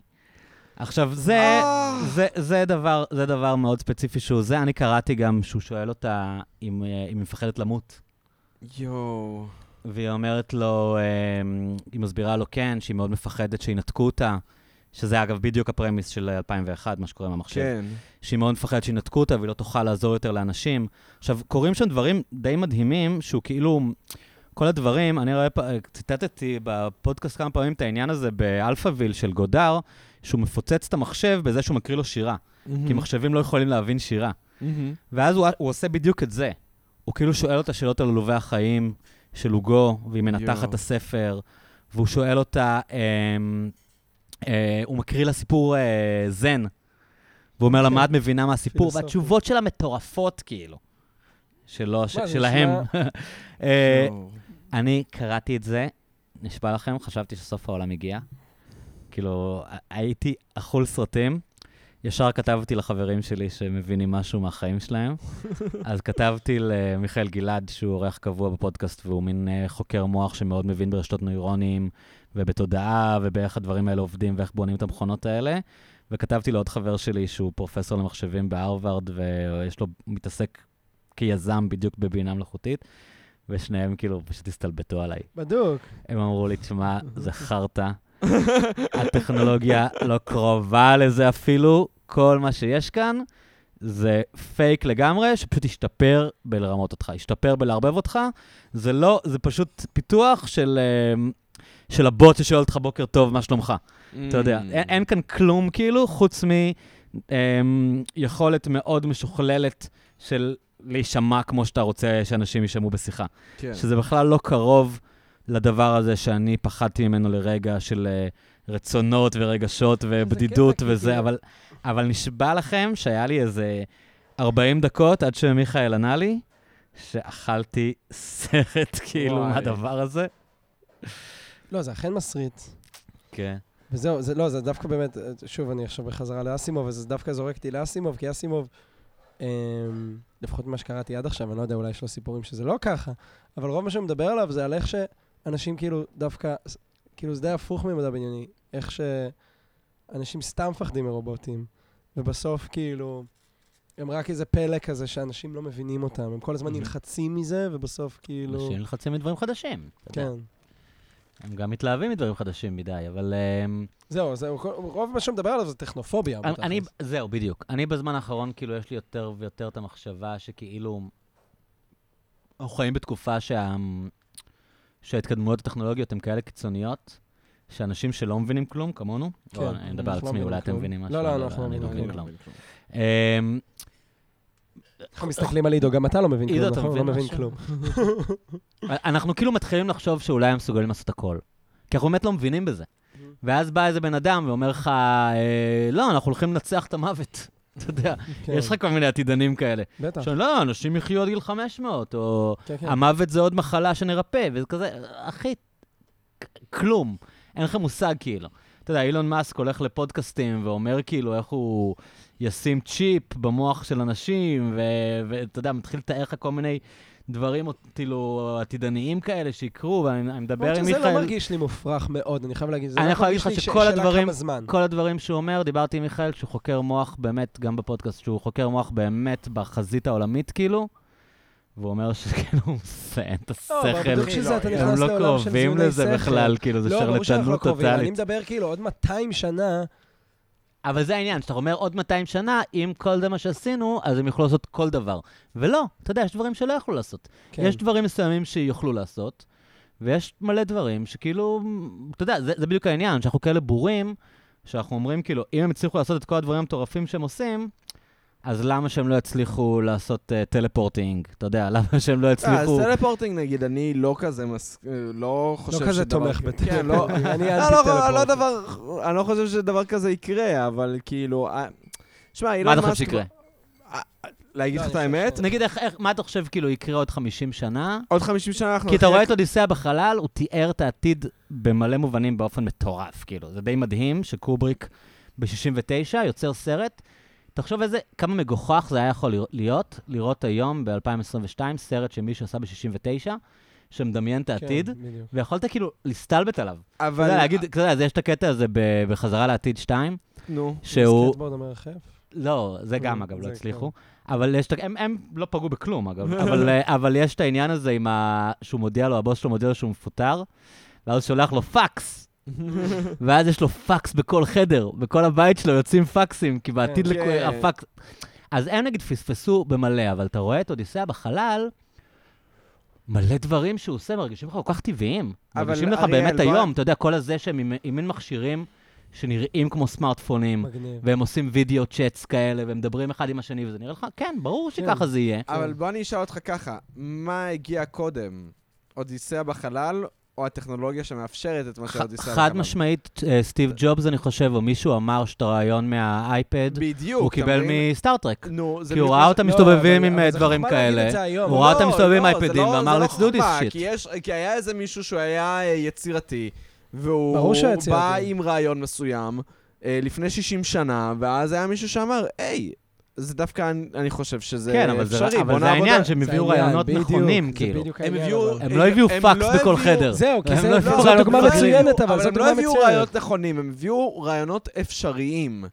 עכשיו, זה, אה. זה, זה, דבר, זה דבר מאוד ספציפי שהוא זה. אני קראתי גם שהוא שואל אותה אם, אה, אם היא מפחדת למות. יואו. והיא אומרת לו, אמ, היא מסבירה לו כן, שהיא מאוד מפחדת שינתקו אותה, שזה אגב בדיוק הפרמיס של 2001, מה שקורה עם המחשב. כן. שהיא מאוד מפחדת שינתקו אותה והיא לא תוכל לעזור יותר לאנשים. עכשיו, קורים שם דברים די מדהימים, שהוא כאילו כל הדברים, אני רואה, פ- ציטטתי בפודקאסט כמה פעמים את העניין הזה באלפאביל של גודר, שהוא מפוצץ את המחשב בזה שהוא מקריא לו שירה, Mm. כי מחשבים לא יכולים להבין שירה. ואז הוא, הוא עושה בדיוק את זה. הוא כאילו שואל אותה שאלות על עלובי החיים של הוגו, והיא מנתחת יואו. את הספר, והוא שואל אותה, אמ, אה, הוא מקריא לה סיפור אה, זן, והוא אומר לה, כן. מה את מבינה מהסיפור? פילוסופי. והתשובות שלה מטורפות, כאילו. שלא, ש- מה, זה שלהם. (laughs) אה, יואו. אני קראתי את זה, נשבע לכם, חשבתי שסוף העולם הגיע. כאילו, ה- הייתי אכול סרטים. ישר כתבתי לחברים שלי שמבינים משהו מהחיים שלהם. אז כתבתי למיכאל גלעד, שהוא אורח קבוע בפודקאסט, והוא מין אה, חוקר מוח שמאוד מבין ברשתות נוירונים ובתודעה ובאיך הדברים האלה עובדים ואיך בונים את המכונות האלה. וכתבתי לעוד חבר שלי שהוא פרופסור למחשבים בהרווארד, ויש לו, מתעסק כיזם בדיוק בבינה מלאכותית, ושניהם כאילו פשוט הסתלבטו עליי. בדוק. הם אמרו לי, תשמע, זה חרטא, הטכנולוגיה לא קרובה לזה אפילו, כל מה שיש כאן זה פייק לגמרי, שפשוט השתפר בלרמות אותך, השתפר בלערבב אותך, זה לא, זה פשוט פיתוח של... אמ, של הבוט ששואל אותך בוקר טוב, מה שלומך? אתה יודע, Mm. אין, אין כאן כלום כאילו, חוץ מיכולת מאוד משוכללת של להישמע כמו שאתה רוצה שאנשים יישמעו בשיחה. כן. שזה בכלל לא קרוב לדבר הזה שאני פחדתי ממנו לרגע של אה, רצונות ורגשות ובדידות קטע, כי וזה, כאילו- אבל, אבל נשבע לכם שהיה לי איזה 40 דקות עד שמיכאל ענה לי, שאכלתי סרט כאילו וואי. מהדבר הזה. לא, זה אכן מסריט. כן. וזהו, זה לא, זה דווקא באמת, אה, שוב, אני עכשיו בחזרה לאסימוב, אז זה דווקא זורק אותי לאסימוב, כי אסימוב, אמ, לפחות ממה שקראתי עד עכשיו, אני לא יודע, אולי יש לו סיפורים שזה לא ככה, אבל רוב מה שהוא מדבר עליו זה על איך שאנשים כאילו דווקא, ס- כאילו זה די הפוך ממדע בדיוני, איך שאנשים סתם מפחדים מרובוטים, ובסוף כאילו, הם רק איזה פלא כזה שאנשים לא מבינים אותם, הם כל הזמן Mhm. נלחצים מזה, ובסוף כאילו, אנשים נלחצים מדברים חדשים. אתה יודע. כן. הם גם מתלהבים מדברים חדשים מדי, אבל... אמ, זהו, זהו, כל- רוב מה שהוא מדבר עליו זה טכנופוביה. אני- אני, בתכלס. זהו, בדיוק. אני בזמן האחרון, כאילו, יש לי יותר ויותר את המחשבה שכאילו... אנחנו חיים בתקופה שה... שההתקדמויות הטכנולוגיות הן כאלה קיצוניות, שאנשים שלא מבינים כלום, כמונו, כן, לא, אני מדבר על אנחנו לא עצמי, מבינים אולי אתם כלום. מבינים לא, משהו. לא, אבל אנחנו לא אני מבינים כלום. אמ, אנחנו מסתכלים על עידו, גם אתה לא מבין עידו, כלום, אתה נכון? הוא לא מבין מבין משהו? כלום. אנחנו כאילו מתחילים לחשוב שאולי הם מסוגלים לעשות הכל. כי אנחנו באמת לא מבינים בזה. Mm-hmm. ואז בא איזה בן אדם ואומר לך, אה, לא, אנחנו הולכים לנצח את המוות. (laughs) אתה יודע, כן, יש לך כל מיני עתידנים כאלה. בטח, עכשיו, לא, אנשים יחיו עד גיל 500, או כן, כן. המוות זה עוד מחלה שנרפא, וזה כזה, אחי, כ- כלום. אין לך מושג, כאילו. אתה יודע, אילון מאסק הולך לפודקאסטים ואומר כאילו איך הוא ישים צ'יפ במוח של אנשים, ו- ואתה יודע, מתחיל לתאר לך כל מיני דברים, כאילו, עתידניים כאלה שיקרו, ואני אני מדבר למרות עם שזה מיכאל... לא מרגיש לי מופרך מאוד, אני חייב להגיד. זה אני רק יכול להגיד מרגיש לך לי ש- שכל הדברים- שאלה כמה זמן. Mm-hmm. כל הדברים שהוא אומר, דיברתי עם מיכאל, שהוא חוקר מוח באמת, גם בפודקאסט, שהוא חוקר מוח באמת בחזית העולמית, כאילו, והוא אומר שכאילו הוא מזיין את לא, אבל בדיוק השכל. שזה, אתה לא, נכנס הם לא לעולם של קרובים זיוני לזה שכל. בכלל, כאילו, זה לא, ברור שאנחנו לא שרלטנות קרובים, אני טוטאלית. מדבר כאילו עוד 200 שנה, אבל זה העניין, שאתה אומר עוד 200 שנה, אם כל זה מה שעשינו, אז הם יוכלו לעשות כל דבר. ולא, אתה יודע, יש דברים שלא יכלו לעשות. כן, יש דברים מסוימים שיוכלו לעשות, ויש מלא דברים שכאילו, אתה יודע, זה, זה בדיוק העניין, שאנחנו כאלה בורים, שאנחנו אומרים כאילו, אם הם הצליחו לעשות את כל הדברים המטורפים שהם עושים, אז למה שהם לא יצליחו לעשות uh, טלפורטינג? אתה יודע, למה שהם לא אה, אז יצליחו... טלפורטינג נגיד, אני לא כזה מס... אה, לא חושב לא שדבר... כזה תומך כן, בטלפורטינג. כן, (laughs) לא... אני לא, אנטי לא, לא טלפורטינג. דבר... אני לא חושב שדבר כזה יקרה, אבל כאילו... אה, שמע, אילון מה אתה מאסק... חושב שיקרה? להגיד לא, לך את אני חושב האמת? ש- נגיד, איך, איך, מה אתה חושב כאילו יקרה עוד 50 שנה? עוד 50 שנה אנחנו... כי אתה נחיה- רואה את אודיסאה בחלל, הוא תיאר את העתיד במלא מובנים באופן מטורף, כאילו. זה די מדהים שקובריק ב-69 יוצר סרט. תחשוב איזה, כמה מגוחך זה היה יכול לרא- להיות, לראות היום, ב-2022, סרט שמישהו עשה ב-69, שמדמיין את כן, העתיד, בדיוק. ויכולת כאילו להסתלבט עליו. אתה אבל... יודע, להגיד, אתה יודע, אז יש את הקטע הזה ב- בחזרה לעתיד 2, נו. שהוא... סקטבורד המרחף? לא, זה כן, גם, Mm, אגב, לא זה הצליחו. אבל יש את ה... הם- הם לא פגעו (laughs) בכלום, אגב. אבל, אה, אבל יש את העניין הזה עם ה... שהוא מודיע לו, הבוס שלו מודיע לו שהוא מפוטר, ואז הוא שולח לו (laughs) פקס. ואז יש לו פקס בכל חדר, בכל הבית שלו יוצאים פקסים, כי בעתיד כן. לכו- הפקס... אז הם נגיד פספסו במלא, אבל אתה רואה את אודיסאה בחלל, מלא דברים שהוא עושה, מרגישים לך כל כך טבעיים. אבל מרגישים לך אריאל, באמת בוא- היום, אתה יודע, כל הזה שהם עם- עם מין מכשירים שנראים כמו סמארטפונים, מגניב. והם עושים וידאו צ'אטס כאלה, והם מדברים אחד עם השני, וזה נראה לך, כן, ברור שככה זה יהיה. אבל בוא אני אשאל אותך ככה, מה הגיע קודם? אודיסאה בחלל, או הטכנולוגיה שמאפשרת את מה שאודיסאה בחלל? חד משמעית, אה, סטיב ג'ובס, אני חושב, או מישהו אמר שאת הרעיון מהאייפד, בדיוק, הוא אתה קיבל מבין? מסטארטרק. נו, זה כי הוא בדיוק ראה מה אותם לא, מסתובבים אבל- עם אבל אה, זה דברים חוכמה להגיד כאלה. את זה היום. הוא ראה אותם לא, מסתובבים עם לא, זה אייפדים לא- ואמר, זה לא let's do חוכמה, this shit. כי יש- כי היה איזה מישהו שהוא היה אה, יצירתי, והוא ברור שהוא יצירתי. בא עם רעיון מסוים אה, לפני 60 שנה, ואז היה מישהו שאמר, היי, זה דווקא, אני- אני חושב שזה כן, אבל זה- אפשרי, אבל בוא זה נעבוד על- העניין, שהם זה הביאו העניין, רעיונות בדיוק, נכונים, זה כאילו. בדיוק הם העניין, הביאו- אבל- הם לא הביאו הם פקס לא בכל הביאו- חדר. זהו, כי הם זה- לא (laughs) לא, הביאו זו רעיונות דוגמה מפחידים. מצוינת, אבל הם זו לא דוגמה הביאו מצוינת. רעיונות נכונים, הם הביאו רעיונות אפשריים.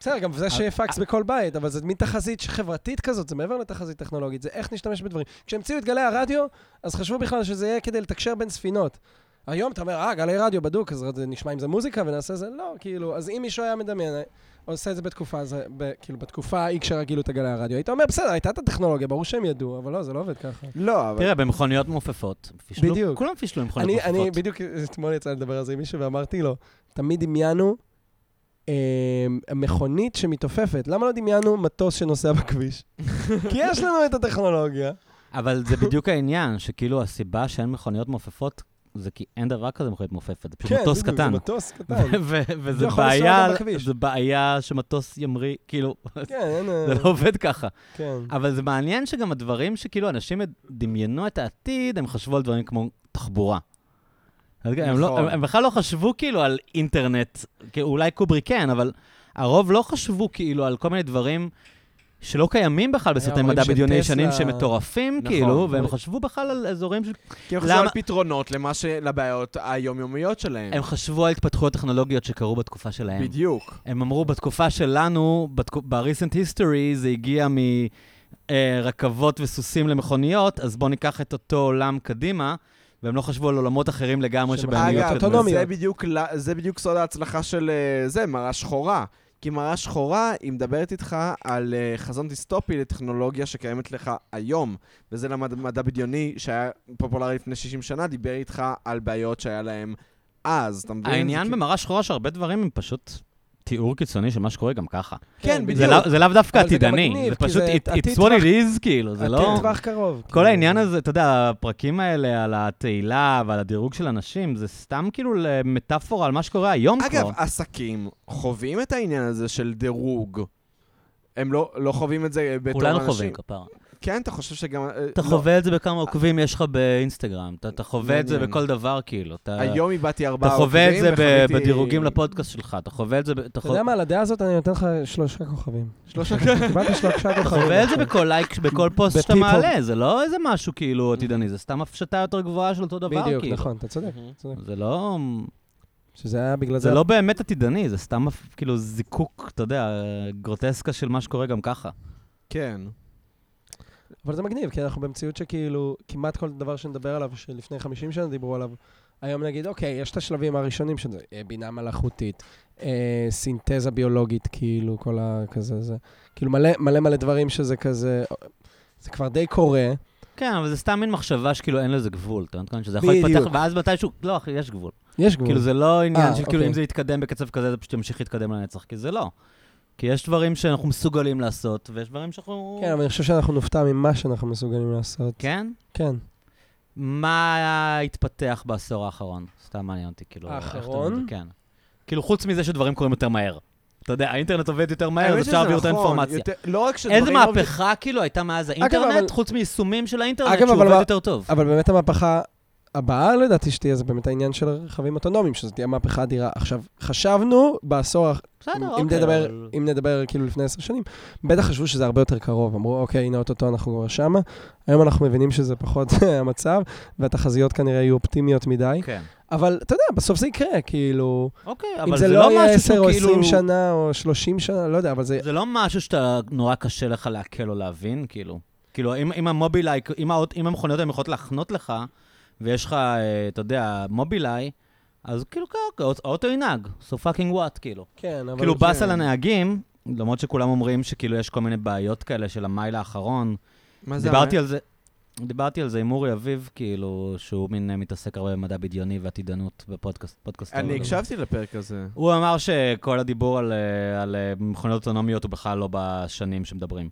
בסדר, גם זה שיהיה פקס בכל בית, אבל זה מין תחזית חברתית כזאת, זה מעבר לתחזית טכנולוגית, זה איך נשתמש בדברים. כשהמציאו את גלי הרדיו, אז חשבו בכלל שזה יהיה כדי לתקשר בין ספינות. היום אתה אומר, אה, גלי רדיו בדוק, אז זה נשמע אם זה מוזיקה ונעשה זה, לא, כאילו, אז אם מישהו היה מדמיין, אה, עושה את זה בתקופה, זה, ב, כאילו, בתקופה ההיא כשרגילו את הגלי הרדיו, היית אומר, בסדר, הייתה את הטכנולוגיה, ברור שהם ידעו, אבל לא, זה לא עובד ככה. לא, אבל... תראה, במכוניות מעופפות. פישלו- בדיוק. כולם פישלו עם מכוניות אני, אני מעופפות. בדיוק אתמול יצא לי לדבר על זה עם מישהו ואמרתי לו, תמיד דמיינו אה, מכונית שמתעופפת, למה לא דמיינו מטוס שנוסע (laughs) בכביש? כי יש לנו את הטכנולוגיה. אבל זה (laughs) בדיוק העניין, שכאילו הסיבה שאין מכוניות מעופפות, זה כי אין דבר כזה מכונית מעופפת, זה פשוט מטוס בדיוק, קטן. כן, זה (laughs) מטוס קטן. ו- וזה לא יכול לנסוע בעיה, גם בכביש. זה בעיה שמטוס ימריא, כאילו, כן, אין... זה אה, לא אה, עובד ככה. כן. אבל זה מעניין שגם הדברים שכאילו אנשים דמיינו את העתיד, הם חשבו על דברים כמו תחבורה. אז גם הם, לא, נכון. הם, הם בכלל לא חשבו כאילו על אינטרנט, כאילו, אולי קוברי כן, אבל הרוב לא חשבו כאילו על כל מיני דברים שלא קיימים בכלל בסרטי אומרים מדע בדיוני שטסלה- ישנים שמטורפים, נכון. כאילו, והם חשבו בכלל על אזורים, ש... כי הם חשבו על למה- פתרונות למה ש- לבעיות היומיומיות שלהם. הם חשבו על התפתחויות טכנולוגיות שקרו בתקופה שלהם. כן. בדיוק. הם אמרו, בתקופה שלנו, בתקו- ב-recent history, זה הגיע מרכבות וסוסים למכוניות, אז בואו ניקח את אותו עולם קדימה, והם לא חשבו על עולמות אחרים לגמרי שהם- שבהם באניות אגב, יהיו אוטונומיות. זה בדיוק, ל- זה בדיוק סוד ההצלחה של אה, זה, מראה שחורה. כי מראה שחורה, היא מדברת איתך על אה, חזון דיסטופי לטכנולוגיה שקיימת לך היום. וזה למד מדע בדיוני שהיה פופולרי לפני 60 שנה, דיבר איתך על בעיות שהיה להם אז, אתה מבין? העניין זה במראה שחורה שהרבה דברים הם פשוט תיאור קיצוני של מה שקורה גם ככה. כי- כן, זה זה לא- בדיוק. לאו- זה לאו דווקא אבל זה גם עתידני, מגניב, זה כי פשוט, זה it- it's עתיד what it is, כאילו, זה לא... עתיד טווח קרוב. כל כאילו. העניין הזה, אתה יודע, הפרקים האלה על התהילה ועל הדירוג של אנשים, זה סתם כאילו מטאפורה על מה שקורה היום כבר. אגב, עסקים חווים את העניין הזה של דירוג. הם לא, לא חווים את זה בתור אנשים. כולנו חווים כפרה. כן, אתה חושב שגם... אה, אתה לא. חווה את זה בכמה עוקבים יש לך באינסטגרם, אתה- אתה חווה את זה מעניין. בכל דבר, כאילו. אתה- היום איבדתי אתה ארבעה חווה את עוקבים זה ב- וחוויתי- בדירוגים לפודקאסט שלך, אתה חווה את זה... ב- אתה אתה חו- יודע מה, לדעה הזאת אני נותן לך שלושה כוכבים. שלושה קיבלתי שלושה (laughs) אתה כוכבים. חווה את זה עכשיו. בכל לייק, בכל פוסט שאתה בפיפול. מעלה, זה לא איזה משהו כאילו עתידני, זה סתם הפשטה יותר גבוהה של אותו דבר, כאילו. בדיוק, נכון, אתה צודק. צודק. זה לא... שזה היה בגלל זה... זה לא באמת עתידני, זה סתם הפ- כאילו זיקוק, אתה יודע, גרוטסקה של מה שקורה גם ככה. כן. אבל זה מגניב, כי אנחנו במציאות שכאילו, כמעט כל דבר שנדבר עליו, שלפני 50 שנה דיברו עליו, היום נגיד, אוקיי, יש את השלבים הראשונים של זה, אה, בינה מלאכותית, אה, סינתזה ביולוגית, כאילו, כל ה... כזה, זה... כאילו, מלא מלא מלא דברים שזה כזה... זה כבר די קורה. כן, אבל זה סתם מין מחשבה שכאילו אין לזה גבול, אתה מבין? שזה יכול בדיוק. להתפתח, ואז מתישהו, לא אחי, יש גבול. יש גבול. כאילו זה לא עניין אה, של כאילו אוקיי. אם זה יתקדם בקצב כזה, זה פשוט ימשיך להתקדם לנצח, כי זה לא. כי יש דברים שאנחנו מסוגלים לעשות, ויש דברים שאנחנו... כן, אבל אני חושב שאנחנו נופתע ממה שאנחנו מסוגלים לעשות. כן? כן. מה התפתח בעשור האחרון? סתם מעניין אותי, כאילו... איך אתה האחרון? אומר את זה, כן. כאילו, חוץ מזה שדברים קורים יותר מהר. אתה יודע, האינטרנט עובד יותר מהר, האמת אז שזה אפשר להעביר יותר נכון, אינפורמציה. יותר- לא רק שדברים... איזה עובדים- מהפכה כאילו הייתה מאז אבל- האינטרנט, חוץ מיישומים של האינטרנט, אגב, שהוא אבל עובד מה- יותר טוב. אבל באמת המהפכה הבאה, לדעתי, שתהיה, זה באמת העניין של רכבים אוטונומיים, שזו תהיה מהפכה אדירה. עכשיו, חשבנו בעשור האח- בסדר, אם אוקיי. נדבר, אבל- אם נדבר כאילו לפני עשר שנים, בטח חשבו שזה הרבה יותר קרוב. אמרו, אוקיי, הנה אוטוטו אנחנו כבר שמה. היום אנחנו מבינים שזה פחות (laughs) המצב, והתחזיות כנראה יהיו אופטימיות מדי. כן. אבל אתה יודע, בסוף זה יקרה, כאילו... אוקיי, אם אבל זה זה לא לא יהיה משהו 10 או 20 שכאילו... שנה או 30 שנה, לא יודע, אבל זה... זה לא משהו שאתה נורא קשה לך לעכל או להבין, כאילו. כאילו, אם, אם המובילאיי, אם, האות- אם המכוניות האלה יכולות להחנות לך, ויש לך, אה, אתה יודע, מובילאי, אז כאילו, ככה, האוט- האוטו ינהג, so fucking what, כאילו. כן, אבל... כאילו, באס כן. על הנהגים, למרות שכולם אומרים שכאילו יש כל מיני בעיות כאלה של המייל האחרון. מה זה דיברתי המייל? על זה, דיברתי על זה עם אורי אביב, כאילו, שהוא מין אה, מתעסק הרבה במדע בדיוני ועתידנות בפודקאסט. פודקאסט אני העולם. הקשבתי לפרק הזה. הוא אמר שכל הדיבור על, אה, על אה, מכוניות אוטונומיות הוא בכלל לא בשנים שמדברים.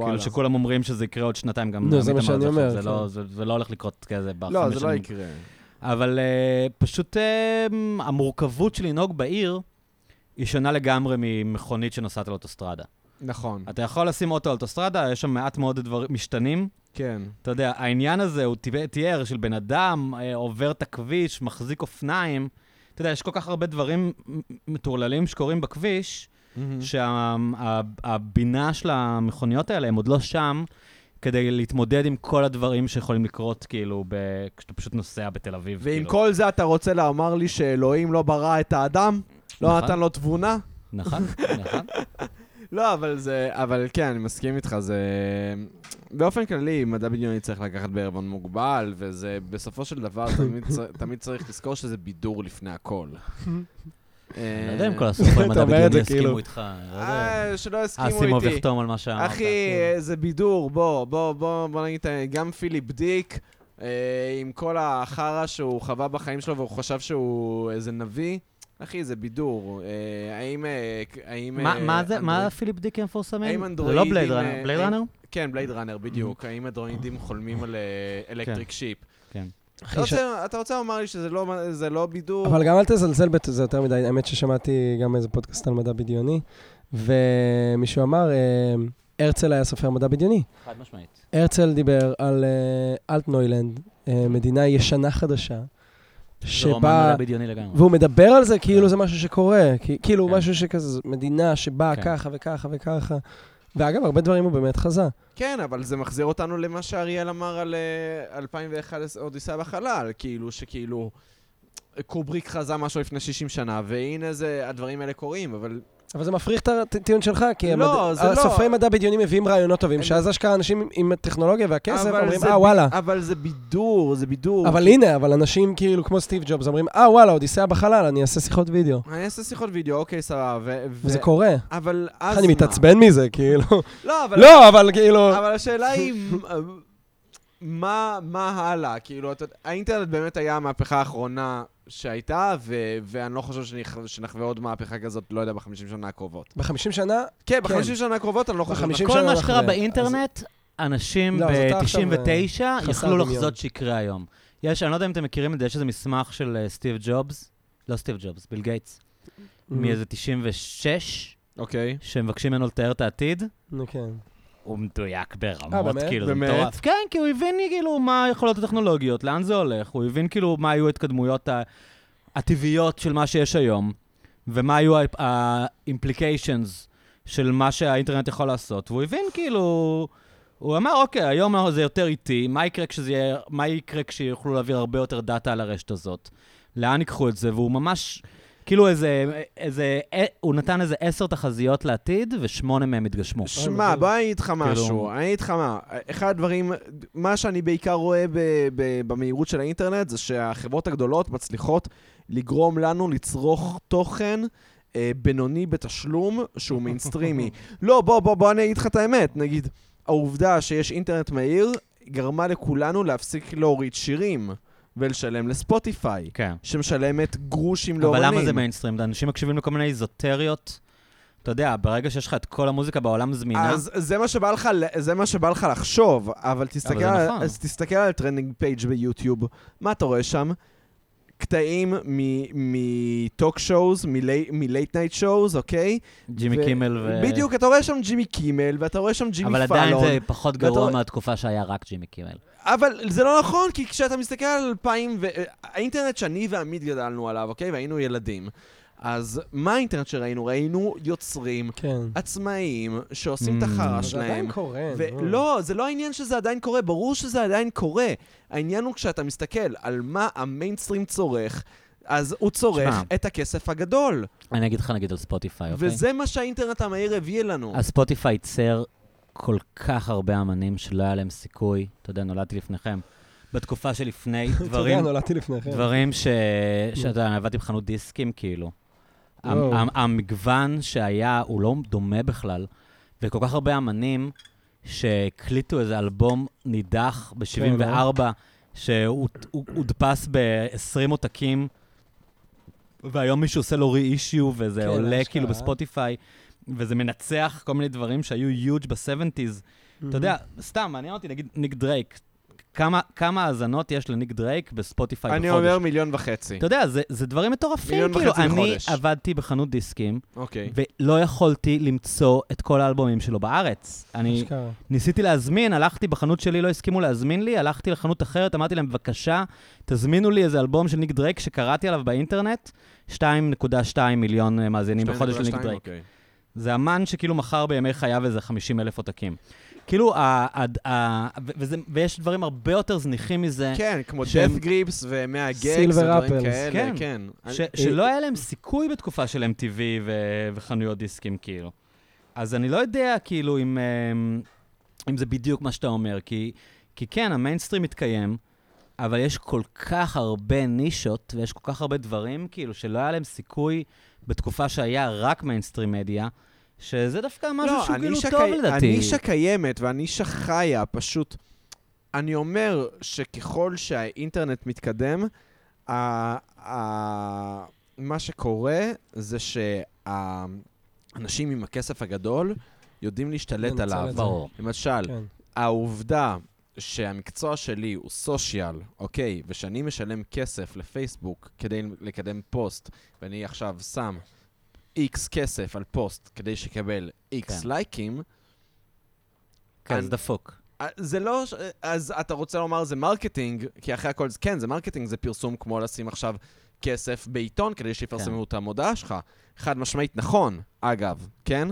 כאילו שכולם אומרים שזה יקרה עוד שנתיים, גם נו, זה עמית מה אמר את שאני עכשיו, אומר, זה כן. לא- זה- זה לא הולך לקרות כזה בחמש שנים. לא, זה לא יקרה. אבל אה, פשוט אה, המורכבות של לנהוג בעיר היא שונה לגמרי ממכונית שנוסעת על אוטוסטרדה. נכון, אתה יכול לשים אוטו על אוטוסטרדה, יש שם מעט מאוד דבר, משתנים. כן. אתה יודע, העניין הזה הוא טיב- תיאר של בן אדם, אה, עובר את הכביש, מחזיק אופניים. אתה יודע, יש כל כך הרבה דברים מ- מטורללים שקורים בכביש, Mm-hmm. שהבינה של המכוניות האלה, הם עוד לא שם, כדי להתמודד עם כל הדברים שיכולים לקרות, כאילו, ב... כשאתה פשוט נוסע בתל אביב. ועם כאילו. כל זה אתה רוצה לומר לי שאלוהים לא ברא את האדם? לא נכון. נתן לו תבונה? נכון, (laughs) נכון. לא, אבל זה... אבל כן, אני מסכים איתך, זה... באופן כללי, מדע בדיוני צריך לקחת בערבון מוגבל, וזה בסופו של (laughs) דבר תמיד, צר... תמיד צריך לזכור שזה בידור לפני הכל. אני לא יודע אם כל הסופרים אתה מדע אומר את בדיוני זה כאילו. יסכימו איתך. אני לא יודע. אה, שלא יסכימו אסימוב איתי. יחתום על מה שאמרת. כן. אחי, אה, זה בידור, בוא, בוא, בוא, בוא נגיד, את ה- גם פיליפ דיק, אה, עם כל החרא שהוא חווה בחיים שלו והוא חשב שהוא איזה נביא, אחי, זה בידור. אה, האם... אה, ק- האם מה- אה, מה זה, מה אנדרואיד- פיליפ דיקי האם המפורסמים? זה לא אנדרואידים, בלייד אה, ראנר. בלייד האם- ראנר? כן, בלייד Mm-hmm. ראנר, בדיוק. האם הדרואידים חולמים על אה, אלקטריק שיפ? כן. אחי, ש- אתה רוצה לומר לי שזה לא מה- זה לא בידור? אבל גם אל תזלזל בזה יותר מדי. האמת ששמעתי גם איזה פודקאסט על מדע בדיוני, ומישהו אמר, אה, הרצל היה סופר מדע בדיוני. חד משמעית. הרצל דיבר על אה, אלטנוילנד, Mm-hmm. אה, מדינה ישנה חדשה, זה רומן שבה... מדע בדיוני לגמרי. והוא מדבר על כן. זה כאילו זה משהו שקורה, כי- כאילו כן. משהו שכזה, זו מדינה שבאה כן. ככה וככה וככה. ואגב, הרבה דברים הוא באמת חזה. כן, אבל זה מחזיר אותנו למה שאריאל אמר על אה, 2011 אודיסאה בחלל, כאילו, שכאילו, קובריק חזה משהו לפני 60 שנה, והנה זה, הדברים האלה קורים, אבל... אבל זה מפריך את הטיעון שלך, כי לא, המד- זה לא. הסופרי מדע בדיוני מביאים רעיונות טובים, הם- שאז אשכרה אנשים עם- עם הטכנולוגיה והכסף אבל אומרים, זה אה ב- וואלה. אבל זה בידור, זה בידור. אבל הנה, אבל אנשים כאילו כמו סטיב ג'ובס אומרים, אה וואלה, אודיסאה בחלל, אני אעשה שיחות וידאו. אני אעשה שיחות וידאו, אוקיי, סבבה, ו... ו- וזה קורה. אבל אז איך אני מה? מתעצבן מזה, כאילו. לא, אבל... לא, אבל כאילו... אבל השאלה היא... מ- מה, מה הלאה? כאילו, אתה, האינטרנט באמת היה המהפכה האחרונה שהייתה, ו, ואני לא חושב שנח- שנחווה עוד מהפכה כזאת, לא יודע, בחמישים שנה הקרובות. בחמישים שנה, כן, בחמישים שנה הקרובות אני לא חושב... בחמישים כל שנה מה אנחנו שקרה ב- באינטרנט, אנשים לא, אז אתה עכשיו, אה, ב-99 חסר יכלו דמיון. לחזות שיקרה היום. יש, אני לא יודע אם אתם מכירים את זה, יש איזה מסמך של אה, סטיב ג'ובס, לא סטיב ג'ובס, ביל Mm. גייטס, מאיזה 96, אוקיי. שמבקשים ממנו לתאר את העתיד. נו, כן. הוא מדויק אה, ברמות, באמת? כאילו, זה באמת? מטורף. כן, כי הוא הבין כאילו מה היכולות הטכנולוגיות, לאן זה הולך, הוא הבין כאילו מה היו ההתקדמויות ה- הטבעיות של מה שיש היום, ומה היו ה-implications של מה שהאינטרנט יכול לעשות, והוא הבין כאילו... הוא אמר, אוקיי, היום זה יותר איטי, מה יקרה כשזה יהיה, מה יקרה כשיוכלו להעביר הרבה יותר דאטה על הרשת הזאת? לאן ייקחו את זה? והוא ממש, כאילו איזה, איזה, אה, הוא נתן איזה עשר תחזיות לעתיד, ושמונה מהם התגשמו. שמע, בוא אני אגיד לך משהו, כאילו- אני אגיד לך מה, אחד הדברים, מה שאני בעיקר רואה ב- ב- במהירות של האינטרנט זה שהחברות הגדולות מצליחות לגרום לנו לצרוך תוכן אה, בינוני בתשלום שהוא מיינסטרימי. (laughs) לא, בוא, בוא, בוא אני אגיד לך את האמת, נגיד, העובדה שיש אינטרנט מהיר גרמה לכולנו להפסיק להוריד שירים ולשלם לספוטיפיי, כן. שמשלמת גרושים אבל לאומנים. למה זה מיינסטרים? אנשים מקשיבים לכל מיני איזוטריות. אתה יודע, ברגע שיש לך את כל המוזיקה בעולם זמינה, אז זה מה שבא לך, ל- זה מה שבא לך לחשוב, אבל תסתכל, זה על, נכון. אז תסתכל על טרנדינג פייג' ביוטיוב, מה אתה רואה שם? קטעים מטוק שואוז, מלייט נייט שואוז, אוקיי? ג'ימי ו- קימל ו... בדיוק, אתה רואה שם ג'ימי קימל, ואתה רואה שם ג'ימי אבל פאלון. עדיין זה פחות ואתה גרוע רואה- מהתקופה שהיה רק ג'ימי קימל. אבל זה לא נכון, כי כשאתה מסתכל על 2000, ו... האינטרנט שאני ועמית גדלנו עליו, אוקיי? והיינו ילדים. אז מה האינטרנט שראינו? ראינו יוצרים כן. עצמאיים שעושים את Mm. החרא אבל זה עדיין שלהם. קורה. כן, נכון. נו. ולא, זה לא העניין שזה עדיין קורה, ברור שזה עדיין קורה. העניין הוא כשאתה מסתכל על מה המיינסטרים צורך, אז הוא צורך שמע. את הכסף הגדול. אני אגיד לך נגיד על ספוטיפיי, אוקיי? וזה מה שהאינטרנט המהיר הביא לנו. הספוטיפיי ייצר כל כך הרבה אמנים שלא היה להם סיכוי. אתה יודע, נולדתי לפניכם. (laughs) בתקופה שלפני אתה דברים, יודע, נולדתי כן. לפניכם. דברים ש... שאתה יודע, אני עבדתי בחנות דיסקים, כאילו. המ- וואו. המ- המגוון שהיה, הוא לא דומה בכלל, וכל כך הרבה אמנים שהקליטו איזה אלבום נידח כן, ב-74, אה? שהודפס ב-20 עותקים, והיום מישהו עושה לו re-issue, וזה כן, עולה אשכרה. כאילו בספוטיפיי, וזה מנצח כל מיני דברים שהיו huge ב-70's. Mm-hmm. אתה יודע, סתם, מעניין אותי, נגיד ניק דרייק, כמה- כמה האזנות יש לניק דרייק בספוטיפיי בחודש? אני אומר מיליון וחצי. אתה יודע, זה, זה דברים מטורפים, מיליון כאילו. וחצי אני בחודש. עבדתי בחנות דיסקים, אוקיי. ולא יכולתי למצוא את כל האלבומים שלו בארץ. אני אשכרה. ניסיתי להזמין, הלכתי בחנות שלי, לא הסכימו להזמין לי, הלכתי לחנות אחרת, אמרתי להם, בבקשה, תזמינו לי איזה אלבום של ניק דרייק שקראתי עליו באינטרנט, 2.2 מיליון אה, מאזינים בחודש של ניק 2.2, דרייק. אוקיי. זה אמן שכאילו מכר בימי חייו איזה 50 אלף עותקים. כאילו, ה- ה- ה- ו- וזה- ויש דברים הרבה יותר זניחים מזה. כן, כמו שהם- death grips ומאה גגס Silver ודברים Apples. כאלה, כן. כן. ש- שלא היה להם סיכוי בתקופה של MTV ו- וחנויות דיסקים, כאילו. אז אני לא יודע, כאילו, אם, אמ, אם זה בדיוק מה שאתה אומר, כי, כי כן, המיינסטרים מתקיים, אבל יש כל כך הרבה נישות ויש כל כך הרבה דברים, כאילו, שלא היה להם סיכוי בתקופה שהיה רק מיינסטרים מדיה, שזה דווקא משהו לא, שהוא כאילו הנישה טוב קי- לדעתי. הנישה קיימת והנישה חיה, פשוט... אני אומר שככל שהאינטרנט מתקדם, ה- ה- מה שקורה זה שהאנשים עם הכסף הגדול יודעים להשתלט לנצל עליו. לא את זה. ברור. למשל, כן. העובדה שהמקצוע שלי הוא סושיאל, אוקיי, ושאני משלם כסף לפייסבוק כדי לקדם פוסט, ואני עכשיו שם איקס כסף על פוסט כדי שיקבל איקס כן. לייקים, כן, זה אני- דפוק. אה, זה לא... ש- אה, אז אתה רוצה לומר זה מרקטינג, כי אחרי הכל, זה- כן, זה מרקטינג, זה פרסום כמו לשים עכשיו כסף בעיתון כדי שיפרסמו כן. את המודעה שלך. חד משמעית נכון, אגב, כן?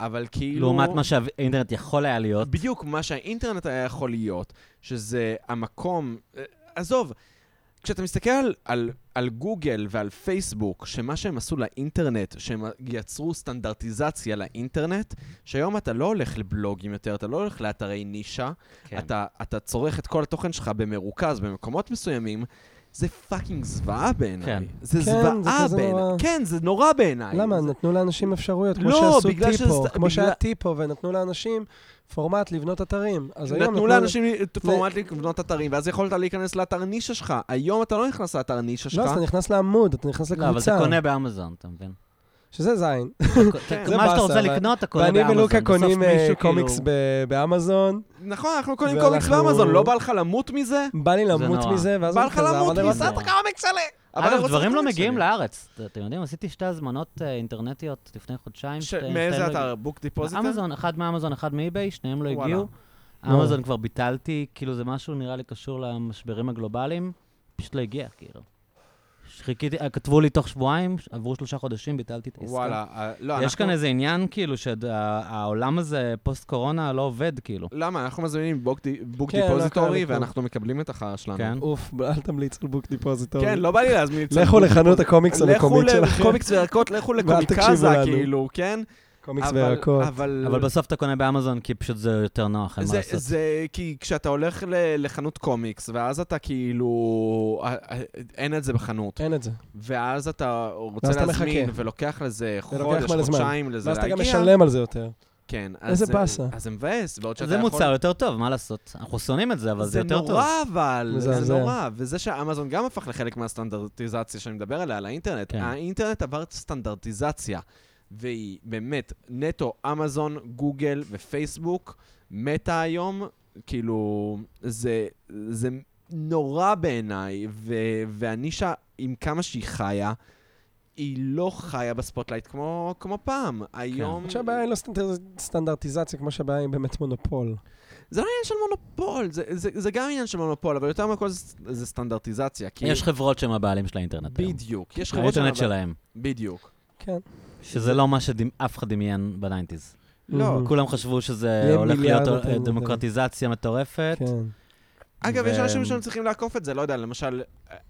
אבל כאילו... לעומת מה שהאינטרנט יכול היה להיות. בדיוק מה שהאינטרנט היה יכול להיות, שזה המקום... אה, עזוב, כשאתה מסתכל על, על, על גוגל ועל פייסבוק, שמה שהם עשו לאינטרנט, שהם יצרו סטנדרטיזציה לאינטרנט, שהיום אתה לא הולך לבלוגים יותר, אתה לא הולך לאתרי נישה, כן. כן. אתה, אתה צורך את כל התוכן שלך במרוכז במקומות מסוימים. זה פאקינג זוועה בעיניי. כן. זה כן, זה זוועה כזה בעיניי. נורא. כן, זה נורא בעיניי. למה? זה... נתנו לאנשים אפשרויות, כמו לא, שעשו בגלל טיפו, שזה- כמו שהיה בגלל- טיפו, ונתנו לאנשים פורמט לבנות אתרים. אז היום נתנו לאנשים פורמט לבנות אתרים, ואז יכולת להיכנס לאתר נישה שלך. היום אתה לא נכנס לאתר נישה לא, שלך. אז אתה נכנס לעמוד, אתה נכנס לא, אבל זה לקבוצה. קונה באמזון, אתה מבין? שזה זין. כן. מה שאתה באסה, רוצה אבל- לקנות, אתה קונה ואני באמזון. ולוקה בסוף קונים אה, מישהו קומיקס כאילו- ב- באמזון. נכון, אנחנו קונים ואנחנו- קומיקס באמזון, לא בא לך למות מזה? בא לי למות נורא. מזה, ואז בא אני לך כזה, למות אבל לא אני מזה, רוצה... את הקומיקס שלי! אבל אני אגב, רוצה את דברים לא הקומיקס מגיעים שלי. לארץ. ת- אתם יודעים, עשיתי שתי הזמנות אה, אינטרנטיות לפני חודשיים. ש- שתי- מאיזה שתיהן לא אתר? בוק הגיעו. דיפוזיטר? אמזון, אחד מאמזון, אחד מאי-ביי, שניהם לא וואלה. הגיעו. אמזון כבר ביטלתי, כאילו זה משהו נראה לי קשור למשברים הגלובליים, פשוט לא הגיע, כאילו. חיכיתי, אה, כתבו לי תוך שבועיים, ש- עברו שלושה חודשים, ביטלתי את העסקה. וואלה, אה, לא, יש אנחנו... כאן איזה עניין, כאילו, שהעולם הזה, פוסט-קורונה, לא עובד, כאילו. למה? אנחנו מזמינים בוק די- בוק כן, לא קרה לי דיפוזיטורי, כלום. ואנחנו מקבלים את החרא שלנו. כן. אוף, אל תמליץ על בוק דיפוזיטורי. כן, לא בא לי להזמין את (laughs) לכו לחנות הקומיקס המקומית לכו שלכם. לקומיקס וירקות, לכו לקומיקזה, תקשיבו לנו. כאילו, כן? קומיקס אבל- וירקות. אבל... אבל בסוף אתה קונה באמזון, כי פשוט זה יותר נוח, אין מה זה, לעשות. זה כי כשאתה הולך ל, לחנות קומיקס, ואז אתה כאילו... אה, אה, אין את זה בחנות. אין את זה. ואז אתה רוצה ואז אתה להזמין, מחכה. ולוקח לזה לוקח חודש, מלא זמן. חודשיים לזה ואז אתה להגיע. גם משלם על זה יותר. כן. אז איזה זה- באסה. אז זה מבאס, בעוד שאתה זה יכול... מוצר יותר טוב, מה לעשות? אנחנו שונאים את זה, אבל זה יותר טוב. זה נורא אבל, מזעזע. זה נורא. וזה שאמזון גם הפך לחלק מהסטנדרטיזציה שאני מדבר עליה, על האינטרנט. כן. האינטרנט עבר סטנדרטיזציה, והיא באמת נטו אמזון, גוגל ופייסבוק, מטא היום, כאילו, זה, זה נורא בעיניי, ו, והנישה, עם כמה שהיא חיה, היא לא חיה בספוטלייט כמו, כמו פעם. כן. היום... אני חושב שהבעיה היא לא סטנדרט- סטנדרטיזציה, כמו שהבעיה היא באמת מונופול. זה לא עניין של מונופול, זה, זה, זה גם עניין של מונופול, אבל יותר מהכל זה, זה סטנדרטיזציה. כי יש חברות שהן הבעלים של האינטרנט היום. בדיוק. יש חברות האינטרנט שם, אבל- שלהם. בדיוק. כן. שזה לא מה שאף אחד דמיין בניינטיז. לא. Mhm. כולם חשבו שזה יהיה הולך מיליארד להיות אה, אינטרנטים. דמוקרטיזציה מטורפת. כן. אגב, יש ו- אנשים שהם צריכים לעקוף את זה, לא יודע, למשל,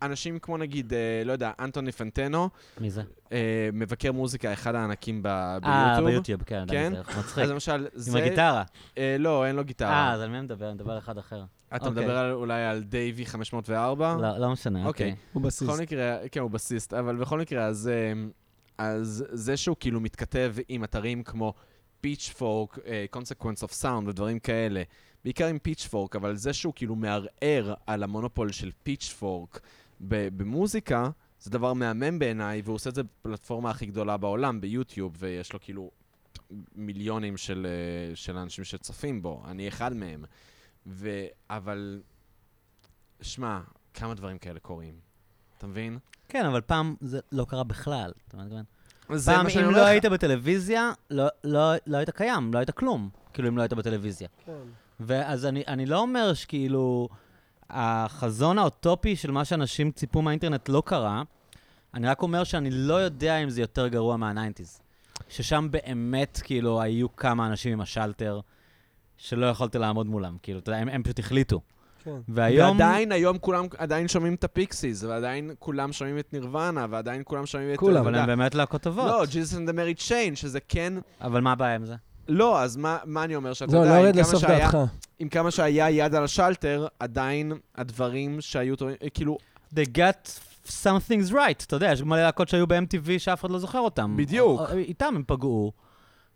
אנשים כמו נגיד, אה, לא יודע, אנטוני פנטנו, מי זה? אה, מבקר מוזיקה, אחד הענקים ב- אה, ביוטיוב. ביוטיוב, כן, כן? עדיין, זה מצחיק. אז למשל, עם זה... הגיטרה. אה, לא, אין לו אה, גיטרה. אז על מי אני מדבר? אני מדבר על אחד אחר. אתה אוקיי. מדבר על- אולי על דייווי 504? לא לא משנה, אוקיי. אוקיי. הוא בסיס. בכל מקרה, כן, הוא בסיסט, אבל בכל מקרה, אז, אה, אז זה שהוא כאילו מתכתב עם אתרים כמו פיצ'פורק, consequence of sound ודברים כאלה. בעיקר עם פיצ'פורק, אבל זה שהוא כאילו מערער על המונופול של פיצ'פורק ב- במוזיקה, זה דבר מהמם בעיניי, והוא עושה את זה בפלטפורמה הכי גדולה בעולם, ביוטיוב, ויש לו כאילו מיליונים של, אה, של אנשים שצופים בו, אני אחד מהם. ו... אבל... שמע, כמה דברים כאלה קורים. אתה מבין? כן, אבל פעם זה לא קרה בכלל. אתה מבין? זה פעם, מה שאני אם אומר לא לך. היית בטלוויזיה, לא- לא לא היית קיים, לא היית כלום. כאילו, אם לא היית בטלוויזיה. כן, ואז אני, אני לא אומר שכאילו, החזון האוטופי של מה שאנשים ציפו מהאינטרנט לא קרה, אני רק אומר שאני לא יודע אם זה יותר גרוע מהניינטיז. ששם באמת, כאילו, היו כמה אנשים עם השלטר שלא יכולת לעמוד מולם. כאילו, אתה יודע, הם, הם פשוט החליטו. כן. והיום... ועדיין היום כולם עדיין שומעים את הפיקסיס, ועדיין כולם שומעים את נירוונה, ועדיין כולם שומעים את... כולם, אתה אבל יודע, הם באמת להקות טובות. לא, ג'יזוס אנד המרי צ'יין, שזה כן... אבל מה הבעיה עם זה? לא, אז מה, מה אני אומר? שאתה זהו, לא יודע, עם יורד כמה, לסוף שהיה, דעתך. עם כמה שהיה יד על השלטר, עדיין הדברים שהיו טובים, אה, כאילו, They got some things right, אתה יודע, יש מלא להקות שהיו ב-MTV שאף אחד לא זוכר אותם. בדיוק. או- או- איתם הם פגעו,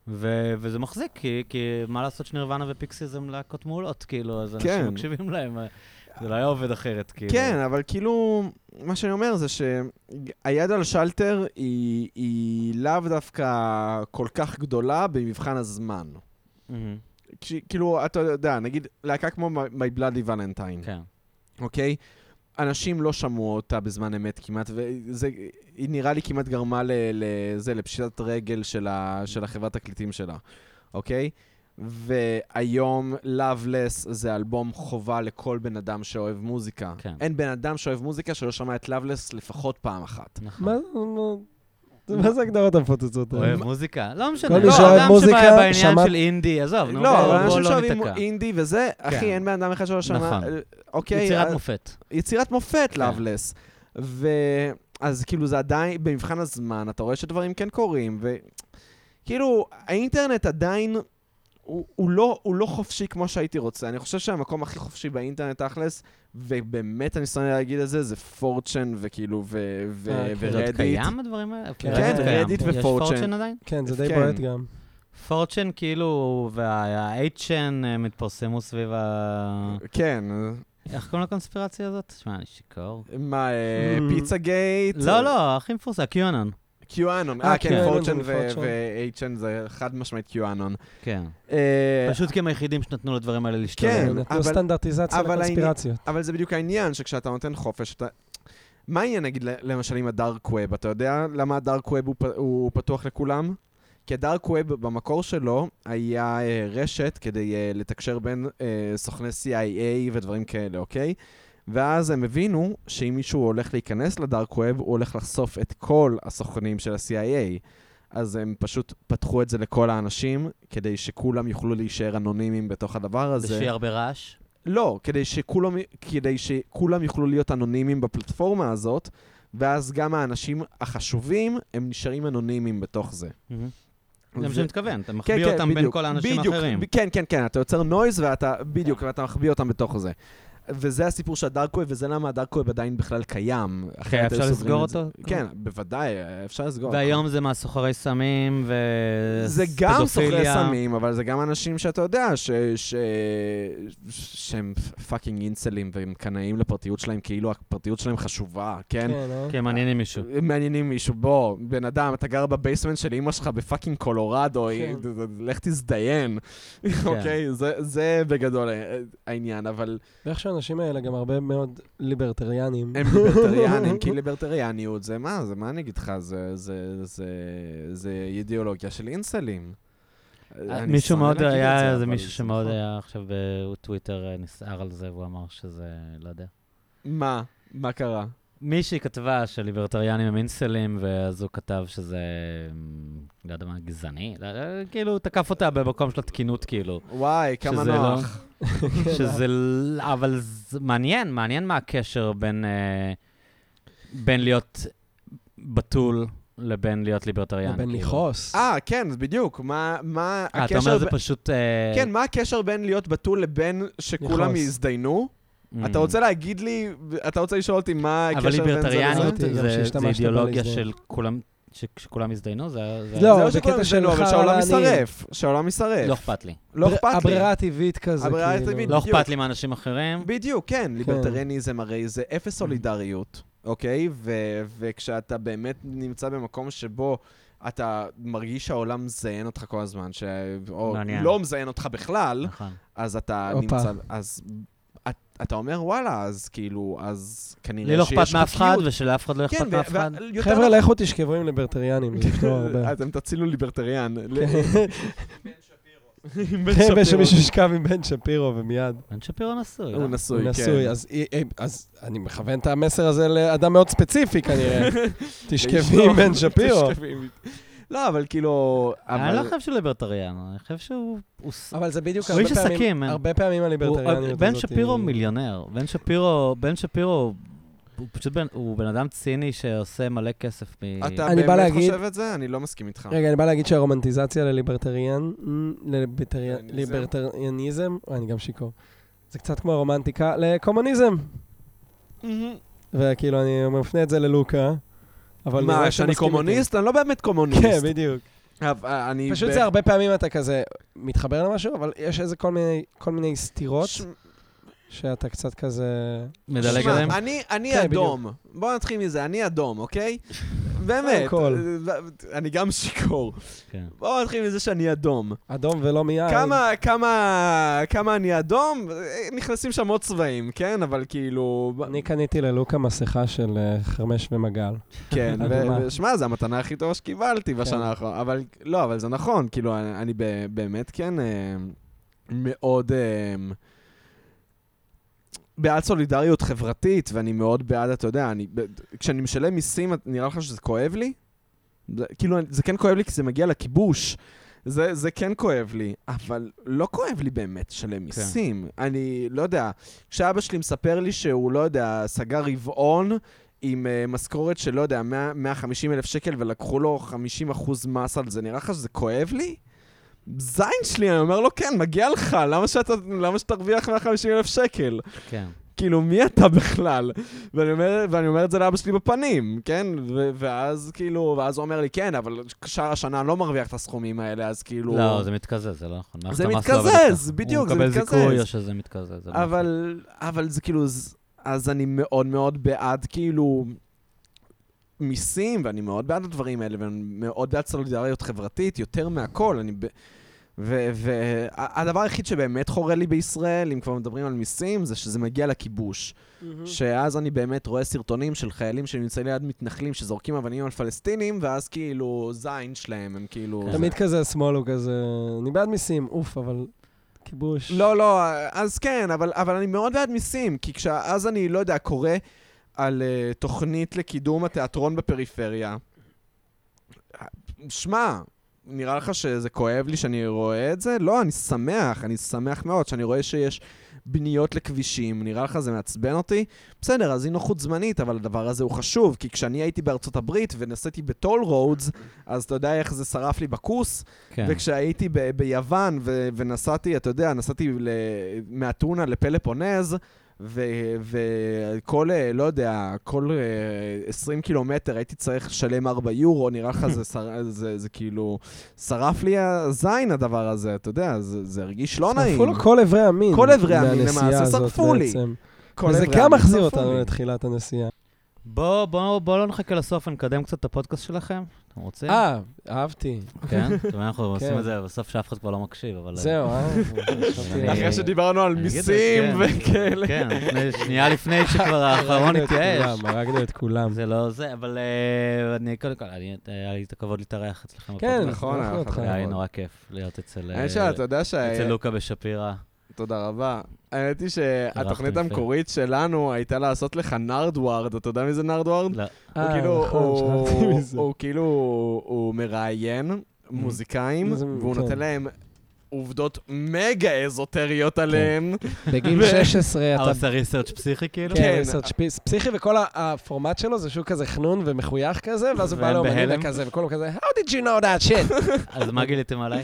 ו- וזה מחזיק, כי, כי מה לעשות שנירוונה ופיקסיס הם להקות מעולות, כאילו, אז אנשים כן. מקשיבים להם, אה, זה לא היה עובד אחרת, כאילו. כן, אבל כאילו, מה שאני אומר זה שהיד על השלטר היא, היא לאו דווקא כל כך גדולה במבחן הזמן. מהמם, כש, כאילו, אתה יודע, נגיד, להקה כמו My- My Bloody Valentine. כן. אוקיי? אנשים לא שמעו אותה בזמן אמת כמעט, וזה היא נראה לי כמעט גרמה ל- לזה, לפשיטת רגל של, ה, של החברת תקליטים שלה, אוקיי? והיום Loveless זה אלבום חובה לכל בן אדם שאוהב מוזיקה. כן. אין בן אדם שאוהב מוזיקה שלא שמע את Loveless לפחות פעם אחת. נכון. מה זה- מה זה הגדרות המפוצצות האלה? אוהב מוזיקה? לא משנה. כל מי לא, שאוהב אדם מוזיקה, שבא בעניין שמע- של אינדי, עזוב, נו, לא, אבל בואו אנשים לא שאוהבים ניתקע. כן. אינדי וזה, אחי, אין בן אדם אחד שלא שמע... נכון. אוקיי, יצירת אז- מופת. יצירת מופת, כן. לאבלס. ו... אז כאילו זה עדיין, במבחן הזמן, אתה רואה שדברים כן קורים, וכאילו, האינטרנט עדיין, הוא, הוא, לא, הוא לא חופשי כמו שהייתי רוצה. אני חושב שהמקום הכי חופשי באינטרנט, תכלס, ובאמת אני שונא להגיד את זה, זה פורצ'ן, וכאילו, ו... ו... אה, כן. זה עוד ורדיט. קיים הדברים האלה? כן, קיים. רדיט יש ופורצ'ן. פורצ'ן עדיין? כן, זה די כן. בועט גם. פורצ'ן כאילו, וה-HN הם התפרסמו סביב ה... כן, איך קוראים לקונספירציה הזאת? שמע, אני שיכור. מה, אה, Mm. פיצה גייט? לא, לא, הכי מפורסם, QAnon. קיואנון. אה, אה, כן, QAnon פורצ'ן זה מפורצ'ן. ו-HN זה חד משמעית קיואנון. כן. אה, פשוט כי הם היחידים שנתנו לדברים האלה להשתולל. כן, הם נתנו אבל- לא סטנדרטיזציה אבל העניין- לקונספירציות. אבל זה בדיוק העניין, שכשאתה נותן חופש, אתה... מה העניין, נגיד, ל- למשל עם הדארק ווב? אתה יודע למה הדארק ווב הוא, פ... הוא פתוח לכולם? כי הדארק ווב במקור שלו היה אה, רשת כדי אה, לתקשר בין אה, סוכני CIA ודברים כאלה, אוקיי? ואז הם הבינו שאם מישהו הולך להיכנס לדארק ווב, הוא הולך לחשוף את כל הסוכנים של ה-CIA. אז הם פשוט פתחו את זה לכל האנשים, כדי שכולם יוכלו להישאר אנונימיים בתוך הדבר הזה. ושיהיה הרבה רעש. לא, כדי שכולם, כדי שכולם יוכלו להיות אנונימיים בפלטפורמה הזאת, ואז גם האנשים החשובים, הם נשארים אנונימיים בתוך זה. זה מה ו- שאני מתכוון, אתה כן, מחביא כן, אותם בין בדיוק. כל האנשים בדיוק, האחרים. ב- כן, כן, כן, אתה יוצר נויז ואתה, בדיוק, ואתה מחביא אותם בתוך זה. וזה הסיפור של הדארקווי, וזה למה הדארקווי עדיין בכלל קיים. אחרת היו כן, אפשר סוגרים לסגור את זה. אותו? כן, בוודאי, אפשר לסגור. והיום זה מהסוחרי סמים ו... זה גם סוחרי פדופיליה. סמים, אבל זה גם אנשים שאתה יודע ש- ש- ש- שהם פאקינג אינסלים והם קנאים לפרטיות שלהם, כאילו הפרטיות שלהם חשובה, כן? כן, אה? כן, מעניינים מישהו. הם מעניינים מישהו, בוא, בן אדם, אתה גר בבייסמנט של אמא שלך בפאקינג קולורדו, כן. ד- ד- לך תזדיין, אוקיי? זה- זה בגדול ה- העניין, אבל ואיך שהאנשים האלה גם הרבה מאוד ליברטריאנים. הם ליברטריאנים, כי ליברטריאניות זה מה, זה מה אני אגיד לך, זה- זה- זה- זה אידיאולוגיה של אינסלים. אני אה, מישהו שונא מאוד להגיד את זה, היה, זה אבל מישהו שמאוד נכון. היה עכשיו בטוויטר אה, נסער על זה, והוא אמר שזה, לא יודע. מה? מה קרה? מישהי כתבה שליברטריאנים הם אינסלים, ואז הוא כתב שזה, אמ, לא יודע מה, גזעני. לא- לא, כאילו, הוא תקף אותה במקום של התקינות, כאילו. וואי, כמה שזה לא- נוח. (laughs) שזה, ל- אבל זה מעניין, מעניין מה הקשר בין, אה, בין להיות בתול לבין להיות ליברטריאן. לבין כאילו. לכעוס. אה, כן, אז בדיוק. מה מה אה, אתה אומר הקשר... זה ב- פשוט... אה, כן, מה הקשר בין להיות בתול לבין שכולם לכעוס. יזדיינו? אמ, אתה רוצה להגיד לי, אתה רוצה לשאול אותי מה אבל הקשר בין זה לזה? ליברטריאניות גם זה- זה שהשתמשת אידיאולוגיה בזה. של כולם, שכולם הזדיינו, זה היה... זה לא, היה- זהו בקטע שכולם של ידענו, אבל חרא שהעולם לעניים. יישרף, שהעולם יישרף. לא אכפת לי. לא בר- אכפת לי. הברירה הטבעית כזה, הברירה כאילו. הטבעית. לא בדיוק. אכפת לי מאנשים אחרים. בדיוק, כן, ליברטריאניזם הרי זה אפס סולידריות, אוקיי? ו- וכשאתה באמת נמצא במקום שבו אתה מרגיש שהעולם מזיין אותך כל הזמן, ש... או מעניין. לא מזיין אותך בכלל, נכון. אז אתה הופה. נמצא... אז את- אתה אומר, וואלה, אז כאילו, אז כנראה לי לא שיש אכפת מאף אחד, חוקיות." ושלאף אחד לא כן, אכפת מאף ו- אחד. ו- יותר חבר'ה, לא- לכו תשכבו עם ליברטריאנים, (laughs) זה יפתור הרבה. אתם תצילו ליברטריאן. (laughs) (laughs) כן, שמישהו ישכב עם בן שפירו ומיד. בן שפירו נשוי. הוא לא? נשוי, הוא כן. נשוי, אז אי- אי- אז אני מכוון את המסר הזה לאדם מאוד ספציפי (laughs) כנראה. תשכבי עם בן שפירו. תשכבי עם- לא, אבל כאילו... אני אבל- לא חושב שהוא ליברטריאן, אני חושב שהוא... הוא ס- אבל זה בדיוק הוא הרבה איש פעמים, עסקים, אין. הרבה פעמים הוא- הליברטריאניות הזאת. בן לא היא- שפירו מיליונר. בן שפירו, בן שפירו, הוא פשוט בן, הוא בן אדם ציני שעושה מלא כסף מ... אתה אני בא באמת להגיד- חושב את זה? אני לא מסכים איתך. רגע, אני בא להגיד שהרומנטיזציה לליברטריאן, לליברטריאן- ליברטריאניזם. ליברטריאניזם, אוי, אני גם שיכור. זה קצת כמו הרומנטיקה לקומוניזם. וכאילו, אני מפנה את זה ללוקה, אבל... נראה מה, שהוא שאני מסכים קומוניסט? אני לא באמת איתי. קומוניסט. כן, בדיוק. אבל אה, אני... פשוט ב- זה הרבה פעמים אתה כזה מתחבר למשהו, אבל יש איזה כל מיני- כל מיני סתירות ש- שאתה קצת כזה... מדלג שמע, עליהם. אני- אני כן, אדום. בוא נתחיל מזה, אני אדום, (laughs) אוקיי? באמת. הכל. אני גם שיכור. כן. בואו נתחיל מזה שאני אדום. אדום ולא מיין. כמה, כמה, כמה אני אדום? אה, נכנסים שם עוד צבעים, כן? אבל כאילו... ב- אני קניתי ללוקה מסכה של אה, חרמש ומגל. כן, אדומה. ו- ושמע, זו המתנה הכי טובה שקיבלתי בשנה האחרונה. אבל, לא, אבל זה נכון, כאילו, אני אני ב- באמת כן אה, מאוד... אה, בעד סולידריות חברתית, ואני מאוד בעד, אתה יודע, אני, ב- כשאני משלם מיסים, את- נראה לך שזה כואב לי? זה, כאילו, זה כן כואב לי כי זה מגיע לכיבוש. זה, זה כן כואב לי, אבל לא כואב לי באמת לשלם מיסים. אני לא יודע, כשאבא שלי מספר לי שהוא, לא יודע, סגר רבעון עם uh, משכורת של, לא יודע, 100, 150 אלף שקל ולקחו לו 50 אחוז מס על זה, נראה לך שזה כואב לי? זין שלי, אני אומר לו, כן, מגיע לך, למה, שאתה, למה שתרוויח 150 אלף שקל? כן. כאילו, מי אתה בכלל? ואני אומר, ואני אומר את זה לאבא שלי בפנים, כן? ו- ואז כאילו, ואז הוא אומר לי, כן, אבל שאר השנה אני לא מרוויח את הסכומים האלה, אז כאילו... לא, זה מתקזז, זה לא נכון. מערכת זה המס לא עובדת מתקזז, ככה. בדיוק, זה הוא מתקזז. מקבל זיכוי או שזה מתקזז. זה לא נכון. אבל, אבל זה כאילו, ז- אז אני מאוד מאוד בעד כאילו מיסים, ואני מאוד בעד הדברים האלה, ואני מאוד בעד סולידריות חברתית, יותר מהכל. אני ב... והדבר היחיד שבאמת חורה לי בישראל, אם כבר מדברים על מיסים, זה שזה מגיע לכיבוש. שאז אני באמת רואה סרטונים של חיילים שנמצאים ליד מתנחלים שזורקים אבנים על פלסטינים, ואז כאילו זין שלהם, הם כאילו... כן. תמיד כזה השמאל הוא כזה, אני בעד מיסים, אוף, אבל כיבוש. לא, לא, אז כן, אבל, אבל אני מאוד בעד מיסים, כי כשאז אני, לא יודע, קורא על uh, תוכנית לקידום התיאטרון בפריפריה, שמע, נראה לך שזה כואב לי שאני רואה את זה? לא, אני שמח, אני שמח מאוד שאני רואה שיש בניות לכבישים, נראה לך זה מעצבן אותי? בסדר, אז היא נוחות זמנית, אבל הדבר הזה הוא חשוב, כי כשאני הייתי בארצות הברית ונסעתי בטול רודס, אז אתה יודע איך זה שרף לי בכוס? כן. וכשהייתי ב- ביוון ו- ונסעתי, אתה יודע, נסעתי ל- מאתונה לפלפונז, ו- וכל, אה, לא יודע, כל אה, 20 קילומטר הייתי צריך לשלם 4 יורו, נראה לך זה, שר, (laughs) זה, זה כאילו, שרף לי הזין הדבר הזה, אתה יודע, זה, זה הרגיש לא נעים. שרפו לו כל איברי המין. כל איברי המין, מהנסיעה למעשה, הזאת שרפו לי. בעצם. כל וזה איברי גם המין מחזיר שרפו אותנו לי. לתחילת הנסיעה. בואו בוא, בוא לא נחכה לסוף, נקדם קצת את הפודקאסט שלכם. אתם רוצים? אה, אהבתי. כן? זאת אומרת, (laughs) אנחנו עושים כן. את זה בסוף שאף אחד כבר לא מקשיב, אבל... זהו, אה? אני- אחרי שדיברנו על אני אגיד את זה, מיסים כן. וכאלה. כן, לפני- שנייה לפני שכבר האחרון הרגנו את התייאש. כולם, הרגנו את כולם. זה לא זה, אבל אה, אני קודם כל, אני- היה לי את הכבוד להתארח אצלכם. כן, בפודקאסט. נכון, אנחנו אנחנו אותך. היה לי נכון. נורא כיף להיות אצל... אה, האמת שאתה יודע אה, שה... אצל לוקה בשפירא. תודה רבה. האמת היא אירחתם שהתוכנית יפה. המקורית שלנו הייתה לעשות לך נרדווארד, אתה יודע מי זה נרדווארד? לא, הוא אה, כאילו, נכון, הוא- שכחתי מזה. הוא כאילו, הוא מראיין מוזיקאים, Mm. זה- והוא כן. נותן להם עובדות מגה כן. אזוטריות עליהן. בגיל 16 אה, הוא אתה... עשה ריסרצ' פסיכי כאילו? כן. כן, ריסרצ' פיס- פסיכי, וכל ה- הפורמט שלו זה שהוא כזה חנון ומחוייך כזה, ואז הוא בא והם לאומנים בהלם. כזה, וכולם כזה, How did you know that shit? אז מה גיליתם עליי?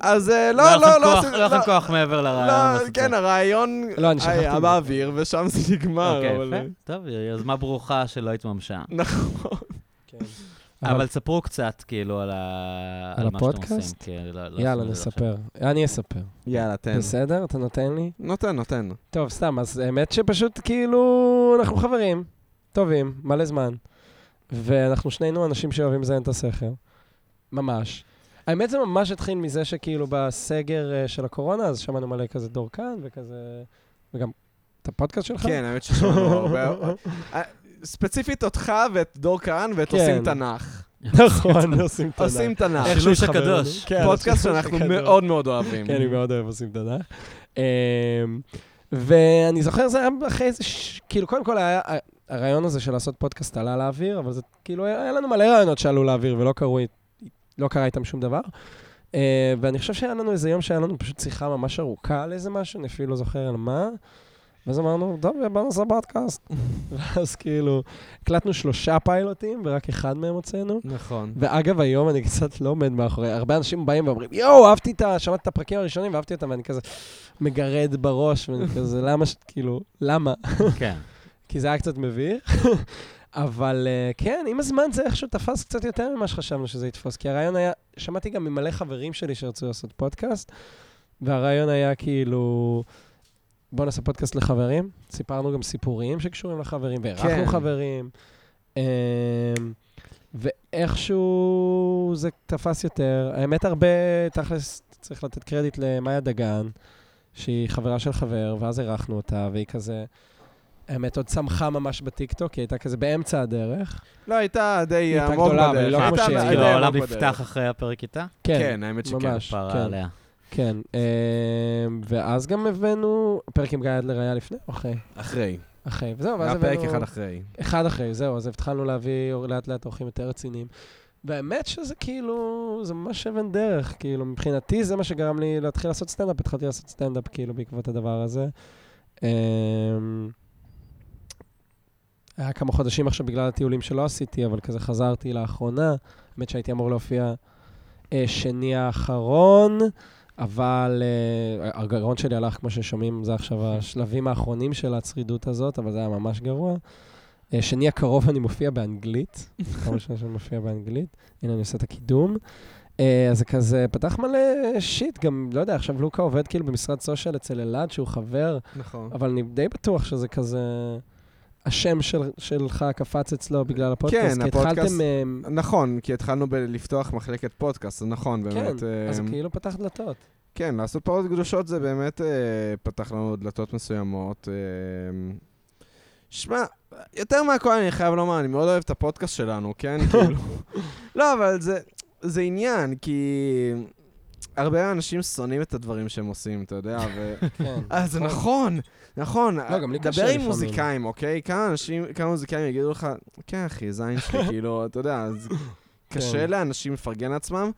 אז אה, לא, היה לא, לכם לא, כוח- עשית- לא היה לכם כוח מעבר לרעיון. לא, כן, הרעיון לא, אני שכחתי היה מזה. באוויר, ושם זה נגמר, אוקיי, אבל... יפה. טוב, יוזמה ברוכה שלא התממשה. נכון. אבל ספרו קצת, כאילו, על ה- על על מה שאתם עושים. הפודקאסט? כן, לא- לא יאללה, עשינו את זה עכשיו. נספר. אני אספר. יאללה, תן. בסדר? אתה נותן לי? נותן, נותן. טוב, סתם, אז האמת שפשוט כאילו, אנחנו חברים, טובים, מלא זמן. ואנחנו שנינו אנשים שאוהבים לזיין את הסכר, ממש. האמת זה ממש התחיל מזה שכאילו בסגר אה, של הקורונה, אז שמענו מלא כזה דור כאן וכזה, וגם את הפודקאסט שלך. כן, האמת ששמענו (laughs) הרבה. אה, ספציפית אותך ואת דור כהן ואת כן. עושים תנ"ך. (laughs) נכון, עושים תנ"ך. עושים תנ"ך. איך- השילוש הקדוש. כן, אה, (laughs) פודקאסט השילוש שאנחנו הקדוש. מאוד מאוד אוהבים. כן, אני מאוד אוהב עושים תנ"ך. אמ, ואני זוכר זה היה אחרי איזה... ש- כאילו, קודם כל היה... ה- הרעיון הזה של לעשות פודקאסט עלה לאוויר, אבל זה כאילו, היה היה לנו מלא רעיונות שעלו לאוויר ולא קרו... אית- לא קרה איתם שום דבר. אה, ואני חושב שהיה לנו איזה יום שהיה לנו פשוט שיחה ממש ארוכה על איזה משהו, אני אפילו לא זוכר על מה. ואז אמרנו, טוב, בוא נעשה פודקאסט. (laughs) ואז כאילו, הקלטנו שלושה פיילוטים ורק אחד מהם הוצאנו. נכון. ואגב, היום אני קצת לא עומד מאחורי, הרבה אנשים באים ואומרים, יואו, אהבתי את ה... שמעתי את הפרקים הראשונים ואהבתי אותם, ואני כזה מגרד בראש, ואני כזה, למה, ש- כאילו, למה? כן. לא, כי זה היה קצת מביך. (laughs) אבל אה, כן, עם הזמן זה איכשהו תפס קצת יותר ממה שחשבנו שזה יתפוס, כי הרעיון היה, שמעתי גם ממלא חברים שלי שרצו לעשות פודקאסט, והרעיון היה כאילו, בוא נעשה פודקאסט לחברים, סיפרנו גם סיפורים שקשורים לחברים, והערכנו כן. חברים, אמ, ואיכשהו זה תפס יותר. האמת, הרבה, תכלס, צריך לתת קרדיט למאיה דגן, שהיא חברה של חבר, ואז אירחנו אותה, והיא כזה... האמת, עוד צמחה ממש בטיקטוק, היא הייתה כזה באמצע הדרך. לא, הייתה די הייתה עמוק גדולה, אבל בדרך. היא לא כמו הייתה שהיא. די כאילו, יודע, עמוק העולם בדרך. נפתח אחרי הפרק איתה? כן, האמת שכן. ממש, פרה כן. עליה. כן, אמ, ואז גם הבאנו, פרק עם גיא אדלר היה לפני או אחרי? אחרי. אחרי, וזהו, ואז היה הבאנו... פרק אחד אחרי. אחד אחרי, זהו, אז התחלנו להביא אור- לאט לאט אורחים יותר רציניים. והאמת שזה כאילו, זה ממש אבן דרך, כאילו, מבחינתי זה מה שגרם לי להתחיל לעשות סטנדאפ, התחלתי לעשות סטנדאפ כאילו בעקבות הדבר הזה. אמ, היה כמה חודשים עכשיו בגלל הטיולים שלא עשיתי, אבל כזה חזרתי לאחרונה. האמת שהייתי אמור להופיע אה, שני האחרון, אבל אה, הגרון שלי הלך, כמו ששומעים, זה עכשיו השלבים האחרונים של הצרידות הזאת, אבל זה היה ממש גרוע. אה, שני הקרוב אני מופיע (laughs) באנגלית, פעם ראשונה שאני מופיע באנגלית, הנה אני עושה את הקידום. אה, אז זה כזה פתח מלא שיט, גם, לא יודע, עכשיו לוקה עובד כאילו במשרד סושיאל אצל אלעד, שהוא חבר, נכון. אבל אני די בטוח שזה כזה... השם של, שלך קפץ אצלו בגלל הפודקאסט. כן, כי הפודקאסט- התחלתם... אה, נכון, כי התחלנו בלפתוח מחלקת פודקאסט, זה נכון, באמת. כן, אז אה, כאילו פתח (laughs) דלתות. כן, לעשות פרות קדושות זה באמת אה, פתח לנו דלתות מסוימות. אה, שמע, יותר מהכל אני חייב לומר, אני מאוד אוהב את הפודקאסט שלנו, כן? כאילו... לא, אבל זה, זה עניין, כי הרבה אנשים שונאים את הדברים שהם עושים, אתה יודע, ו... כן. אה, זה (laughs) נכון, נכון. לא, גם לי קשה דבר עם לפעמים. מוזיקאים, אוקיי? כמה אנשים, כמה מוזיקאים יגידו לך, כן, אחי, זין (laughs) שלי, כאילו, אתה יודע, אז קשה כן. לאנשים לפרגן לעצמם.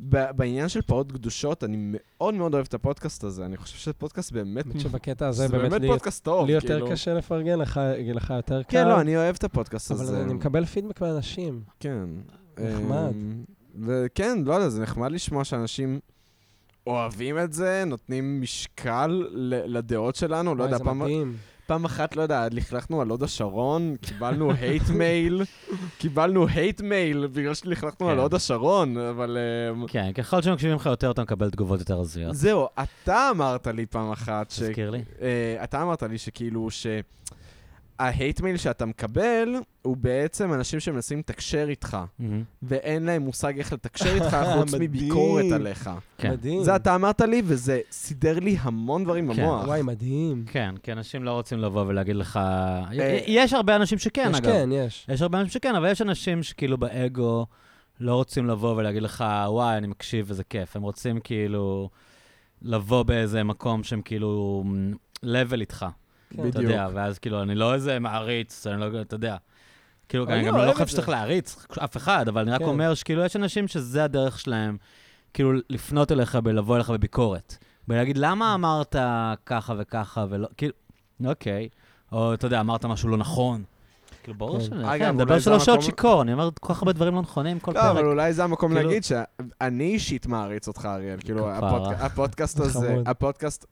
ב- בעניין של פרות קדושות, אני מאוד מאוד אוהב את הפודקאסט הזה. אני חושב שזה פודקאסט באמת... (laughs) האמת שבקטע הזה זה באמת באמת לי- פודקאסט טוב, לי יותר כאילו. קשה לפרגן, לך לך יותר קל. כן, לא, אני אוהב את הפודקאסט הזה. אבל אני מקבל פידבק מאנשים. כן. נחמד. אמ, וכן, לא יודע, זה נחמד לשמוע שאנשים אוהבים את זה, נותנים משקל ל- לדעות שלנו, לא וואי, יודע, זה פעם... מדהים. פעם אחת, לא יודע, לכלכנו על הוד השרון, קיבלנו הייט (laughs) מייל, קיבלנו הייט מייל בגלל שלכלכנו על כן. הוד השרון, אבל... אמ, כן, ככל שמקשיבים לך יותר, אתה מקבל תגובות יותר הזויות. זהו, אתה אמרת לי פעם אחת, ש... תזכיר לי. אה, אתה אמרת לי שכאילו, ש... ההייט מייל שאתה מקבל, הוא בעצם אנשים שמנסים לתקשר איתך, מהמם. ואין להם מושג איך לתקשר (laughs) איתך חוץ מדהים. מביקורת עליך. כן. מדהים. זה אתה אמרת לי, וזה סידר לי המון דברים כן. במוח. וואי, מדהים. כן, כי אנשים לא רוצים לבוא ולהגיד לך... יש הרבה אנשים שכן, אה, יש, אגב. כן, יש. יש הרבה אנשים שכן, אבל יש אנשים שכאילו באגו לא רוצים לבוא ולהגיד לך, וואי, אני מקשיב וזה כיף. הם רוצים כאילו לבוא באיזה מקום שהם כאילו מ, level איתך. כן. בדיוק. אתה יודע, ואז כאילו, אני לא איזה מעריץ, אני לא, אתה יודע. כאילו, אבל אני אני גם לא אוהב חושב את זה. שצריך להעריץ אף אחד, אבל אני רק כן. אומר שכאילו, יש אנשים שזה הדרך שלהם, כאילו, לפנות אליך ולבוא אליך בביקורת. ולהגיד, למה אמרת ככה וככה ולא, כאילו, אוקיי. או, אתה יודע, אמרת משהו לא נכון. כאילו, ברור כן. שאני אגב, כן, אני אולי מדבר זה שלוש שעות המקום- שיכור, אני אומר כל כך הרבה דברים לא נכונים כל לא, אבל פרק. אולי זה המקום כאילו- להגיד שאני אישית מעריץ אותך, אריאל. כאילו, כפרה. הפודק- הפודקאסט הזה, חמוד. הפודקאסט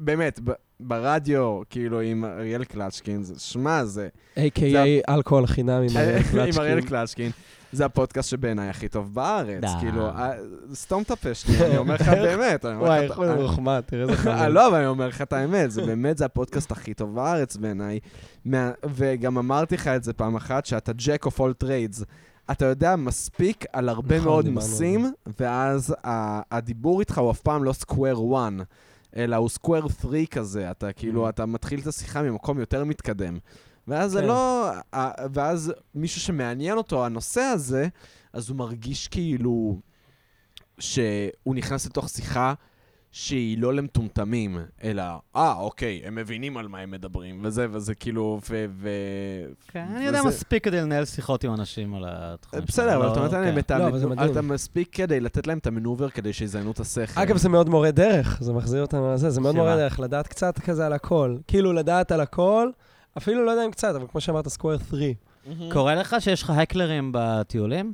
באמת, ב- ברדיו, כאילו, עם אריאל קלצ'קין, זה- שמע, זה... A.K.A. אלכוהול חינם (laughs) עם אריאל (laughs) עם אריאל קלצ'קין. קלצ'קין. זה הפודקאסט שבעיניי הכי טוב בארץ. די. כאילו, אה, סתום את הפה שלי, אני אומר לך באמת. אני אומר לך וואי, את- איך הוא מרוחמד, תראה (laughs) איזה אה, חמוד. (laughs) לא, אבל אני אומר לך את האמת, זה באמת, זה הפודקאסט הכי טוב בארץ בעיניי. מה- וגם אמרתי לך את זה פעם אחת, שאתה ג'ק אוף אול טריידס. אתה יודע מספיק על הרבה נכון, מאוד דיברנו על נושאים, ואז ה- הדיבור איתך הוא אף פעם לא סקוואר 1, אלא הוא סקוואר 3 כזה. אתה כאילו, אתה מתחיל את השיחה ממקום יותר מתקדם. ואז זה Mm. כן. לא... ה- ואז מישהו שמעניין אותו הנושא הזה, אז הוא מרגיש כאילו שהוא נכנס לתוך שיחה שהיא לא למטומטמים, אלא, אה, אוקיי, הם מבינים על מה הם מדברים, וזה, וזה כאילו, ו... ו... כן, אני יודע וזה- מספיק כדי לנהל שיחות עם אנשים על התחום. בסדר, שלהם. אבל לא- אתה נותן כן. להם את אה, לא, אבל זה המנובר, מדהים. אתה מספיק כדי לתת להם את המנובר כדי שיזיינו את השכל. כן. אגב, זה מאוד מורה דרך, זה מחזיר אותנו לזה, זה מאוד שמה? מורה דרך לדעת קצת כזה על הכל. כאילו, לדעת על הכל, אפילו לא יודע אם קצת, אבל כמו שאמרת, סקוואר 3. קורה לך שיש לך האקלרים בטיולים?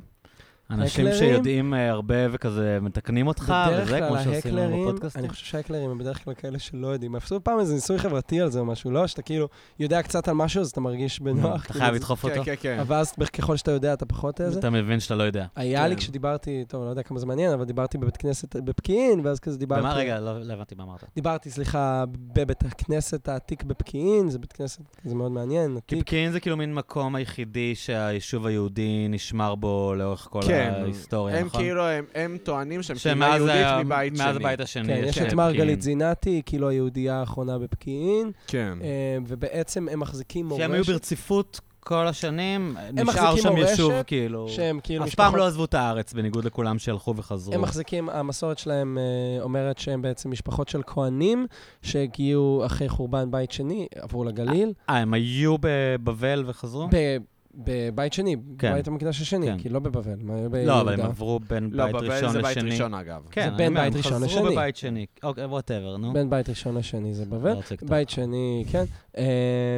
אנשים האקלרים? שיודעים אה, הרבה וכזה מתקנים אותך, וזה כמו שעושים לנו בפודקאסטים. אני חושב שההקלרים הם בדרך כלל כאלה שלא יודעים. עשו פעם איזה ניסוי חברתי על זה או משהו, לא? שאתה כאילו יודע קצת על משהו, אז אתה מרגיש בנוח. אתה כאילו, חייב זה- לדחוף כן, אותו. כן, כן. אבל אז ככל שאתה יודע, אתה פחות איזה. אתה מבין שאתה לא יודע. היה לי כן. כשדיברתי, טוב, אני לא יודע כמה זה מעניין, אבל דיברתי בבית כנסת בפקיעין, ואז כזה דיברתי... במה רגע? לא לא הבנתי מה אמרת. דיברתי, סליחה, בבית הכנסת העתיק בפקיעין, זה בית כנסת, זה מאוד מעניין, כי עתיק. פקיעין זה כאילו מין מקום היחידי שהיישוב היהודי נשמר בו לאורך כל כן. ההיסטוריה, הם נכון? כאילו, הם- הם טוענים שהם כאילו שמאז ה- יהודית מבית מאז שני. הבית השני. כן, יש את פקיעין. מרגלית זינתי, כאילו היהודייה האחרונה בפקיעין, כן. אה, ובעצם הם מחזיקים שהם היו מורשת, ברציפות כל השנים, נשאר מחזיקים שם יישוב מורשת כאילו... שהם כאילו אף פעם משפחות- לא עזבו את הארץ, בניגוד לכולם שהלכו וחזרו. הם מחזיקים, המסורת שלהם אה, אומרת שהם בעצם משפחות של כהנים שהגיעו אחרי חורבן בית שני, עברו לגליל. אה, הם היו בבבל וחזרו? ב- בבית שני, כן. בבית המקדש השני, כן. כי לא בבבל, הם היו ביהודה. לא, אבל הם עברו בין לא, בית בבל ראשון זה בית לשני. ראשון, אגב. כן, זה אני בין אומר, בית הם ראשון חזרו לשני. בבית שני. אוקיי, וואטאבר, נו. בין בית ראשון לשני זה לא בבל. רוצה כתב. בית שני, כן. אה,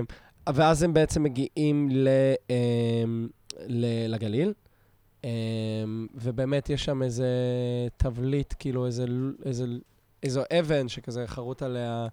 ואז הם בעצם מגיעים ל, אה, ל, לגליל, אה, ובאמת יש שם איזה תבליט, כאילו איזה, ל- איזה, איזו אבן שכזה חרוט עליה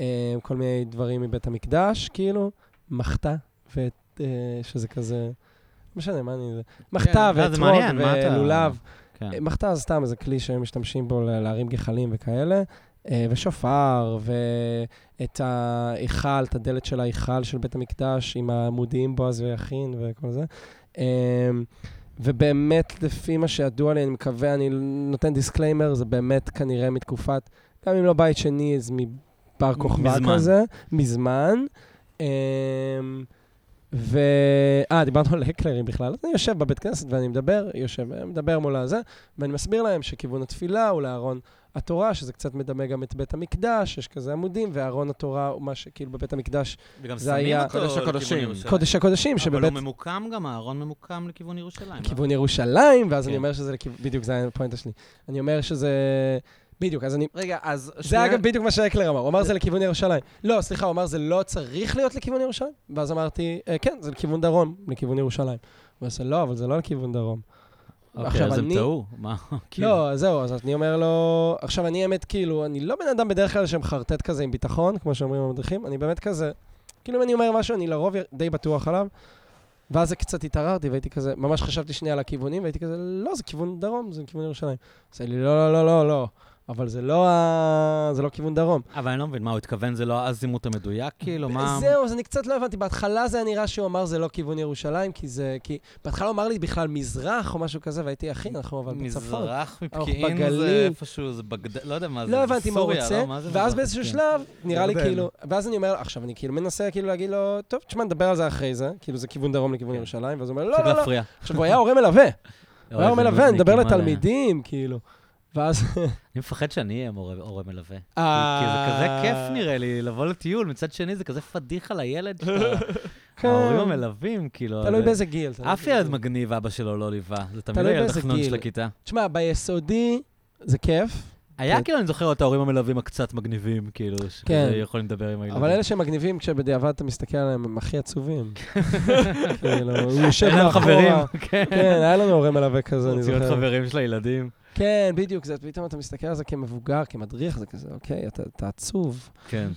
אה, כל מיני דברים מבית המקדש, כאילו, מחתה, ו, אה, שזה כזה... לא משנה, מה אני... מחתה לא, זה ואתרוג מעניין, מה אתה- ולולב. כן. אה, מחטא זה סתם איזה כלי שהם משתמשים בו ל- להרים גחלים וכאלה, אה, ושופר, ואת ההיכל, את הדלת של ההיכל של בית המקדש, עם העמודים בועז ויכין וכל זה. אה, ובאמת, לפי מה שידוע לי, אני מקווה, אני נותן דיסקליימר, זה באמת כנראה מתקופת, גם אם לא בית שני, אז מבר כוכבא מזמן. כזה, מזמן. אה, ו... אה, דיברנו על הקלרים בכלל. אז אני יושב בבית כנסת ואני מדבר, יושב, מדבר מול הזה, ואני מסביר להם שכיוון התפילה הוא לארון התורה, שזה קצת מדמה גם את בית המקדש, יש כזה עמודים, וארון התורה הוא מה שכאילו בבית המקדש, וגם זה שמים היה- אותו קודש לכיוון הקודשים. ירושלים. קודש הקודשים, אבל הוא שבבית... ממוקם גם, הארון ממוקם לכיוון ירושלים. לא? לכיוון ירושלים, ואז כן. אני אומר שזה... לכיו- בדיוק, זה הפואנטה שלי. אני אומר שזה... בדיוק, אז אני... רגע, אז... זה אגב בדיוק מה שאקלר אמר, הוא אמר זה לכיוון ירושלים. לא, סליחה, הוא אמר זה לא צריך להיות לכיוון ירושלים, ואז אמרתי, "אה, כן, זה לכיוון דרום, לכיוון ירושלים. הוא עושה, לא, אבל זה לא לכיוון דרום. אוקיי, עכשיו אז הם אני- טעו. מה? כאילו, לא, זהו, אז אני אומר לו, עכשיו אני אמת, כאילו, אני לא בן אדם בדרך כלל שמחרטט כזה עם ביטחון, כמו שאומרים המדריכים, אני באמת כזה, כאילו אם אני אומר משהו, אני לרוב י- די בטוח עליו, ואז קצת התערערתי והייתי כזה, ממש חשבתי שנייה על הכיוונים, והייתי כזה, לא, זה כיוון דרום, זה כיוון ירושלים. אז לי, לא, לא, לא, לא, לא, אבל זה לא, ה- זה לא כיוון דרום. אבל אני לא מבין, מה, הוא התכוון זה לא האזימות המדויק, כאילו, מה... זהו, אז אני קצת לא הבנתי. בהתחלה זה היה נראה שהוא אמר זה לא כיוון ירושלים, כי זה... כי בהתחלה הוא אמר לי בכלל מזרח או משהו כזה, והייתי, אחי, אנחנו אבל בצפון. מזרח אנחנו מפקיעין זה בגליל. איפשהו, זה בגד... לא יודע מה זה, לא זה הבנתי מה הוא סוריה, רוצה, לא? מה זה ואז מזרח? באיזשהו כן. שלב, נראה לי ירדן. כאילו, ואז אני אומר, עכשיו אני כאילו מנסה כאילו להגיד לו, טוב, תשמע, נדבר על זה אחרי זה, כאילו זה כיוון דרום לכיוון כן. ירושלים, ואז הוא אומר, צריך לא, לא, לא, להפריע. עכשיו הוא היה הורה (laughs) מלווה, הוא היה אוי, הורה זה מלווה, אני מדבר נודניקים, מה זה? לתלמידים, כאילו, ואז... אני מפחד שאני אהיה מורה הורה מלווה. כי זה אה, כזה כיף נראה לי לבוא לטיול, מצד שני זה כזה פדיחה (laughs) לילד שאתה... ההורים המלווים, כאילו... כן. תלוי זה- באיזה גיל. תלוי אף באיזה ילד גיל. מגניב אבא שלו לא ליווה, זה תמיד תלוי הילד באיזה החנון של גיל. הכיתה. תשמע, ביסודי זה כיף, היה כן. כאילו, אני זוכר את ההורים המלווים הקצת מגניבים, כאילו, שכזה כן. יכולים לדבר עם הילדים. אבל (laughs) אלה שמגניבים, כשבדיעבד אתה מסתכל עליהם, הם הכי עצובים. כאילו, הוא יושב אין להם מאחורה. חברים, כן. כן, היה לנו הורה מלווה כזה, אני רוצים להיות זוכר. חברים של הילדים. כן, בדיוק, זה, פתאום אתה מסתכל על זה כמבוגר, כמדריך, זה כזה, אוקיי, אתה, אתה עצוב. כן.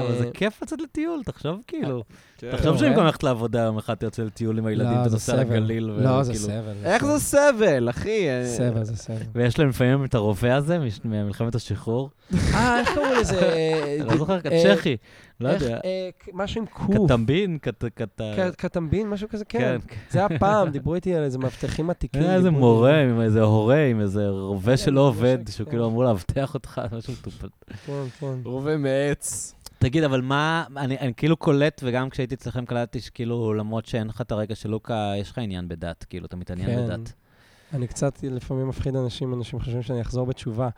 אבל זה כיף לצאת לטיול, תחשוב כאילו. כן. תחשוב כן. שבמקום ללכת לעבודה יום אחד אתה יוצא לטיול עם הילדים, לא, אתה זה נוסע סבל. לגליל. לא, זה וכאילו- סבל. איך זה סבל, אחי? אה, סבל, זה סבל. ויש להם לפעמים את הרופא הזה מש- ממלחמת השחרור. אה, איך קראו (laughs) לזה? אה, אני די- לא זוכר, אה, צ'כי, לא איך, יודע. אה, ק- משהו עם קוף. קטמבין, קט... קט- ק- קטמבין, משהו כזה, כן. כן. זה היה פעם, דיברו איתי על איזה מאבטחים עתיקים. היה איזה דיברו- מורה, עם איזה הורה, עם איזה רובה שלא עובד, כן. שהוא כאילו אמור לאבטח אותך, (laughs) משהו מטופל. כן, כן. רובה מעץ. תגיד, אבל מה, אני, אני כאילו קולט, וגם כשהייתי אצלכם קלטתי שכאילו, למרות שאין לך את הרקע של לוקה, יש לך עניין בדת, כאילו, אתה מתעניין כן. בדת. אני קצת לפעמים מפחיד אנשים, אנשים חושבים שאני אחזור בתשובה.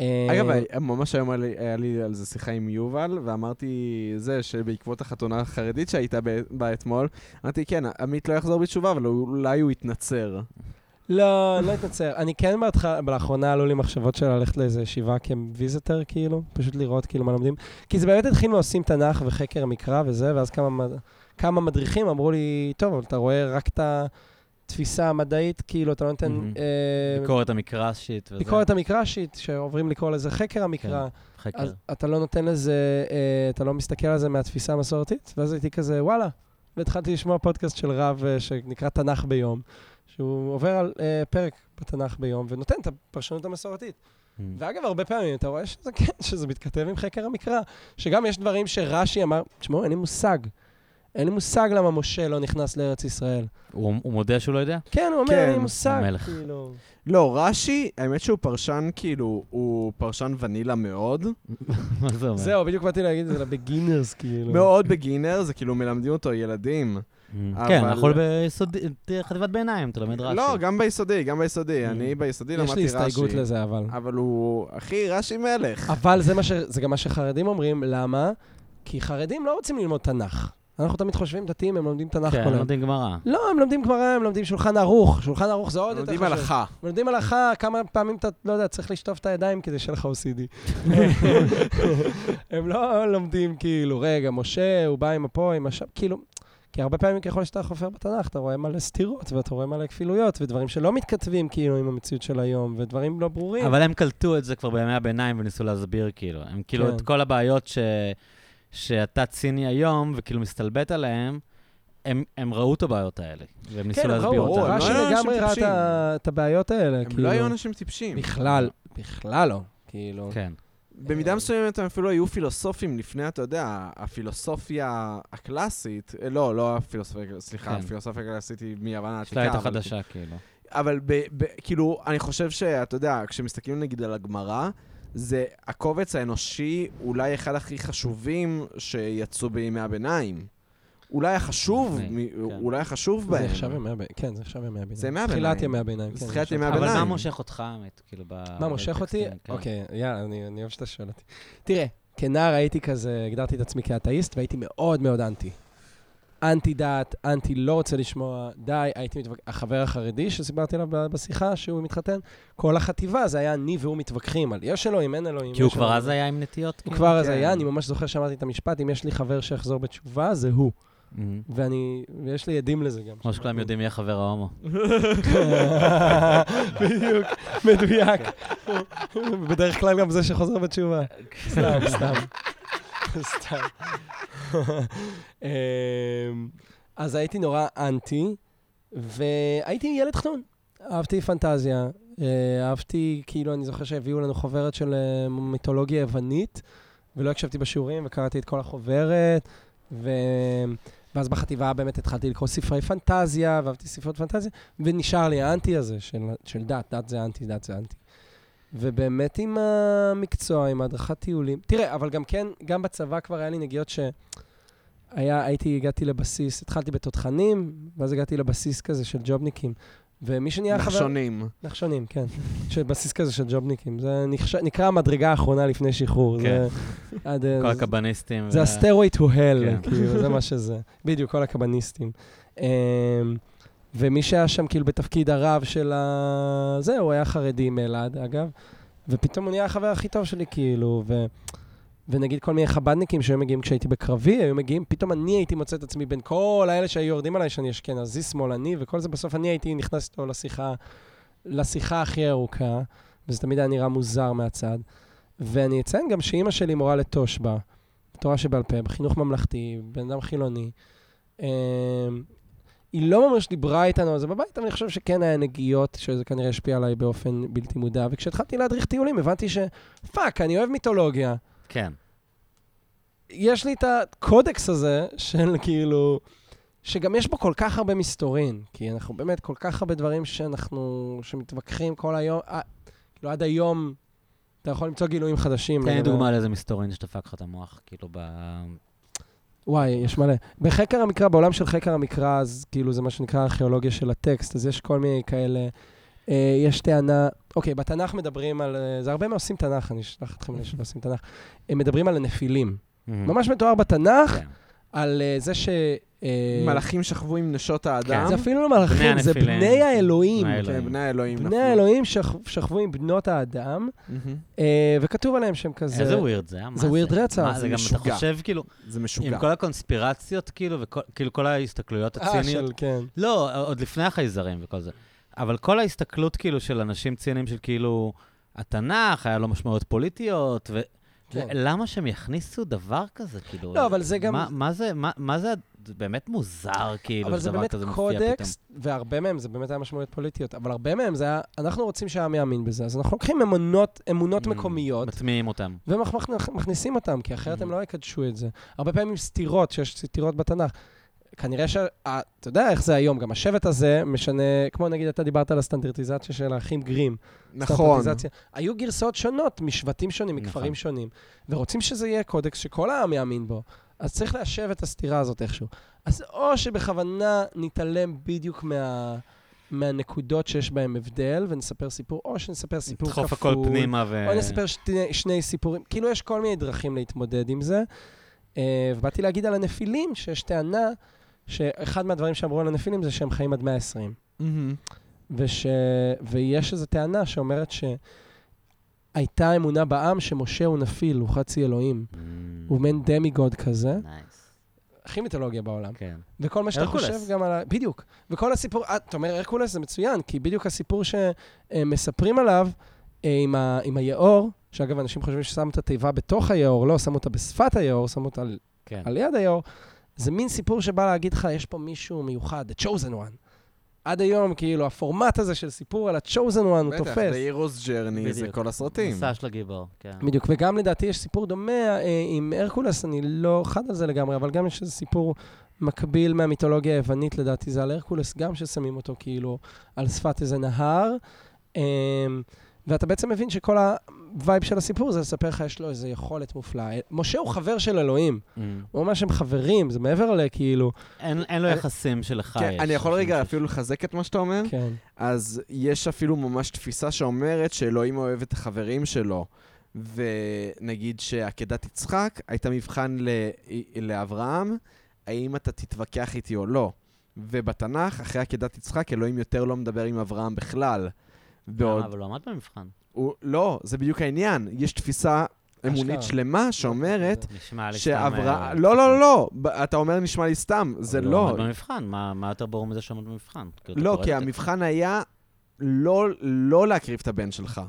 אה, אגב, ה- ממש היום היה לי- היה לי על זה שיחה עם יובל, ואמרתי זה שבעקבות החתונה החרדית שהייתה ב- בה אתמול, אמרתי, כן, עמית לא יחזור בתשובה, אבל אולי הוא יתנצר. לא, לא אתנצר. אני כן בהתחלה, לאחרונה עלו לי מחשבות של ללכת לאיזה ישיבה כוויזיטר, כאילו, פשוט לראות כאילו מה לומדים. כי זה באמת התחיל מעושים תנ"ך וחקר המקרא וזה, ואז כמה, מד- כמה מדריכים אמרו לי, טוב, אבל אתה רואה רק את התפיסה המדעית, כאילו, אתה לא נותן... מהמם. אה, ביקורת המקרא שיט וזה. ביקורת המקרא שיט, שעוברים לקרוא לזה חקר המקרא, חקר. אז אתה לא נותן לזה, אה, אתה לא מסתכל על זה מהתפיסה המסורתית, ואז הייתי כזה, וואלה. והתחלתי לשמוע פודקאסט של רב אה, שנקרא תנ"ך ביום, שהוא עובר על אה, פרק בתנ"ך ביום ונותן את הפרשנות המסורתית. Mm. ואגב, הרבה פעמים אתה רואה שזה כן, שזה מתכתב עם חקר המקרא, שגם יש דברים שרש"י אמר, תשמעו, אין לי מושג. אין לי מושג למה משה לא נכנס לארץ ישראל. הוא הוא מודה שהוא לא יודע? כן, הוא אומר, כן, אין לי מושג. המלך. כאילו... לא, רש"י, האמת שהוא פרשן, כאילו, הוא פרשן ונילה מאוד. (laughs) מה זה אומר? זהו, בדיוק באתי להגיד את זה לבגינרס, כאילו. מאוד בגינר, זה כאילו מלמדים אותו ילדים. Mm. כן, אבל- אנחנו ביסודי, ת- חטיבת ביניים, תלמד רש"י. לא, גם ביסודי, גם ביסודי. Mm. אני ביסודי יש לי למדתי רש"י. הסתייגות לזה, אבל. אבל הוא, אחי, רש"י מלך. אבל זה, מה ש... זה גם מה שחרדים אומרים, למה? כי חרדים לא רוצים ללמוד תנ"ך. אנחנו תמיד חושבים דתיים, הם לומדים תנ"ך כן, כל היום. לומדים גמרא. לא, הם לומדים גמרא, הם לומדים שולחן ערוך. שולחן ערוך זה עוד יותר לומדים חשוב. הלכה. הם לומדים הלכה, כמה פעמים אתה, לא יודע, צריך לשטוף את הידיים כדי שיהיה לך OCD. הם לא לומדים כאילו, רגע, משה, הוא בא עם הפה, עם השם, כאילו... כי הרבה פעמים ככל שאתה חופר בתנ"ך, אתה רואה מלא סתירות, ואתה רואה מלא כפילויות, ודברים שלא מתכתבים כאילו עם המציאות של היום, ודברים לא ברורים. אבל הם קלטו את זה כבר בימי הביניים וניסו להסביר, כאילו. הם כאילו, כן. את כל הבעיות ש... שאתה ציני היום, וכאילו מסתלבט עליהם, הם, הם ראו את הבעיות האלה, והם ניסו כן, הם להסביר ראו, ברור, אותן. הם רש"י לא היו אנשים לגמרי ראה את טיפשים. ה- את הבעיות האלה, הם כאילו. לא היו אנשים טיפשים. בכלל, בכלל לא, כאילו. כן. במידה אה. מסוימת הם אפילו היו פילוסופים לפני, אתה יודע, הפילוסופיה הקלאסית, אה, לא, לא הפילוסופיה, סליחה, כן. הפילוסופיה הקלאסית היא מיוון יש לה העתיקה. הייתה אבל- חדשה, כאילו. אבל ב, ב, כאילו, אני חושב שאתה יודע, כשמסתכלים נגיד על הגמרא, זה הקובץ האנושי אולי אחד הכי חשובים שיצאו בימי הביניים. אולי החשוב, כן. מ- אולי החשוב זה בהם. נחשב ימי הביניים. כן, זה נחשב ימי הביניים. זה ימי הביניים. תחילת ימי הביניים, כן. תחילת נחשב. ימי אבל מה הביניים. מושך אותך, האמת? כאילו, ב... מה מושך אותי? בטקסטים, כן. אוקיי, יאללה, אני אני אוהב שאתה שואל אותי. תראה, כנער הייתי כזה, הגדרתי את עצמי כאתאיסט, והייתי מאוד מאוד אנטי. אנטי דת, אנטי לא רוצה לשמוע, די, הייתי מתווכח. החבר החרדי שסיפרתי עליו ב- בשיחה, שהוא מתחתן, כל החטיבה זה היה אני והוא מתווכחים על יש אלוהים, אין אלוהים. כי הוא יש כבר אלוהים. אז היה עם נטיות? הוא כאילו? כבר אז כן. היה, אני ממש זוכר שאמרתי את המשפט, אם יש לי חבר שיחזור בתשובה, זה הוא. אמ. ואני, ויש לי עדים לזה גם. כמו שכולם יודעים מי החבר ההומו. (laughs) בדיוק, מדויק. בדרך כלל גם זה שחוזר בתשובה. (laughs) סתם, סתם. סתם. (laughs) אמ, אז הייתי נורא אנטי, והייתי ילד חנון. אהבתי פנטזיה, אה, אהבתי, כאילו, אני זוכר שהביאו לנו חוברת של אה, מיתולוגיה יוונית, ולא הקשבתי בשיעורים, וקראתי את כל החוברת, ו... ואז בחטיבה באמת התחלתי לקרוא ספרי פנטזיה, ואהבתי ספרות פנטזיה, ונשאר לי האנטי הזה של, של דת, דת זה אנטי, דת זה אנטי. ובאמת עם המקצוע, עם הדרכת טיולים. תראה, אבל גם כן, גם בצבא כבר היה לי נגיעות ש... היה, הייתי, הגעתי לבסיס, התחלתי בתותחנים, ואז הגעתי לבסיס כזה של ג'ובניקים. ומי שנהיה חבר... נחשונים. נחשונים, כן. של בסיס כזה של ג'ובניקים. זה נחש... נקרא המדרגה האחרונה לפני שחרור. כן. זה... עד, אה, כל זה- הקבניסטים. זה ו- ה-stairway to כן. hell, כאילו, זה מה (laughs) שזה. בדיוק, כל הקבניסטים. אמ, ומי שהיה שם כאילו בתפקיד הרב של ה... זה, הוא היה חרדי מאלעד, אגב. ופתאום הוא נהיה החבר הכי טוב שלי, כאילו, ו... ונגיד כל מיני חבדניקים שהיו מגיעים כשהייתי בקרבי, היו מגיעים, פתאום אני הייתי מוצא את עצמי בין כל האלה שהיו יורדים עליי שאני אשכנזי, שמאלני, וכל זה, בסוף אני הייתי נכנס איתו לשיחה לשיחה הכי ארוכה, וזה תמיד היה נראה מוזר מהצד. ואני אציין גם שאימא שלי מורה לתושב"ע, תורה שבעל פה, בחינוך ממלכתי, בן אדם חילוני. אמ, היא לא ממש דיברה איתנו על זה בבית, אבל אני חושב שכן היה נגיעות, שזה כנראה השפיע עליי באופן בלתי מודע. וכשהתחלתי להדריך טיולים, הבנתי ש... פאק, אני אוהב מיתולוגיה. כן. יש לי את הקודקס הזה של כאילו, שגם יש בו כל כך הרבה מסתורין, כי אנחנו באמת כל כך הרבה דברים שאנחנו, שמתווכחים כל היום, אה, כאילו עד היום אתה יכול למצוא גילויים חדשים. תן לי לגבי- דוגמה לאיזה מסתורין שדפק לך את המוח, כאילו ב... וואי, יש מלא. בחקר המקרא, בעולם של חקר המקרא, אז כאילו זה מה שנקרא ארכיאולוגיה של הטקסט, אז יש כל מיני כאלה. אה, יש טענה, אוקיי, בתנ"ך מדברים על, אה, זה הרבה מעושים תנ"ך, אני אשלח אתכם לאלה שלא עושים תנ"ך. הם מדברים על הנפילים. ממש מתואר בתנ"ך, Mm. כן. על אה, זה ש... אה, מלאכים שכבו עם נשות האדם. זה אפילו לא מלאכים, זה הנפילים. בני האלוהים. בני האלוהים. נכון. כן, בני האלוהים. בני נפלו. האלוהים שכב- שכבו עם בנות האדם, מהמם. אה, וכתוב עליהם שהם כזה... איזה ווירד זה, אה? מה זה ווירד רצח, מה, זה זה גם, אתה משוגע. חושב, כאילו, זה עם משוגע. כל הקונספירציות, כאילו, וכאילו כל ההסתכלויות אה, של, הציניות. כן. לא, עוד לפני החייזרים וכל זה. אבל כל ההסתכלות, כאילו, של אנשים ציניים, של כאילו, התנ"ך, היה לו משמעויות פוליטיות, ו... כן. למה שהם יכניסו דבר כזה, כאילו? לא, אבל זה גם- מה, מה זה, מה, מה זה, זה באמת מוזר, כאילו, אבל זה שדבר באמת כזה מופיע קודקס, והרבה מהם, זה באמת היה משמעויות פוליטיות, אבל הרבה מהם זה היה, אנחנו רוצים שהעם יאמין בזה, אז אנחנו לוקחים אמונות, אמונות פתאום. מקומיות, Mm, מטמיעים אותם. ומכניסים אותם, כי אחרת הם Mm. לא יקדשו את זה. הרבה פעמים סתירות, שיש סתירות בתנ"ך. כנראה ש... אה, אתה יודע איך זה היום, גם השבט הזה משנה, כמו נגיד אתה דיברת על הסטנדרטיזציה של האחים גרים. נכון. סטנדרטיזציה. היו גרסאות שונות משבטים שונים, מכפרים נכון. שונים, ורוצים שזה יהיה קודקס שכל העם יאמין בו, אז צריך ליישב את הסתירה הזאת איכשהו. אז או שבכוונה נתעלם בדיוק מה... מהנקודות שיש בהן הבדל, ונספר סיפור, או שנספר סיפור כפול. דחוף הכל אה, פנימה ו... או נספר שני, שני סיפורים. כאילו, יש כל מיני דרכים להתמודד עם זה. אה, ובאתי להגיד על הנפילים, שיש טענה שאחד מהדברים שאמרו על הנפילים זה שהם חיים עד 120. מהמם. וש... ויש איזו טענה שאומרת שהייתה אמונה בעם שמשה הוא נפיל, הוא חצי אלוהים. Mm, הוא מעין דמיגוד כזה, נייס, הכי מיתולוגיה בעולם. כן. וכל מה שאתה הרקולס. חושב גם על ה... בדיוק. וכל הסיפור, אה, אתה אומר הרקולס זה מצוין, כי בדיוק הסיפור שמספרים עליו אה, עם, ה... עם היאור, שאגב, אנשים חושבים ששמו את התיבה בתוך היאור, לא, שמו אותה בשפת היאור, שמו אותה על, כן. על יד היאור. זה מין סיפור שבא להגיד לך, יש פה מישהו מיוחד, the chosen one. עד היום, כאילו, הפורמט הזה של סיפור על ה-chosen one הוא בטח, תופס. זה הירוס ג'רני, זה בדיוק. כל הסרטים. מסע של הגיבור, כן. בדיוק, וגם לדעתי יש סיפור דומה אה, עם הרקולס, אני לא חד על זה לגמרי, אבל גם יש איזה סיפור מקביל מהמיתולוגיה היוונית, לדעתי זה על הרקולס, גם ששמים אותו כאילו על שפת איזה נהר. אה, ואתה בעצם מבין שכל הווייב של הסיפור זה לספר לך, יש לו איזו יכולת מופלאה. אה, משה הוא חבר של אלוהים, Mm. הוא ממש הם חברים, זה מעבר כאילו, לכאילו, אין אין לו אני- יחסים אה, שלך יש. כן, אני יכול יחסים רגע של- אפילו לחזק את מה שאתה אומר? כן. אז יש אפילו ממש תפיסה שאומרת שאלוהים אוהב את החברים שלו. ונגיד שעקדת יצחק הייתה מבחן ל... לאברהם, האם אתה תתווכח איתי או לא. ובתנ"ך, אחרי עקדת יצחק, אלוהים יותר לא מדבר עם אברהם בכלל. למה? בעוד... אה, אבל הוא עמד במבחן. הוא... לא, זה בדיוק העניין. יש תפיסה אמונית אשכרה. שלמה שאומרת נשמע לי סתם... אה, שאברהם... לא, לא, לא, ב- אתה אומר נשמע לי סתם, זה אבל הוא לא. עמד במבחן, מה מה יותר ברור מזה שהוא עמד במבחן? כאילו, אתה לא, קורא כי את זה. המבחן היה לא, לא להקריב את הבן שלך.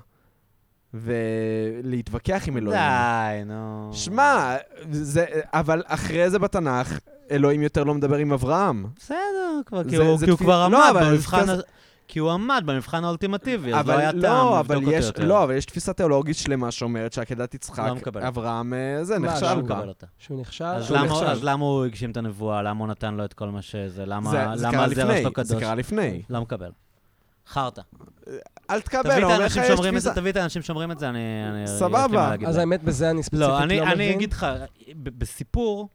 ולהתווכח עם אלוהים. די, נו. שמע, זה, אבל אחרי זה בתנ"ך, אלוהים יותר לא מדבר עם אברהם. בסדר, כבר, כי זה- הוא זה כי הוא תפי- כבר לא, עמד אבל במבחן... תפיסה- הזה- כי הוא עמד במבחן האולטימטיבי, אז לא אבל היה לא, טעם אבל לבדוק יש, אותו יותר. לא, אבל יש תפיסה תיאולוגית שלמה שאומרת שעקדת יצחק, לא מקבל. אברהם, אה, זה מה, נכשל לא שהוא בה. מקבל אותה. שהוא נכשל. אז שהוא למה- נכשל. למה- אז למה הוא הגשים את הנבואה? למה הוא נתן לו את כל מה שזה? זה- למה זה למה קרה הזרע שלו לפני, זה קדוש? קרה לפני. לא מקבל. חרטא. אל תביא תקבל, את הוא אומר לך האנשים יש שאומרים את זה, תפיסה. תביא את האנשים שאומרים את זה, אני... אני- יש לי סבבה. מה להגיד אז להם. האמת, בזה אני ספציפית לא לא, מבין. אני, אני אגיד לך, ב- בסיפור,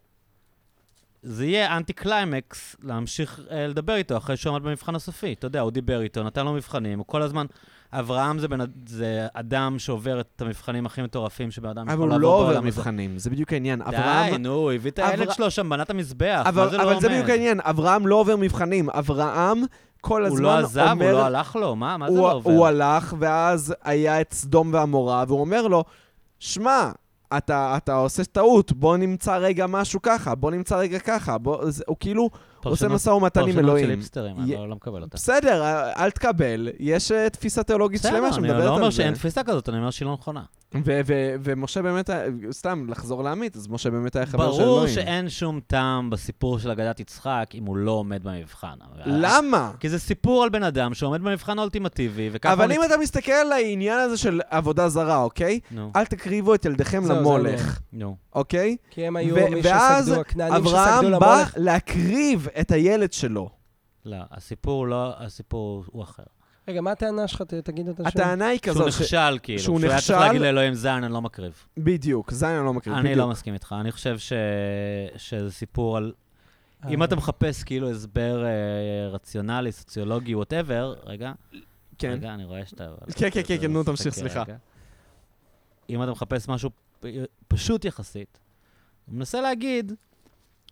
זה יהיה אנטי קליימקס להמשיך אה, לדבר איתו אחרי שהוא עמד במבחן הסופי. אתה יודע, הוא דיבר איתו, נתן לו מבחנים, הוא כל הזמן... אברהם זה, בן, אד- זה אדם שעובר את המבחנים הכי מטורפים שבן אדם אבל יכול הוא לא לעבור עובר בעולם הזה. מבחנים, זה בדיוק העניין. די, אברהם, נו, הוא הביא את הילד אברהם- שלו שם, בנה את המזבח, מה אבל, זה זה לא עומד? אבל זה בדיוק העניין, אברהם לא עובר מבחנים. אברהם כל הזמן הוא לא עזב, אומר... הוא לא הלך לו, מה, מה זה הוא, לא עובר? הוא הלך, ואז היה את סדום ועמורה, והוא אומר לו, שמע, אתה, אתה עושה טעות, בוא נמצא רגע משהו ככה, בוא נמצא רגע ככה, בוא, זה, הוא כאילו עושה פרשנות- משא ומתן עם פרשנות של אלוהים. היפסטרים, י- אני לא לא מקבל אותה. בסדר, אה, אל תקבל, יש אה, תפיסה תיאולוגית שלמה בסדר, שמדברת אני על זה. לא אומר שאין תפיסה כזאת, אני אומר שהיא לא נכונה. ו- ו- ומשה באמת, היה- סתם, לחזור לעמית, אז משה באמת היה חבר של ברור אלוהים. שאין שום טעם בסיפור של אגדת יצחק אם הוא לא עומד במבחן. למה? כי זה סיפור על בן אדם שעומד במבחן האולטימטיבי, וככה... אבל הוא אם נת- אתה מסתכל על העניין הזה של עבודה זרה, אוקיי? נו, אל תקריבו את ילדיכם זהו, זה לא למולך, נו. אוקיי? כי הם היו ו- מי ואז שסגדו, הכנענים שסגדו אברהם בא למולך. להקריב את הילד שלו. לא, הסיפור לא... הסיפור הוא אחר. רגע, מה הטענה שלך? ת- תגיד אותה שוב. הטענה היא שהוא כזו, ש- נכשל, כאילו. שהוא שהוא היה צריך נכשל- להגיד לאלוהים זין, אני לא מקריב. בדיוק, זין אני לא מקריב, אני לא בדיוק. מסכים איתך. אני חושב ש- שזה סיפור על... אה, אה. אם אתה מחפש כאילו הסבר אה, רציונלי, סוציולוגי, וואטאבר, רגע, כן. רגע, אני רואה שאתה... כן, כן, כן, כן, נו, תסתכל תמשיך, סליחה. רגע. אם אתה מחפש משהו פ- פשוט יחסית, הוא מנסה להגיד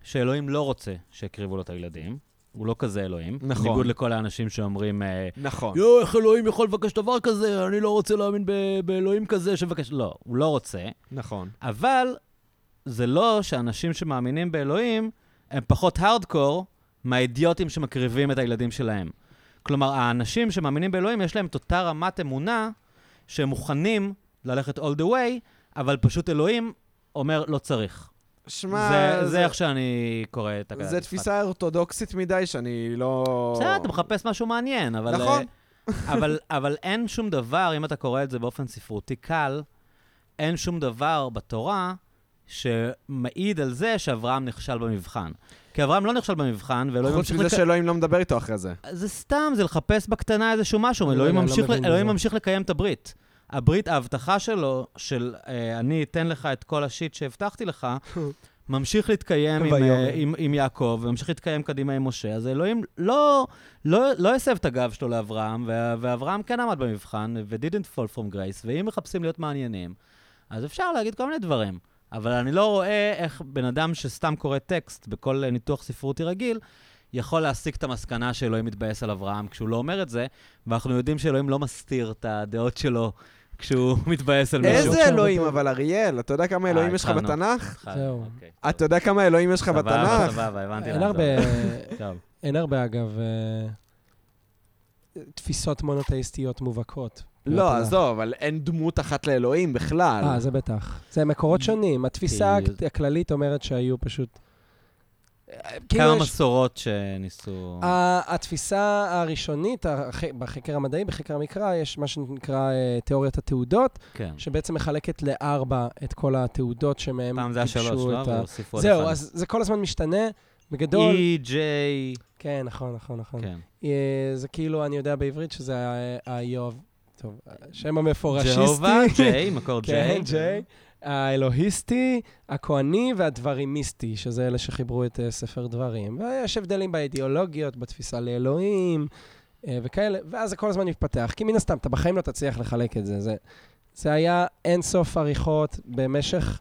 שאלוהים לא רוצה שיקריבו לו את הילדים, הוא לא כזה אלוהים. נכון. בניגוד לכל האנשים שאומרים, אה, נכון. יואו, איך אלוהים יכול לבקש דבר כזה? אני לא רוצה להאמין ב- באלוהים כזה שמבקש... לא, הוא לא רוצה. נכון. אבל זה לא שאנשים שמאמינים באלוהים הם פחות הארדקור מהאידיוטים שמקריבים את הילדים שלהם. כלומר, האנשים שמאמינים באלוהים, יש להם את אותה רמת אמונה שהם מוכנים ללכת all the way, אבל פשוט אלוהים אומר, לא צריך. שמע, זה, זה איך שאני קורא את הגדה. זה תפיסה אורתודוקסית מדי שאני לא... בסדר, אתה מחפש משהו מעניין, אבל... נכון. אה, אבל, אבל אין שום דבר, אם אתה קורא את זה באופן ספרותי קל, אין שום דבר בתורה שמעיד על זה שאברהם נכשל במבחן. כי אברהם לא נכשל במבחן, ואלוהים חוץ ממשיך... מזה לק... שאלוהים לא מדבר איתו אחרי זה. זה סתם, זה לחפש בקטנה איזשהו משהו. אני לא אלוהים, יודע, אני לא ממשיך, מבין ל... אלוהים בזה. ממשיך לקיים את הברית. הברית, ההבטחה שלו, של אה, אני אתן לך את כל השיט שהבטחתי (laughs) לך, ממשיך להתקיים עם, ויאמר. אה, עם, עם יעקב, וממשיך להתקיים קדימה עם משה, אז אלוהים לא, לא, לא הסב את הגב שלו לאברהם, וה- ואברהם כן עמד במבחן, ו-didn't fall from grace, ואם מחפשים להיות מעניינים, אז אפשר להגיד כל מיני דברים. אבל אני לא רואה איך בן אדם שסתם קורא טקסט בכל אה, ניתוח ספרותי רגיל, יכול להסיק את המסקנה שאלוהים מתבאס על אברהם כשהוא לא אומר את זה, ואנחנו יודעים שאלוהים לא מסתיר את הדעות שלו כשהוא (laughs) מתבאס על מישהו. אה, איזה עכשיו אלוהים, בפרק. אבל אריאל, אתה יודע כמה אלוהים יש לך התחלנו. בתנ"ך? זהו. אוקיי. אתה יודע כמה אלוהים יש לך סבבה, בתנ"ך? סבבה, הבנתי. אין לאן הרבה, זה הולך. טוב. (laughs) אין הרבה, אגב, אה, תפיסות מונותאיסטיות מובהקות. לא, בתנ"ך. עזוב, אבל אין דמות אחת לאלוהים בכלל. אה, זה בטח. זה מקורות שונים. התפיסה כי- הכללית אומרת שהיו פשוט... כאילו כמה יש- מסורות שניסו... אה, ה- התפיסה הראשונית, הח- בחקר המדעי, בחקר המקרא, יש מה שנקרא אה, תיאוריית התעודות, כן. שבעצם מחלקת לארבע את כל התעודות שמהם פעם זה היה שלוש, גיבשו לא? את אבל ה... הוסיפו עוד אחד. E זהו, אז זה כל הזמן משתנה. בגדול... E.J. כן, נכון, נכון, נכון. כן. אה, זה כאילו, אני יודע בעברית שזה ה- האיוב... טוב, השם המפורשיסטי. ג'הובה, J, מקור J. כן, ג'יי. האלוהיסטי, הכהני והדברימיסטי, שזה אלה שחיברו את אה, ספר דברים. ויש הבדלים באידיאולוגיות, בתפיסה לאלוהים אה, וכאלה, ואז זה כל הזמן מתפתח. כי מן הסתם, אתה בחיים לא תצליח לחלק את זה. זה, זה היה אינסוף עריכות במשך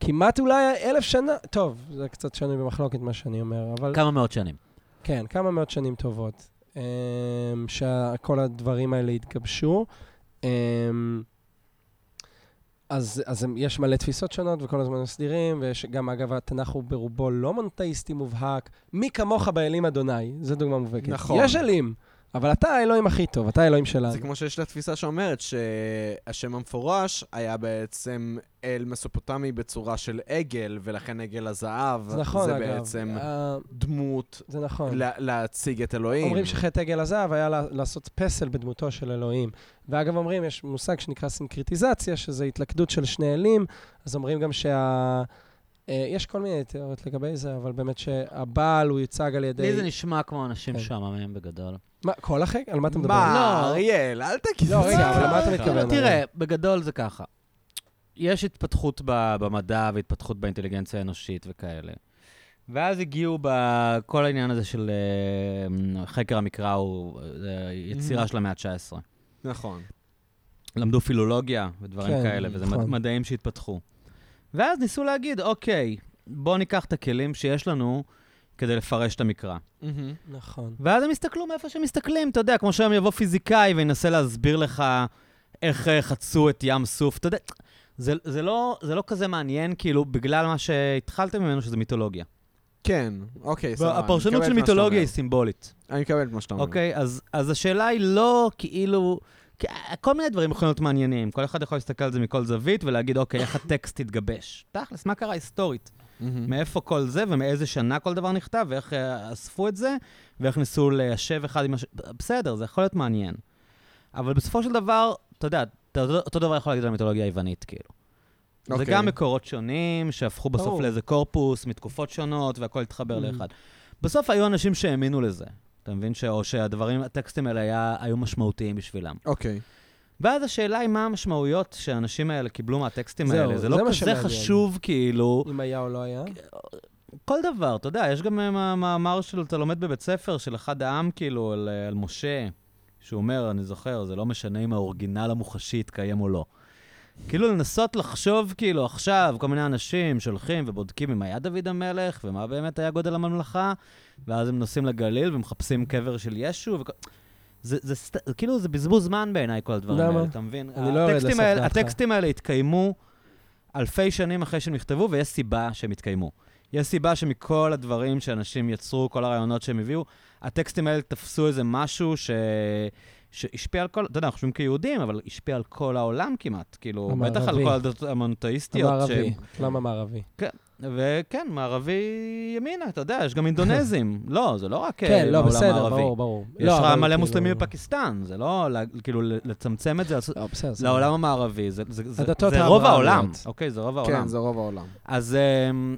כמעט אולי אלף שנה. טוב, זה קצת שנוי במחלוקת מה שאני אומר, אבל... כמה מאות שנים. כן, כמה מאות שנים טובות. אמ, שכל הדברים האלה התגבשו. אמ, אז, אז הם- יש מלא תפיסות שונות וכל הזמן מסדירים, ויש גם, אגב, התנ"ך הוא ברובו לא מונותאיסטי מובהק. מי כמוך באלים אדוני, זו דוגמה מובהקת. נכון. יש אלים, אבל אתה האלוהים הכי טוב, אתה האלוהים שלנו. זה כמו שיש לה תפיסה שאומרת שהשם המפורש היה בעצם אל מסופוטמי בצורה של עגל, ולכן עגל הזהב, זה נכון, זה אגב. בעצם אה, דמות זה נכון. לה- להציג את אלוהים. אומרים שחטא עגל הזהב היה לע- לעשות פסל בדמותו של אלוהים. ואגב, אומרים, יש מושג שנקרא סינקרטיזציה, שזה התלכדות של שני אלים, אז אומרים גם שה... אה, יש כל מיני תיאוריות לגבי זה, אבל באמת שהבעל הוא יוצג על ידי... לי זה נשמע כמו אנשים כן. משעממים בגדול. מה, כל החק? על מה אתה מדבר? מה, לא. אריאל, אל תגיד לא, את זה. רגע, אבל למה אתה כאילו, מתכוון? תראה, בגדול זה ככה. יש התפתחות ב- במדע והתפתחות באינטליגנציה האנושית וכאלה. ואז הגיעו בכל העניין הזה של אה, חקר המקרא, הוא אה, Mm. יצירה של המאה ה-19. נכון. למדו פילולוגיה ודברים כן, כן, כאלה, וזה נכון. נכון. מדעים שהתפתחו. ואז ניסו להגיד, אוקיי, בואו ניקח את הכלים שיש לנו כדי לפרש את המקרא. נכון. ואז הם יסתכלו מאיפה שהם מסתכלים, אתה יודע, כמו שהיום יבוא פיזיקאי וינסה להסביר לך איך אה, חצו את ים סוף, אתה יודע, זה, זה, לא, זה לא כזה מעניין, כאילו, בגלל מה שהתחלתם ממנו, שזה מיתולוגיה. כן, אוקיי, סבבה. אני הפרשנות מקבל של את מה שאתה מיתולוגיה היא אומר. סימבולית. אני מקבל את מה שאתה אומר. אוקיי, אז, אז השאלה היא לא כאילו... כי כל מיני דברים יכולים להיות מעניינים. כל אחד יכול להסתכל על זה מכל זווית ולהגיד, אוקיי, איך הטקסט התגבש. תכלס, מה קרה היסטורית? מהמם. מאיפה כל זה ומאיזה שנה כל דבר נכתב ואיך אה, אספו את זה ואיך ניסו ליישב אחד עם השני. בסדר, זה יכול להיות מעניין. אבל בסופו של דבר, אתה יודע, אתה אותו- אותו דבר יכול להגיד על המיתולוגיה היוונית, כאילו. זה אוקיי. גם מקורות שונים שהפכו בסוף ברור. לאיזה קורפוס מתקופות שונות והכל התחבר Mm. לאחד. בסוף היו אנשים שהאמינו לזה. אתה מבין? ש... או שהדברים, הטקסטים האלה היה, היו משמעותיים בשבילם. אוקיי. ואז השאלה היא מה המשמעויות שהאנשים האלה קיבלו מהטקסטים זהו, האלה. זה זה לא מה כזה שמעניין. חשוב, כאילו... אם היה או לא היה. כל דבר, אתה יודע, יש גם אה, מה- מאמר של, אתה לומד בבית ספר, של אחד העם, כאילו, על, אה, על משה, שהוא אומר, אני זוכר, זה לא משנה אם האורגינל המוחשי יתקיים או לא. כאילו, לנסות לחשוב, כאילו, עכשיו, כל מיני אנשים שהולכים ובודקים אם היה דוד המלך, ומה באמת היה גודל הממלכה, ואז הם נוסעים לגליל ומחפשים קבר של ישו, וכל... זה, זה, סת... כאילו, זה בזבוז זמן בעיניי, כל הדברים למה? האלה, אתה מבין? אני לא יורד הטקסטים לסוף האלה- דעתך. הטקסטים האלה התקיימו אלפי שנים אחרי שהם נכתבו, ויש סיבה שהם התקיימו. יש סיבה שמכל הדברים שאנשים יצרו, כל הרעיונות שהם הביאו, הטקסטים האלה תפסו איזה משהו ש... שהשפיע על כל, אתה יודע, אנחנו חושבים כיהודים, אבל השפיע על כל העולם כמעט. כאילו, המערבי. בטח על כל הדתות המונותאיסטיות. המערבי. שהם- למה מערבי? וכן, מערבי ימינה, אתה יודע, יש (laughs) גם אינדונזים. לא, זה לא רק אה, כן, לא, מהעולם בסדר, הערבי. ברור, ברור. יש לא, לך אבל מלא כאילו- מוסלמים בפקיסטן, זה לא, ל- כאילו, ל- לצמצם את זה לעשות- לא, בסדר. זה- לעולם המערבי, זה- זה זה- הדתות זה רוב העולם. האברהמיות. אוקיי, זה רוב העולם. כן, זה רוב העולם. אז, אמ,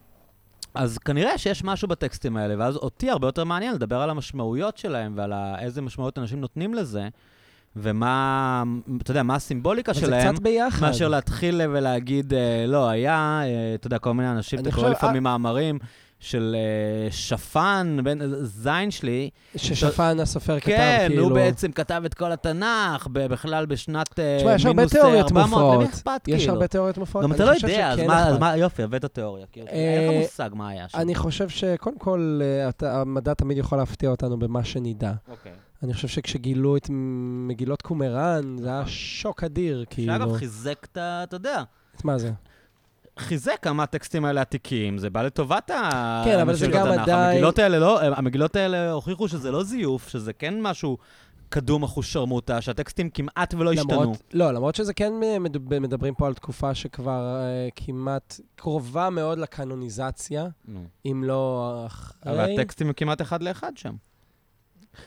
אז כנראה שיש משהו בטקסטים האלה, ואז אותי הרבה יותר מעניין לדבר על המשמעויות שלהם ועל ה- איזה משמעויות אנשים נותנים לזה, ומה, אתה יודע, מה הסימבוליקה אבל שלהם. זה קצת ביחד. מאשר להתחיל ולהגיד, אה, לא, היה, אה, אתה יודע, כל מיני אנשים, אני אתה קורא חושב, אה, לפעמים מאמרים של אה, שפן, בן זין שלי, ששפן הסופר כתב, כן, כאילו... הוא בעצם כתב את כל התנ"ך, ב- בכלל בשנת אה, תשמע, יש הרבה מינוס אה, תיאוריות 400, למי מופרעות. אכפת כאילו? יש הרבה תיאוריות מופרעות. גם אני אתה לא חושב יודע, אז שכן נכון. מה, אכפת. אז מה, יופי, הבאת תיאוריה, כאילו, אין אה, לך מושג מה היה שם. אני חושב שקודם כל, אה, אתה- המדע תמיד יכול להפתיע אותנו במה שנדע. אוקיי. אני חושב שכשגילו את מגילות קומראן, זה נכון. היה שוק אדיר, כאילו. שאגב, חיזק את ה... אתה יודע, את מה זה? חיזק כמה הטקסטים האלה עתיקים, זה בא לטובת ה- כן, אבל האנשים זה של גם התנ"ך. עדיין- המגילות האלה, לא, המגילות האלה הוכיחו שזה לא זיוף, שזה כן משהו קדום אחוש שרמוטה, שהטקסטים כמעט ולא השתנו. למרות, לא, למרות שזה כן אה, מדוב- מדברים פה על תקופה שכבר אה, כמעט קרובה מאוד לקנוניזציה, נו, אם לא אבל אחרי. הטקסטים הם כמעט אחד לאחד שם.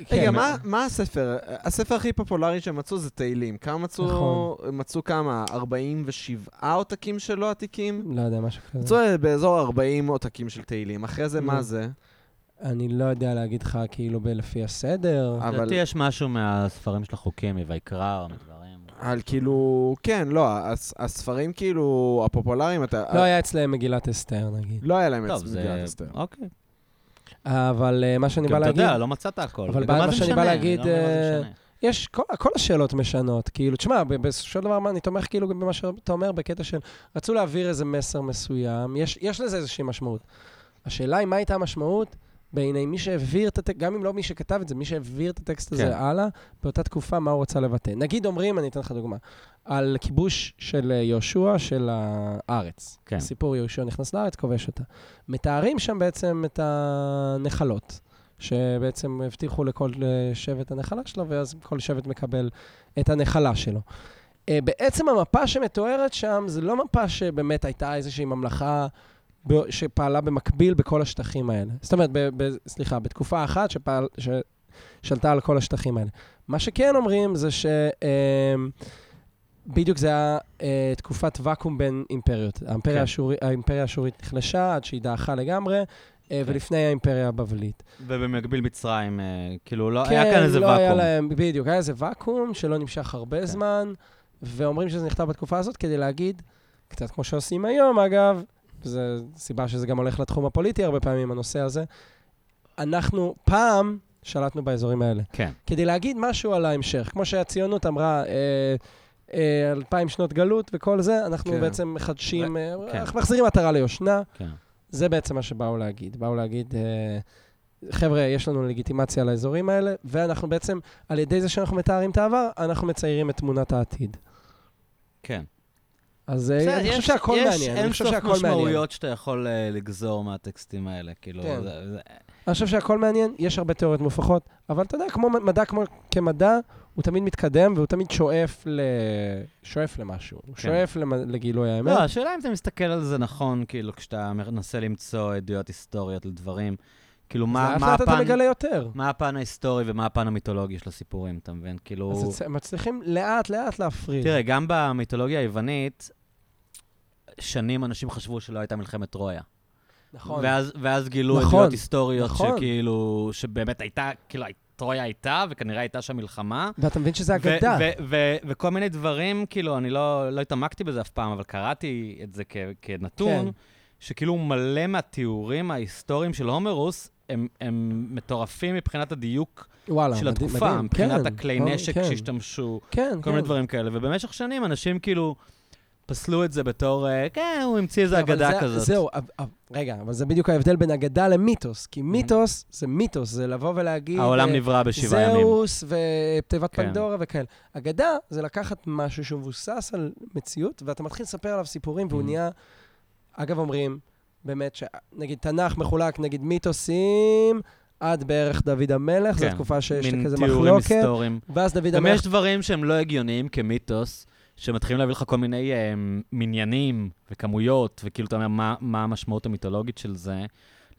כן. רגע, מה- מה הספר? הספר הכי פופולרי שמצאו זה תהילים. כמה מצאו? נכון. מצאו כמה? 47 עותקים שלו עתיקים? לא יודע, משהו כזה. מצאו אה, באזור 40 עותקים של תהילים. אחרי זה, מה נו. זה? אני לא יודע להגיד לך כאילו ב- לפי הסדר. אבל... לדעתי יש משהו מהספרים של החוקים, מויקרא, מדברים. על כאילו, כן, לא, הס- הספרים כאילו הפופולריים, אתה... אה- לא היה אצלהם מגילת אסתר, נגיד. לא היה להם את טוב, מגילת זה... אסתר. אוקיי. אבל אה, מה שאני גם בא אתה להגיד... יודע, לא מצאת הכל. אבל וגם בא- מה מה זה שאני בא משנה? להגיד, אני לא מבין מה זה אה, משנה. יש, כל, כל השאלות משנות, כאילו, תשמע, ב- בסופו של דבר, מה, אני תומך כאילו גם במה שאתה אומר, בקטע של רצו להעביר איזה מסר מסוים, יש, יש לזה איזושהי משמעות. השאלה היא מה הייתה המשמעות בעיני מי שהעביר את הטקסט, גם אם לא מי שכתב את זה, מי שהעביר את הטקסט הזה כן. הלאה, באותה תקופה, מה הוא רצה לבטא. נגיד אומרים, אני אתן לך דוגמה, על כיבוש של אה, יהושע של הארץ. כן. סיפור יהושע נכנס לארץ, כובש אותה. מתארים שם בעצם את הנחלות, שבעצם הבטיחו לכל אה, שבט הנחלה שלו, ואז כל שבט מקבל את הנחלה שלו. אה, בעצם המפה שמתוארת שם, זה לא מפה שבאמת הייתה איזושהי ממלכה ב- שפעלה במקביל בכל השטחים האלה. זאת אומרת, ב- ב- סליחה, בתקופה אחת שפעל, ששלטה על כל השטחים האלה. מה שכן אומרים זה ש... אה, בדיוק זה היה אה, תקופת ואקום בין אימפריות. האימפריה, כן. כן. השורי, האימפריה השורית נחלשה עד שהיא דעכה לגמרי, אה, ולפני האימפריה הבבלית. ובמקביל מצרים, אה, כאילו, לא- כן, היה כאן איזה לא היה ואקום. להם, בדיוק, היה איזה ואקום שלא נמשך הרבה כן. זמן, ואומרים שזה נכתב בתקופה הזאת כדי להגיד, קצת כמו שעושים היום אגב, זו סיבה שזה גם הולך לתחום הפוליטי הרבה פעמים, הנושא הזה, אנחנו פעם שלטנו באזורים האלה. כן. כדי להגיד משהו על ההמשך. כמו שהציונות אמרה, אה, אה, אלפיים שנות גלות וכל זה, אנחנו כן. כן. בעצם מחדשים, אה, כן. אנחנו מחזירים עטרה ליושנה. כן. זה בעצם מה שבאו להגיד. באו להגיד, אה, חבר'ה, יש לנו לגיטימציה לאזורים האלה, ואנחנו בעצם, על ידי זה שאנחנו מתארים את העבר, אנחנו מציירים את תמונת העתיד. כן. אז אה, בסדר, אני חושב יש- שהכל יש מעניין. אני חושב שהכל אין סוף מעניין. משמעויות שאתה יכול אה, לגזור מהטקסטים האלה, כאילו. כן. זה- זה- אני חושב שהכל מעניין, יש הרבה תיאוריות מופרכות, אבל אתה יודע, כמו מ- מדע כמו כמדע, הוא תמיד מתקדם והוא תמיד שואף ל... שואף למשהו. הוא כן. שואף למ... לגילוי האמת. לא, השאלה אם אתה מסתכל על זה נכון, כאילו, כשאתה מנסה למצוא עדויות היסטוריות לדברים, כאילו, אז מה לאט מה לאט אתה הפן... מגלה יותר. מה הפן ההיסטורי ומה הפן המיתולוגי של הסיפורים, אתה מבין? כאילו... אז הצ- מצליחים לאט לאט להפריד. תראה, גם במיתולוגיה היוונית, שנים אנשים חשבו שלא הייתה מלחמת טרויה. נכון. ואז, ואז גילו נכון, עדויות היסטוריות נכון. שכאילו, שבאמת הייתה, כאילו, הי- טרויה הייתה, וכנראה הייתה שם מלחמה. ואתה מבין שזה ו- אגדה. ו- ו- וכל מיני דברים, כאילו, אני לא, לא התעמקתי בזה אף פעם, אבל קראתי את זה כ- כנתון, כן. שכאילו מלא מהתיאורים ההיסטוריים של הומרוס, הם, הם מטורפים מבחינת הדיוק וואלה, של מדהים, התקופה, מדהים. מבחינת כן, הכלי ברור, נשק כן. שהשתמשו. כן, כל כן. מיני דברים כאלה, ובמשך שנים אנשים כאילו פסלו את זה בתור, אה, כן, הוא המציא איזה לא, אבל אגדה זה- כזאת. זהו, אב- אב- רגע, אבל זה בדיוק ההבדל בין אגדה למיתוס, כי מיתוס זה מיתוס, זה לבוא ולהגיד... העולם אה, נברא בשבעה ימים. זהוס ותיבת כן. פנדורה וכאלה. אגדה זה לקחת משהו שהוא מבוסס על מציאות, ואתה מתחיל לספר עליו סיפורים, והוא Mhm. נהיה... אגב, אומרים, באמת, ש- נגיד תנ"ך מחולק, נגיד מיתוסים, עד בערך דוד המלך, זו כן. תקופה שיש מין כזה תיאורים מחלוקת, היסטוריים. ואז דוד גם המלך... יש דברים שהם לא הגיוניים כמיתוס, שמתחילים להביא לך כל מיני אה, מניינים וכמויות, וכאילו אתה אומר, מה- מה המשמעות המיתולוגית של זה?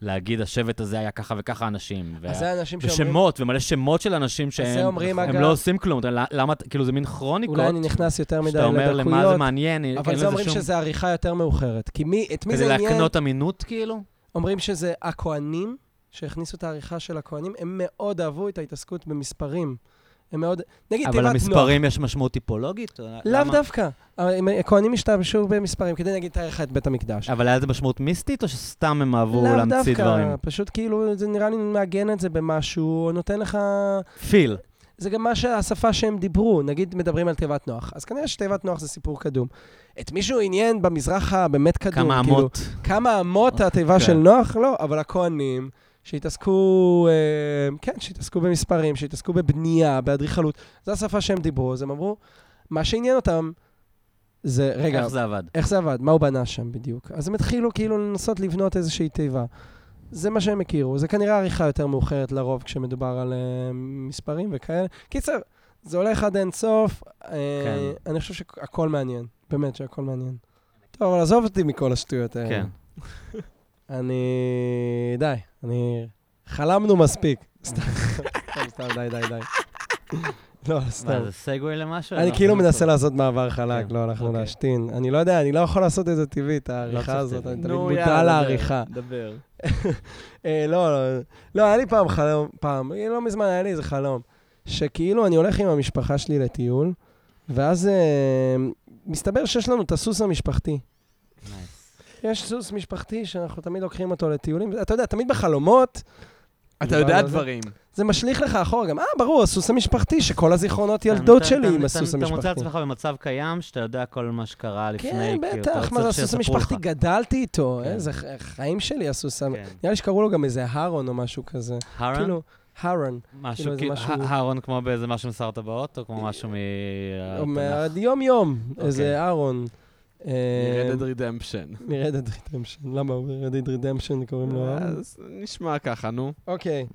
להגיד, השבט הזה היה ככה וככה אנשים. וה- אז זה אנשים שאומרים... ושמות, ומלא שמות של אנשים זה שהם אומרים, הם אגב- לא עושים כלום. אתה- למה, כאילו זה מין כרוניקות, אולי אני נכנס יותר מדי שאתה אומר למה זה לדקויות, מעניין, כן, אין אבל לזה זה אומרים שום... שזה עריכה יותר מאוחרת. כי מי, את מי כדי זה עניין? להקנות אמינות, כאילו? אומרים שזה הכוהנים, שהכניסו את העריכה של הכוהנים, הם מאוד אהבו את ההתעסקות במספרים. הם מאוד... נגיד, תיבת אבל נוח. למספרים יש משמעות טיפולוגית? או לאו למה? דווקא. הם- הכוהנים השתמשו במספרים כדי, נגיד, תאריך את בית המקדש. אבל היה לזה משמעות מיסטית, או שסתם הם אהבו לאו להמציא דברים? דווקא, פשוט כאילו, זה נראה לי מעגן את זה במשהו, או נותן לך... פיל. זה גם מה שהשפה שהם דיברו, נגיד מדברים על תיבת נוח. אז כנראה שתיבת נוח זה סיפור קדום. את מישהו עניין במזרח הבאמת קדום. כמה כאילו, אמות. כמה אמות התיבה כן. של נוח? לא, אבל הכוהנים שהתעסקו, אה, כן, שהתעסקו במספרים, שהתעסקו בבנייה, באדריכלות, זו השפה שהם דיברו, אז הם אמרו, מה שעניין אותם זה, רגע, איך זה עבד? איך זה עבד? מה הוא בנה שם בדיוק? אז הם התחילו כאילו לנסות לבנות איזושהי תיבה. זה מה שהם הכירו, זה כנראה עריכה יותר מאוחרת לרוב כשמדובר על אה, מספרים וכאלה. קיצר, זה הולך עד אין סוף, אה, כן. אני חושב שהכל מעניין, באמת שהכל מעניין. טוב, אבל עזוב אותי מכל השטויות האלה. כן. אני... די, אני... חלמנו מספיק. סתם, סתם, סתם, די, די, די. לא, סתם. מה, זה סגווי למשהו? אני לא, כאילו זה מנסה טוב. לעשות מעבר חלק, כן, לא, אנחנו אוקיי. לא להשתין. אני לא יודע, אני לא יכול לעשות את זה טבעית, העריכה צריך הזאת, טבעי. אני תמיד מודע לעריכה. דבר. (laughs) אה, לא, לא, לא, היה לי פעם חלום, פעם, אה, לא מזמן היה לי איזה חלום, שכאילו אני הולך עם המשפחה שלי לטיול, ואז אה, מסתבר שיש לנו את הסוס המשפחתי. Nice. יש סוס משפחתי שאנחנו תמיד לוקחים אותו לטיולים. אתה יודע, תמיד בחלומות... אתה יודע על זה. דברים. זה משליך לך אחורה גם. אה, ברור, הסוס המשפחתי, שכל הזיכרונות ילדות אתה- שלי אתה- עם אתה- הסוס אתה מוצא המשפחתי. עצמך במצב קיים, שאתה יודע כל מה שקרה לפני, כן, כאילו, אתה בטח, לא מה זה צריך הסוס שיספרו המשפחתי? לך. גדלתי איתו, כן. איזה ח- חיים שלי, הסוס ה... כן. נראה לי שקראו לו גם איזה הרון או משהו כזה. הרון? כאילו, הרון. כאילו משהו, איזה כאילו, משהו- אה, ה- הרון כמו באיזה משהו מסרת באוטו, כמו משהו מ... אה, אומר, יום-יום, אוקיי. איזה הרון. אה, Red Dead Redemption. (laughs) מ-Red Dead Redemption. למה הוא ב-Red Dead Redemption קוראים לו אה? אה, הרון? אז נשמע ככה, נו. אוקיי.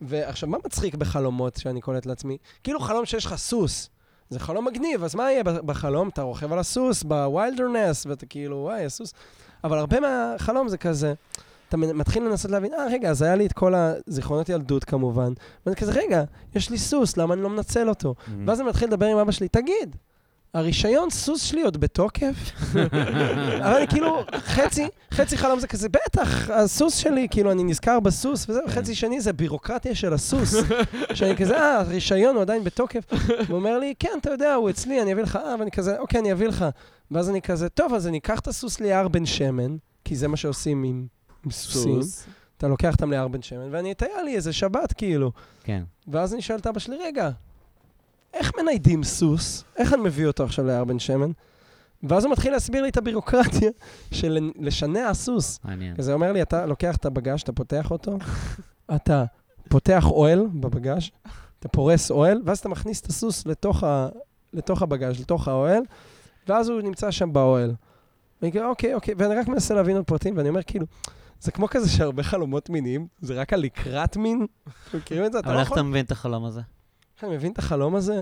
ועכשיו, מה מצחיק בחלומות שאני קולט לעצמי? כאילו חלום שיש לך סוס. זה חלום מגניב, אז מה יהיה ב- בחלום? אתה רוכב על הסוס, בווילדרנס, ואתה כאילו, וואי, הסוס. אבל הרבה מהחלום זה כזה, אתה מנ- מתחיל לנסות להבין, אה, רגע, אז היה לי את כל הזיכרונות ילדות כמובן. ואני כזה, רגע, יש לי סוס, למה אני לא מנצל אותו? Mm. ואז אני מתחיל לדבר עם אבא שלי, תגיד, הרישיון סוס שלי עוד בתוקף? אבל אני כאילו, חצי, חצי חלום זה כזה, בטח, הסוס שלי, כאילו, אני נזכר בסוס וזהו, כן. חצי שני זה בירוקרטיה של הסוס. שאני כזה, אה, הרישיון הוא עדיין בתוקף. הוא אומר לי, כן, אתה יודע, הוא אצלי, אני אביא לך, אה, ואני כזה, אוקיי, אני אביא לך. ואז אני כזה, טוב, אז אני אקח את הסוס ליער בן שמן, כי זה מה שעושים עם, עם סוסים. סוס. אתה לוקח אותם ליער בן שמן, ואני אטייל לי איזה שבת, כאילו. כן. ואז אני שואל את אבא שלי, רגע, איך מניידים סוס? איך אני מביא אותו עכשיו ליער בן שמן? ואז הוא מתחיל להסביר לי את הבירוקרטיה (laughs) של לשנע סוס. מעניין. כזה אומר לי, אתה לוקח את הבגש, אתה פותח אותו, אתה פותח אוהל בבגש, אתה פורס אוהל, ואז אתה מכניס את הסוס לתוך, ה... לתוך הבגש, לתוך האוהל, ואז הוא נמצא שם באוהל. ואני כאילו, אוקיי, אוקיי, ואני רק מנסה להבין עוד פרטים, ואני אומר, כאילו, זה כמו כזה שהרבה חלומות מיניים, זה רק על לקראת מין. אתם מכירים את זה? אתה אבל לא איך יכול... אתה מבין את החלום הזה? אני מבין את החלום הזה?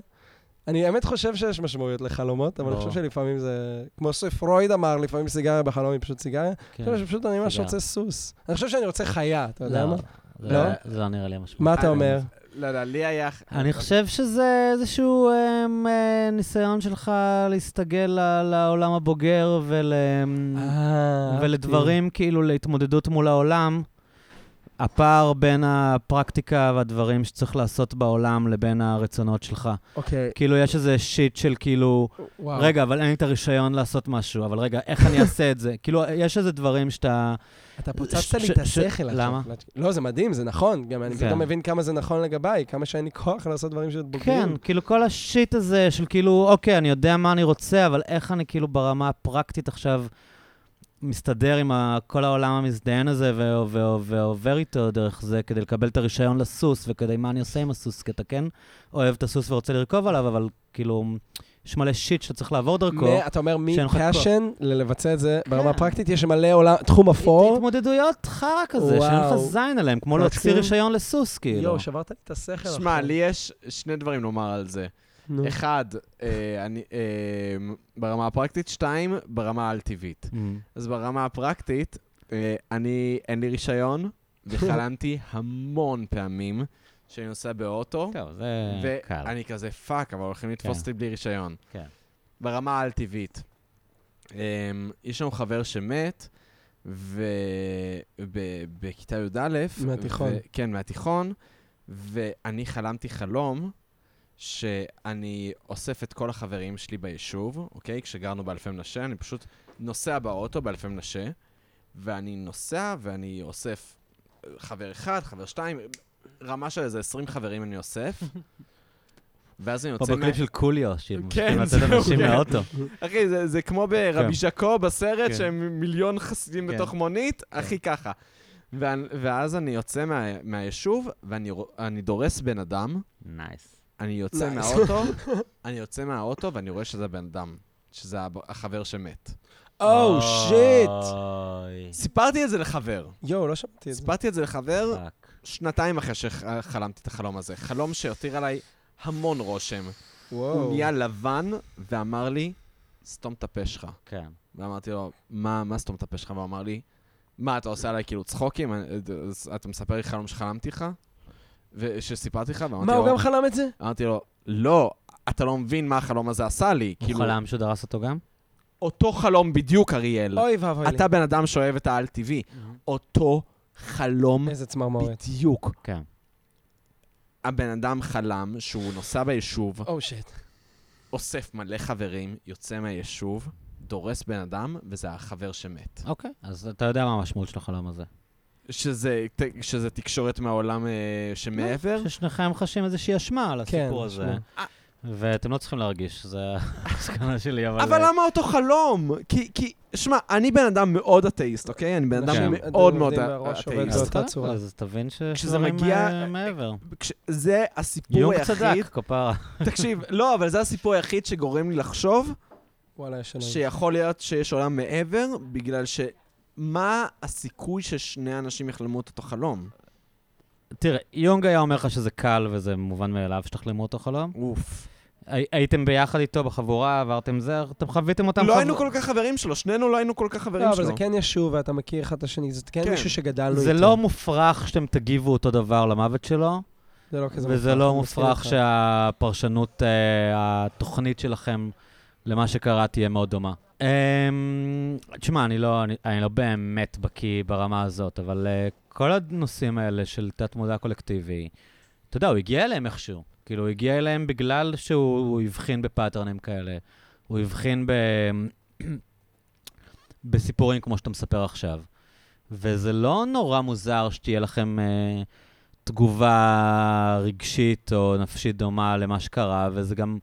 אני האמת חושב שיש משמעויות לחלומות, אבל אני ברור. חושב שלפעמים זה... כמו שפרויד אמר, לפעמים סיגריה בחלום היא פשוט סיגריה. אני חושב שפשוט אני ממש כן. סיגריה. רוצה סוס. אני חושב שאני רוצה חיה, אתה יודע לא, מה? זה- לא? זה לא נראה לי המשמעות. מה אתה אה, אומר? לא, לא, לי היה... אני חושב שזה איזשהו אמ, אה, ניסיון שלך להסתגל ל- לעולם הבוגר ול... אה, ולדברים כאילו להתמודדות מול העולם. הפער בין הפרקטיקה והדברים שצריך לעשות בעולם לבין הרצונות שלך. אוקיי, כאילו, יש איזה שיט של כאילו, וואו. רגע, אבל אין לי את הרישיון לעשות משהו, אבל רגע, איך אני אעשה את זה? (laughs) כאילו, יש איזה דברים שאתה... אתה פוצצת לי ש- את ש- השכל עכשיו. למה? לא, זה מדהים, זה נכון. גם אני כן. פתאום מבין כמה זה נכון לגביי, כמה שאין לי כוח לעשות דברים של כן, בוגרים. כאילו כל השיט הזה של כאילו, אוקיי, אני יודע מה אני רוצה, אבל איך אני כאילו ברמה הפרקטית עכשיו מסתדר עם ה- כל העולם המזדיין הזה ו- ו- ועובר איתו דרך זה כדי לקבל את הרישיון לסוס וכדי מה אני עושה עם הסוס, כי אתה כן אוהב את הסוס ורוצה לרכוב עליו, אבל כאילו, יש מלא שיט שאתה צריך לעבור דרכו. מה- אתה אומר שאין לך כוח. מפאשן ללבצע את זה ברמה כן. הפרקטית, יש מלא עולם, תחום אפור. התמודדויות חרא כזה, שאין לך וואו. זין עליהם, כמו אתה להוציא מסכים? רישיון לסוס, כאילו. יואו, שברת לי את השכל. שמע, עכשיו. לי יש שני דברים לומר על זה. נו. אחד, אה, אני, אה, ברמה הפרקטית, שתיים, ברמה האל-טבעית. Mm. אז ברמה הפרקטית, אה, אני, אין לי רישיון, וחלמתי המון פעמים שאני נוסע באוטו, טוב, זה קל. ואני כזה פאק, אבל הולכים לתפוס כן. אותי בלי רישיון. כן. ברמה העל-טבעית. אמ, יש לנו חבר שמת, ובכיתה י"א... מהתיכון. ו- כן, מהתיכון, ואני חלמתי חלום שאני אוסף את כל החברים שלי ביישוב, אוקיי? כשגרנו באלפי מנשה, אני פשוט נוסע באוטו באלפי מנשה, ואני נוסע ואני אוסף חבר אחד, חבר שתיים, רמה של איזה 20 חברים אני (laughs) אוסף. ואז אני פה יוצא... מה- בקליפ של קוליו, שהם כן, צריכים לצאת זהו, אנשים כן. מהאוטו. אחי, זה, זה כמו ברבי כן. ז'קו בסרט, כן. שהם מיליון חסידים כן. בתוך מונית, אחי ככה. ואני, ואז אני יוצא מה, מהיישוב, ואני רוא- אני דורס בן אדם, נייס. אני יוצא Nice. מהאוטו, אני יוצא מהאוטו ואני רואה שזה בן אדם, שזה הב- החבר שמת. אוקיי. אה. או, שיט. אוי, סיפרתי את Oh, זה לחבר. יואו, לא שמעתי את זה. סיפרתי את זה לחבר פאק. שנתיים אחרי שחלמתי את החלום הזה. חלום שהותיר עליי המון רושם. וואו. הוא נהיה לבן ואמר לי, סתום את הפה שלך. כן. ואמרתי לו, מה, מה סתום את הפה שלך? והוא אמר לי, מה, אתה עושה עליי כאילו צחוקים? אני- אז אתה מספר לי חלום שחלמתי לך? ושסיפרתי לך? לא- ואמרתי מה, הוא לו- גם חלם את זה? אמרתי לו, לא, אתה לא מבין מה החלום הזה עשה לי. הוא כאילו, חלם שהוא דרס אותו גם? אותו חלום בדיוק, אריאל. לא. אוי ואבוי לי. אתה בן אדם שאוהב את העל-טבעי. אותו חלום איזה צמרמורת. בדיוק. כן. הבן אדם חלם שהוא נוסע ביישוב, או שיט. אוסף מלא חברים, יוצא מהיישוב, דורס בן אדם, וזה החבר שמת. אוקיי, אז אתה יודע מה המשמעות של החלום הזה. שזה, ת- שזה תקשורת מהעולם אה, שמעבר. ששניכם חשים איזושהי אשמה על כן, הסיפור הזה. אשמה. ואתם לא צריכים להרגיש, זה הסכנה שלי, אבל... אה, אבל למה אותו חלום? כי, כי, שמע, אני בן אדם מאוד אתאיסט, אוקיי? אני בן אדם כן. מאוד מאוד אתם עובדים בראש עובד אתאיסט. זאת. באותה אז צורה. אז תבין שיש כשזה דברים מגיע- אה, מעבר. כש- זה הסיפור יום היחיד, צדק, כפרה. (laughs) תקשיב, לא, אבל זה הסיפור היחיד שגורם לי לחשוב וואלה, יש לנו. שיכול להיות שיש עולם מעבר, בגלל ש... מה הסיכוי ששני אנשים יחלמו את אותו חלום? תראה, יונג היה אומר לך שזה קל וזה מובן מאליו שתחלמו אותו חלום. אוף. הי- הייתם ביחד איתו בחבורה, עברתם זה, אתם חוויתם אותם לא חב- היינו כל כך חברים שלו, שנינו לא היינו כל כך חברים לא, אבל שלו. זה כן ישוב ואתה מכיר אחד את השני, זה כן כן. מישהו שגדלנו איתו. זה לא מופרך שאתם תגיבו אותו דבר למוות שלו, זה לא כזה וזה לא אני מסכים מופרך איתך. שהפרשנות, אה, התוכנית שלכם למה שקרה תהיה מאוד דומה. אמ, תשמע, אני לא- אני אני לא באמת בקיא ברמה הזאת, אבל אה, כל הנושאים האלה של תת-מודע קולקטיבי, אתה יודע, הוא הגיע אליהם איכשהו. כאילו, הוא הגיע אליהם בגלל שהוא הוא הבחין בפאטרנים כאלה. הוא הבחין ב... (clears throat) בסיפורים כמו שאתה מספר עכשיו. וזה לא נורא מוזר שתהיה לכם אה, תגובה רגשית או נפשית דומה למה שקרה, וזה גם,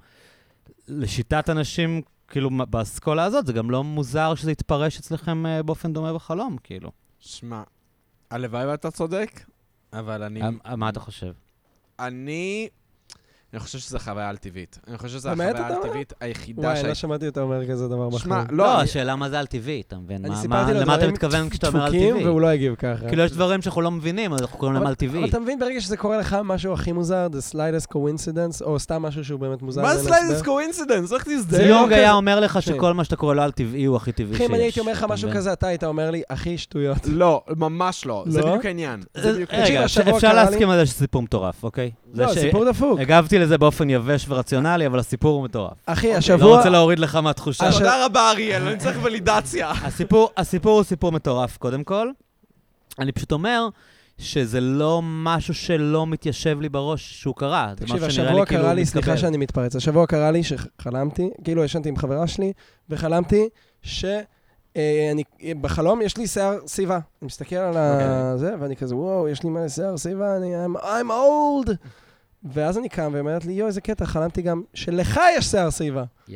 לשיטת אנשים, כאילו, מה- באסכולה הזאת, זה גם לא מוזר שזה יתפרש אצלכם אה, באופן דומה בחלום, כאילו. שמע, אמ- הלוואי ואתה צודק, אבל אני... אה, מה אתה חושב? אני... אני חושב שזו חוויה על-טבעית. אני חושב שזו באמת, החוויה אתה אומר? על-טבעית היחידה וואי, שהייתה... לא שמעתי אותו אומר כזה דבר שמע, בחיים. לא, לא, אני- השאלה מה זה על טבעי, אתה מבין? אני מה- סיפרתי מה- לו למה אתה דברים מתכוון כשאתה אומר על דפוקים, טבעי? והוא לא הגיב ככה. כאילו, יש דברים שאנחנו לא מבינים, אז אנחנו קוראים להם אבל- על טבעי. אבל אתה מבין, ברגע שזה קורה לך, משהו הכי מוזר, the slightest coincidence, או סתם משהו שהוא באמת מוזר. מה ואין לו סליידס הסבר. קואינסידנס? איך זה תזדהה? לא יונג כזה- היה אומר לך כן. שכל מה שאתה קורא לו על טבעי הוא הכי טבעי אחי, שיש. אם אני הייתי אומר לך אתה משהו מבין? כזה, אתה היית אומר לי, אחי, שטויות. לא, ממש לא. זה לא? בדיוק העניין. זה בדיוק העניין. אה, רגע, השבוע אפשר קרה לי- להסכים על זה שזה סיפור מטורף, אוקיי? זה לא, ש- אוקיי, סיפור דפוק. הגבתי לזה באופן יבש ורציונלי, אבל הסיפור הוא מטורף. אחי, לא השבוע... רוצה להוריד לך מהתחושה. השבוע- תודה רבה, אריאל, אני צריך ולידציה. הסיפור, הסיפור הוא סיפור מטורף, קודם כל. אני פשוט אומר שזה לא משהו שלא מתיישב לי בראש שהוא קרה. זה תקשיב, משהו שנראה לי השבוע כאילו קרה לי, סליחה מתקבל. שאני מתפרץ, השבוע קרה לי שחלמתי, כאילו ישנתי עם חברה שלי, וחלמתי ש... אה, אני, אה, בחלום יש לי שיער סיבה. אני מסתכל על אוקיי. ה- זה, ואני כזה, וואו, יש לי מלא שיער סיבה, אני I'm, I'm old! ואז אני קם ואומרת לי, יואו, איזה קטע, חלמתי גם שלך יש שיער סיבה. Yes.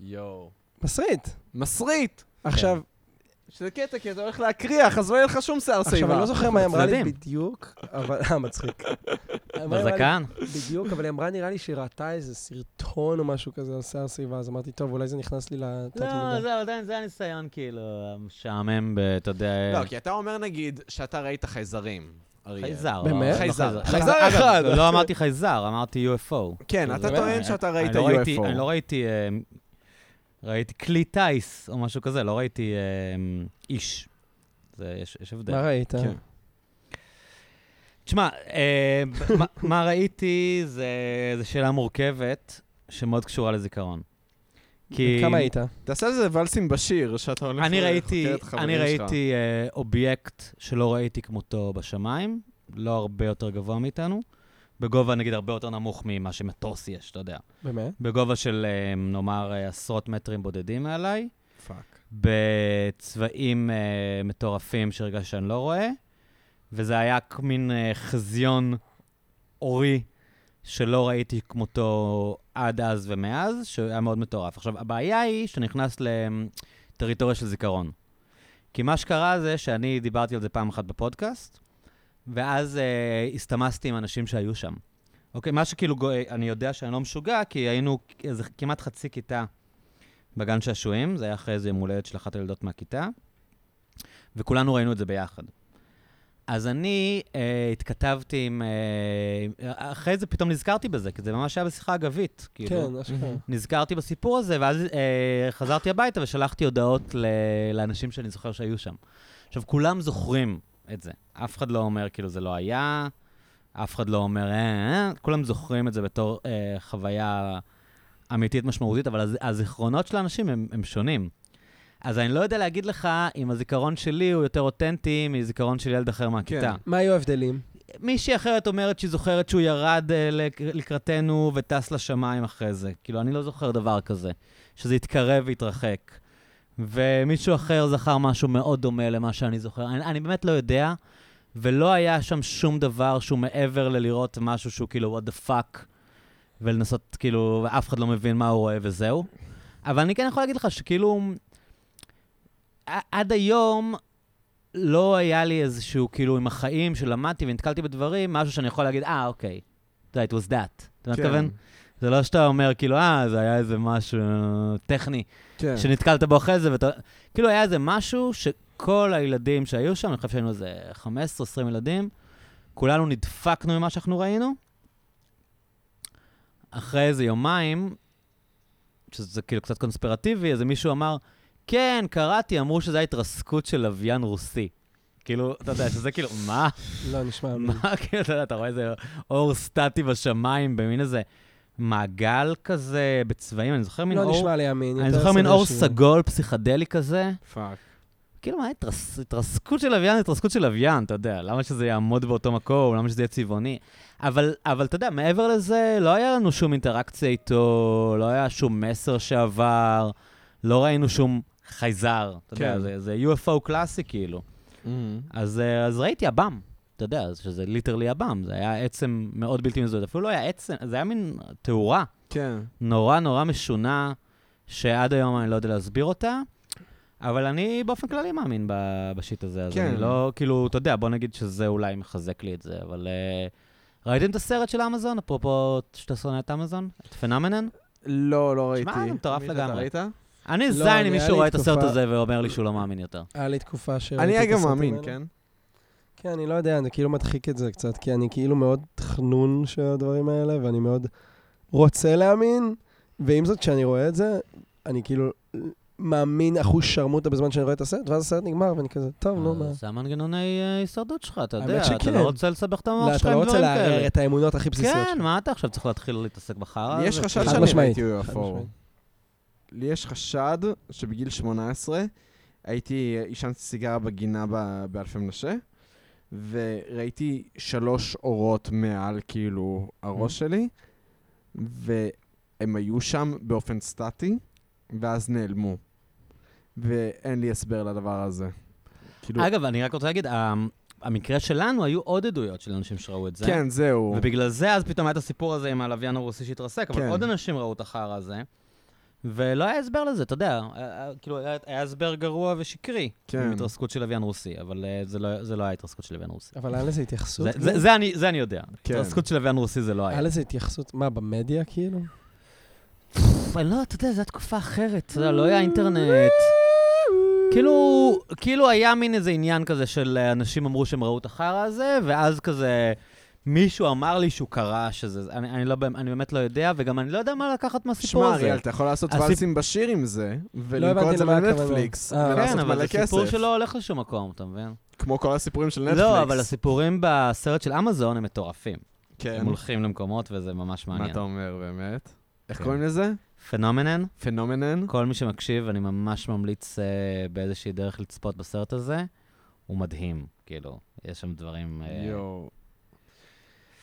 יואו. מסריט. כן. מסריט. עכשיו, שזה קטע, כי אתה הולך להקריח, אז לא יהיה לך שום שיער עכשיו, שיבה. אני לא זוכר מה היא אמרה לי צדדים. בדיוק, אבל... אה, (laughs) מצחיק. מה היא אמרה לי בזקן? בדיוק, אבל היא אמרה, נראה לי שהיא ראתה איזה סרטון או משהו כזה על שיער סביבה, אז אמרתי, טוב, אולי זה נכנס לי לתת לא, מודע. זה עדיין, זה הניסיון כאילו המשעמם, ב- אתה יודע... לא, כי אתה אומר, נגיד, שאתה ראית חייזרים, אריאל. חייזר. באמת? לא חייזר. חייזר חייזר אחד. אחד. לא אמרתי חייזר, אמרתי UFO. כן, כאילו, אתה זה- טוען אני- שאתה ראית אני לא ראיתי- UFO. אני לא ראיתי... אה, ראיתי כלי טיס או משהו כזה, לא ראיתי אה, איש. זה- יש יש הבדל. מה ראית? כן. תשמע, אה, ב- מה- מה ראיתי זה זו שאלה מורכבת, שמאוד קשורה לזיכרון. כי כמה היית? תעשה איזה ולסים בשיר, שאתה הולך... אני לחוקר ראיתי, את חברים אני שלך. ראיתי אה, אובייקט שלא ראיתי כמותו בשמיים, לא הרבה יותר גבוה מאיתנו, בגובה נגיד הרבה יותר נמוך ממה שמטוס יש, אתה יודע. באמת? בגובה של אה, נאמר אה, עשרות מטרים בודדים מעליי, פאק. בצבעים אה, מטורפים שהרגשתי שאני לא רואה, וזה היה כ- מין אה, חזיון אורי שלא ראיתי כמותו עד אז ומאז, שהיה מאוד מטורף. עכשיו, הבעיה היא שאתה נכנס לטריטוריה של זיכרון. כי מה שקרה זה שאני דיברתי על זה פעם אחת בפודקאסט, ואז אה, הסתמסתי עם אנשים שהיו שם. אוקיי, מה שכאילו, גו- אה, אני יודע שאני לא משוגע, כי היינו איזה כמעט חצי כיתה בגן שעשועים, זה היה אחרי איזה יום הולדת של אחת הילדות מהכיתה, וכולנו ראינו את זה ביחד. אז אני אה, התכתבתי עם... אה, אחרי זה פתאום נזכרתי בזה, כי זה ממש היה בשיחה אגבית. כאילו. כן, אשכרה. מהמם. נזכרתי בסיפור הזה, ואז אה, חזרתי הביתה ושלחתי הודעות ל- לאנשים שאני זוכר שהיו שם. עכשיו, כולם זוכרים את זה. אף אחד לא אומר, כאילו, זה לא היה, אף אחד לא אומר, אה, אה, כולם זוכרים את זה בתור אה, חוויה אמיתית משמעותית, אבל הז- הזיכרונות של האנשים הם, הם שונים. אז אני לא יודע להגיד לך אם הזיכרון שלי הוא יותר אותנטי מזיכרון של ילד אחר מהכיתה. מה היו ההבדלים? מישהי אחרת אומרת שהיא זוכרת שהוא ירד אה, לק- לקראתנו וטס לשמיים אחרי זה. כאילו, אני לא זוכר דבר כזה, שזה התקרב והתרחק. ומישהו אחר זכר משהו מאוד דומה למה שאני זוכר. אני, אני באמת לא יודע, ולא היה שם שום דבר שהוא מעבר ללראות משהו שהוא כאילו, what the fuck, ולנסות, כאילו, ואף אחד לא מבין מה הוא רואה וזהו. אבל אני כן יכול להגיד לך שכאילו, ע- עד היום לא היה לי איזשהו, כאילו, עם החיים שלמדתי ונתקלתי בדברים, משהו שאני יכול להגיד, אה, אוקיי, אתה יודע, it was that. אתה כן, מתכוון? זה לא שאתה אומר, כאילו, אה, זה היה איזה משהו טכני. כן. שנתקלת בו אחרי זה, ואתה... כאילו היה איזה משהו שכל הילדים שהיו שם, אני חושב שהיינו איזה 15-20 ילדים, כולנו נדפקנו ממה שאנחנו ראינו. אחרי איזה יומיים, שזה כאילו קצת קונספירטיבי, איזה מישהו אמר, כן, קראתי, אמרו שזו הייתה התרסקות של לוויין רוסי. כאילו, אתה יודע, שזה כאילו, (laughs) מה? לא, נשמע... מה, כאילו, אתה יודע, אתה רואה איזה אור סטטי בשמיים, במין איזה מעגל כזה, בצבעים, אני זוכר מין לא אור... נשמע לי אמין. אני יותר זוכר מין סביר אור שיהיה. סגול פסיכדלי כזה. פאק. כאילו, מה, התרס- התרסקות של לוויין, התרסקות של לוויין, אתה יודע, למה שזה יעמוד באותו מקום, למה שזה יהיה צבעוני. אבל, אבל אתה יודע, מעבר לזה, לא היה לנו שום אינטראקציה איתו, לא היה שום מסר שעבר, לא ראינו שום חייזר. אתה יודע, כן. זה, זה UFO קלאסי כאילו. אז, אה, אז ראיתי עב"ם, אתה יודע, אז שזה ליטרלי עב"ם, זה היה עצם מאוד בלתי מזוהה, אפילו לא היה עצם, זה היה מין תאורה. כן. נורא נורא משונה, שעד היום אני לא יודע להסביר אותה, אבל אני באופן כללי מאמין ב- בשיט הזה, אז כן. אני לא, כאילו, אתה יודע, בוא נגיד שזה אולי מחזק לי את זה, אבל uh, ראיתם את הסרט של אמזון? אפרופו שאתה שונא את אמזון? את פנומנן? לא, לא ראיתי. שמע, זה מטורף עמית, לגמרי. אתה ראית? אני לא, זין נראה אם מישהו לי רואה את הסרט תקופה- הזה ואומר לי שהוא לא מאמין יותר. היה לי תקופה ש... אני גם מאמין, כן? כן, אני לא יודע, אני כאילו מדחיק את זה קצת, כי אני כאילו מאוד חנון של הדברים האלה, ואני מאוד רוצה להאמין, ועם זאת, כשאני רואה את זה, אני כאילו מאמין אחוז שרמוטה בזמן שאני רואה את הסרט, ואז הסרט נגמר, ואני כזה, טוב, נו, לא, מה. אה, זה המנגנוני אה, הישרדות שלך, אתה האמת יודע. אתה שכן. לא רוצה לסבך את לא, המוח שלך אתה לא עם רוצה דברים לערער כאלה. את האמונות הכי בסיסיות כן, מה אתה עכשיו צריך להתחיל להתעסק בחרא? הזה? יש חשד חד שאני משמעית, ראיתי חד UFO. משמעית. לי יש חשד שבגיל 18 הייתי, עישנתי סיגריה בגינה ב- באלפי מנשה, וראיתי שלוש אורות מעל כאילו הראש שלי, והם היו שם באופן סטטי, ואז נעלמו. ואין לי הסבר לדבר הזה. כאילו, אגב, אני רק רוצה להגיד, ה- המקרה שלנו, היו עוד עדויות של אנשים שראו את זה. כן, זהו. ובגלל זה אז פתאום היה את הסיפור הזה עם הלוויין הרוסי שהתרסק, אבל כן. עוד אנשים ראו את החרא הזה, ולא היה הסבר לזה, אתה יודע, היה- היה- כאילו היה היה הסבר גרוע ושקרי, כן. עם התרסקות של לוויין רוסי, אבל אה, זה לא- זה לא היה התרסקות של לוויין רוסי. אבל היה לזה התייחסות? זה- זה- זה אני- זה אני יודע, לא- כן. התרסקות של לוויין רוסי זה לא היה. היה לזה התייחסות, מה, במדיה כאילו? פפ, אני לא, אתה יודע, זו תקופה אחרת, אתה יודע, לא היה אינטרנט. כאילו, כאילו היה מין איזה עניין כזה של אה, אנשים אמרו שהם ראו את החרא הזה, ואז כזה מישהו אמר לי שהוא קרא שזה, אני, אני, לא, באמת- אני באמת לא יודע, וגם אני לא יודע מה לקחת מהסיפור שמע, הזה. אריאל, אתה יכול לעשות הסיפ- ולסים בשיר עם זה, ולמכור הבנתי את זה למה הכוונה. לנטפליקס, אה, ולעשות כן, מלא כסף. אבל זה סיפור שלא הולך לשום מקום, אתה מבין? כמו כל הסיפורים של נטפליקס. לא, אבל הסיפורים בסרט של אמזון הם מטורפים. כן. הם הולכים למקומות וזה ממש מה מעניין. אתה אומר באמת? איך כן. קוראים לזה? פנומנן, פנומנן? כל מי שמקשיב, אני ממש ממליץ אה, באיזושהי דרך לצפות בסרט הזה. הוא מדהים, כאילו, יש שם דברים... אה, יואו.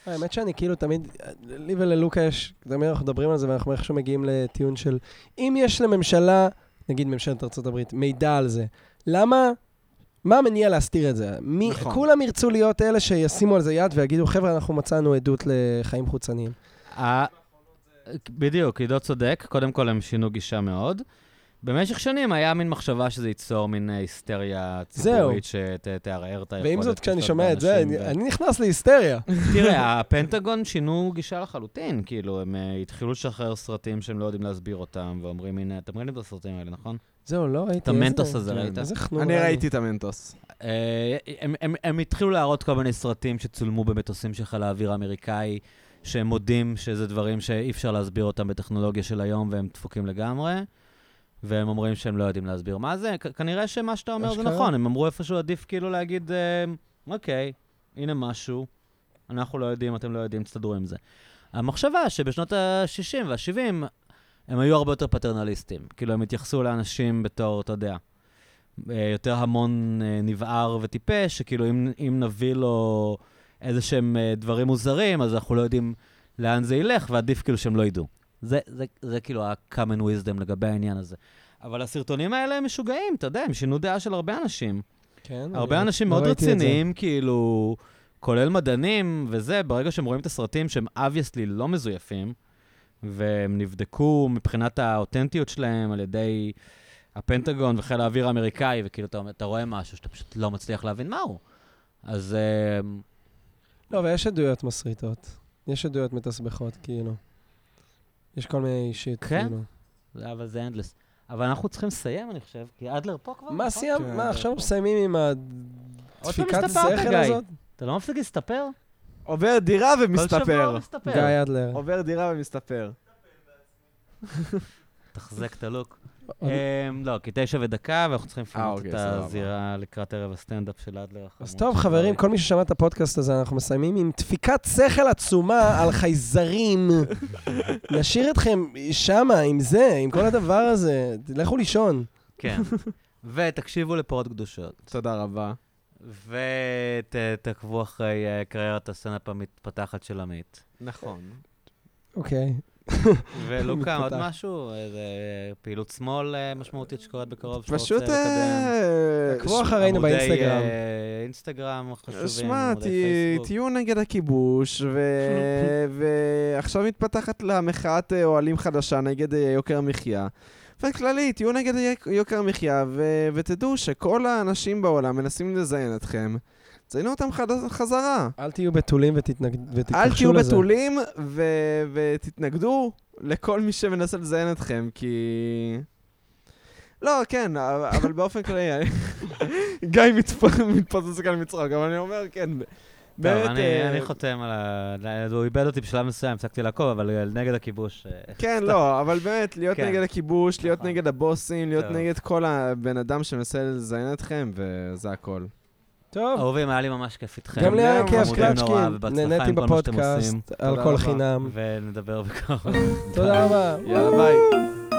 האמת שאני כאילו תמיד, לי וללוקה יש, תמיד אנחנו מדברים על זה ואנחנו איכשהו מגיעים לטיעון של אם יש לממשלה, נגיד ממשלת ארה"ב, מידע על זה, למה, מה המניע להסתיר את זה? מי, נכון. נכון. כולם ירצו להיות אלה שישימו על זה יד ויגידו, חבר'ה, אנחנו מצאנו עדות לחיים חוצניים. אה, ה- בדיוק, עידו צודק, קודם כל הם שינו גישה מאוד. במשך שנים היה מין מחשבה שזה ייצור מין אה, היסטריה ציבורית שתערער את היכולת. ועם זאת, כשאני לפנות שומע את זה, לאנשים אני, ו- אני נכנס להיסטריה. (laughs) תראה, הפנטגון שינו גישה לחלוטין, כאילו, הם אה, התחילו לשחרר סרטים שהם לא יודעים להסביר אותם, ואומרים, הנה, אתם ראיתם את הסרטים האלה, נכון? זהו, לא ראיתי. את המנטוס איזה- הזה כן, ראית? איזה חנון. אני ראיתי את המנטוס. אה, הם- הם- הם התחילו להראות כל מיני סרטים שצולמו במטוסים של חיל האוויר האמריקאי, שהם מודים שזה דברים שאי אפשר להסביר אותם בטכנולוגיה של היום, והם דפוקים לגמרי, והם אומרים שהם לא יודעים להסביר מה זה. כ- כנראה שמה שאתה אומר זה אשכרה. נכון, הם אמרו איפשהו עדיף כאילו להגיד, אה, אוקיי, הנה משהו, אנחנו לא יודעים, אתם לא יודעים, תסתדרו עם זה. המחשבה שבשנות ה-60 וה-70 הם היו הרבה יותר פטרנליסטים. כאילו, הם התייחסו לאנשים בתור, אתה יודע, אה, יותר המון אה, נבער וטיפש, שכאילו, אם, אם נביא לו איזה שהם אה, דברים מוזרים, אז אנחנו לא יודעים לאן זה ילך, ועדיף כאילו שהם לא ידעו. זה, זה, זה כאילו ה-common wisdom לגבי העניין הזה. אבל הסרטונים האלה הם משוגעים, אתה יודע, הם שינו דעה של הרבה אנשים. כן, הרבה אני- אנשים לא מאוד ראיתי את זה. רציניים, כאילו, כולל מדענים וזה, ברגע שהם רואים את הסרטים שהם obviously לא מזויפים, והם נבדקו מבחינת האותנטיות שלהם על ידי הפנטגון וחיל האוויר האמריקאי, וכאילו, אתה, אתה רואה משהו שאתה פשוט לא מצליח להבין מהו. אז אה, לא, ויש עדויות מסריטות. יש עדויות מתסבכות, כאילו. יש כל מיני אישית, כן? כאילו. זה- אבל זה אנדלס. אבל אנחנו צריכים לסיים, אני חושב, כי אדלר פה כבר. מה נכון? סיימת? מה, עכשיו מסיימים עם הדפיקת הסתפרת, השכל גיא. הזאת? אתה לא מפסיק להסתפר? עובר דירה כל שבוע ומסתפר. הוא מסתפר. גיא אדלר. אוקיי. עובר דירה ומסתפר. תחזק את הלוק. עוד- אמ, לא, כי תשע ודקה, ואנחנו צריכים אה, לפנות אוקיי, את סבבה. הזירה לקראת ערב הסטנדאפ של אדלר. החמוד. אז טוב, חברים, כל מי ששמע את הפודקאסט הזה, אנחנו מסיימים עם דפיקת שכל עצומה על (laughs) חייזרים. נשאיר אתכם שמה, עם זה, עם כל הדבר הזה. לכו לישון. כן. ותקשיבו לפרות קדושות, תודה רבה. ותעקבו אחרי אה, קריירת הסטנדאפ המתפתחת של עמית. נכון. אוקיי. ולוקה, עוד מתפתח. משהו? איזה פעילות שמאל אה, משמעותית שקורית בקרוב שאתה רוצה פשוט... לקדם? אה, תעקבו ש- אחרינו עמודי, באינסטגרם. אה, אינסטגרם חשובים, שמע, עמודי תה- פייסבוק. תהיו נגד הכיבוש, (laughs) ו- ועכשיו מתפתחת לה מחאת אה, אוהלים חדשה נגד אה, יוקר המחיה. וכללי, תהיו נגד יוק- יוקר המחיה, ו- ותדעו שכל האנשים בעולם מנסים לזיין אתכם. ציינו אותם חד- חזרה. אל תהיו בתולים ותתנגד- אל ותתכחשו תהיו לזה. בתולים ו- ותתנגדו לכל מי שמנסה לזיין אתכם, כי... לא, כן, אבל אבל באופן (laughs) כללי, גיא מתפ- מתפוצץ כאן מצחוק, אבל אני אומר, כן, טוב, באמת, אני- אה, אני חותם על ה... לא, הוא איבד אותי בשלב מסוים, הפסקתי לעקוב, אבל אה, נגד הכיבוש. אה, כן, לא, אבל באמת, להיות כן. נגד הכיבוש, להיות נכון. נגד הבוסים, להיות טוב. נגד כל הבן אדם שמנסה לזיין אתכם, וזה הכל. טוב, אהובים, היה לי ממש כיף איתכם. גם לי היה ליעקב חמודים חמודים כיף, נורא, קלצ'קין, ובהצלחה עם נהניתי כל מה שאתם בפודקאסט עושים, על תודה כל רבה. חינם. ונדבר בקרוב. תודה רבה. יאללה, ביי.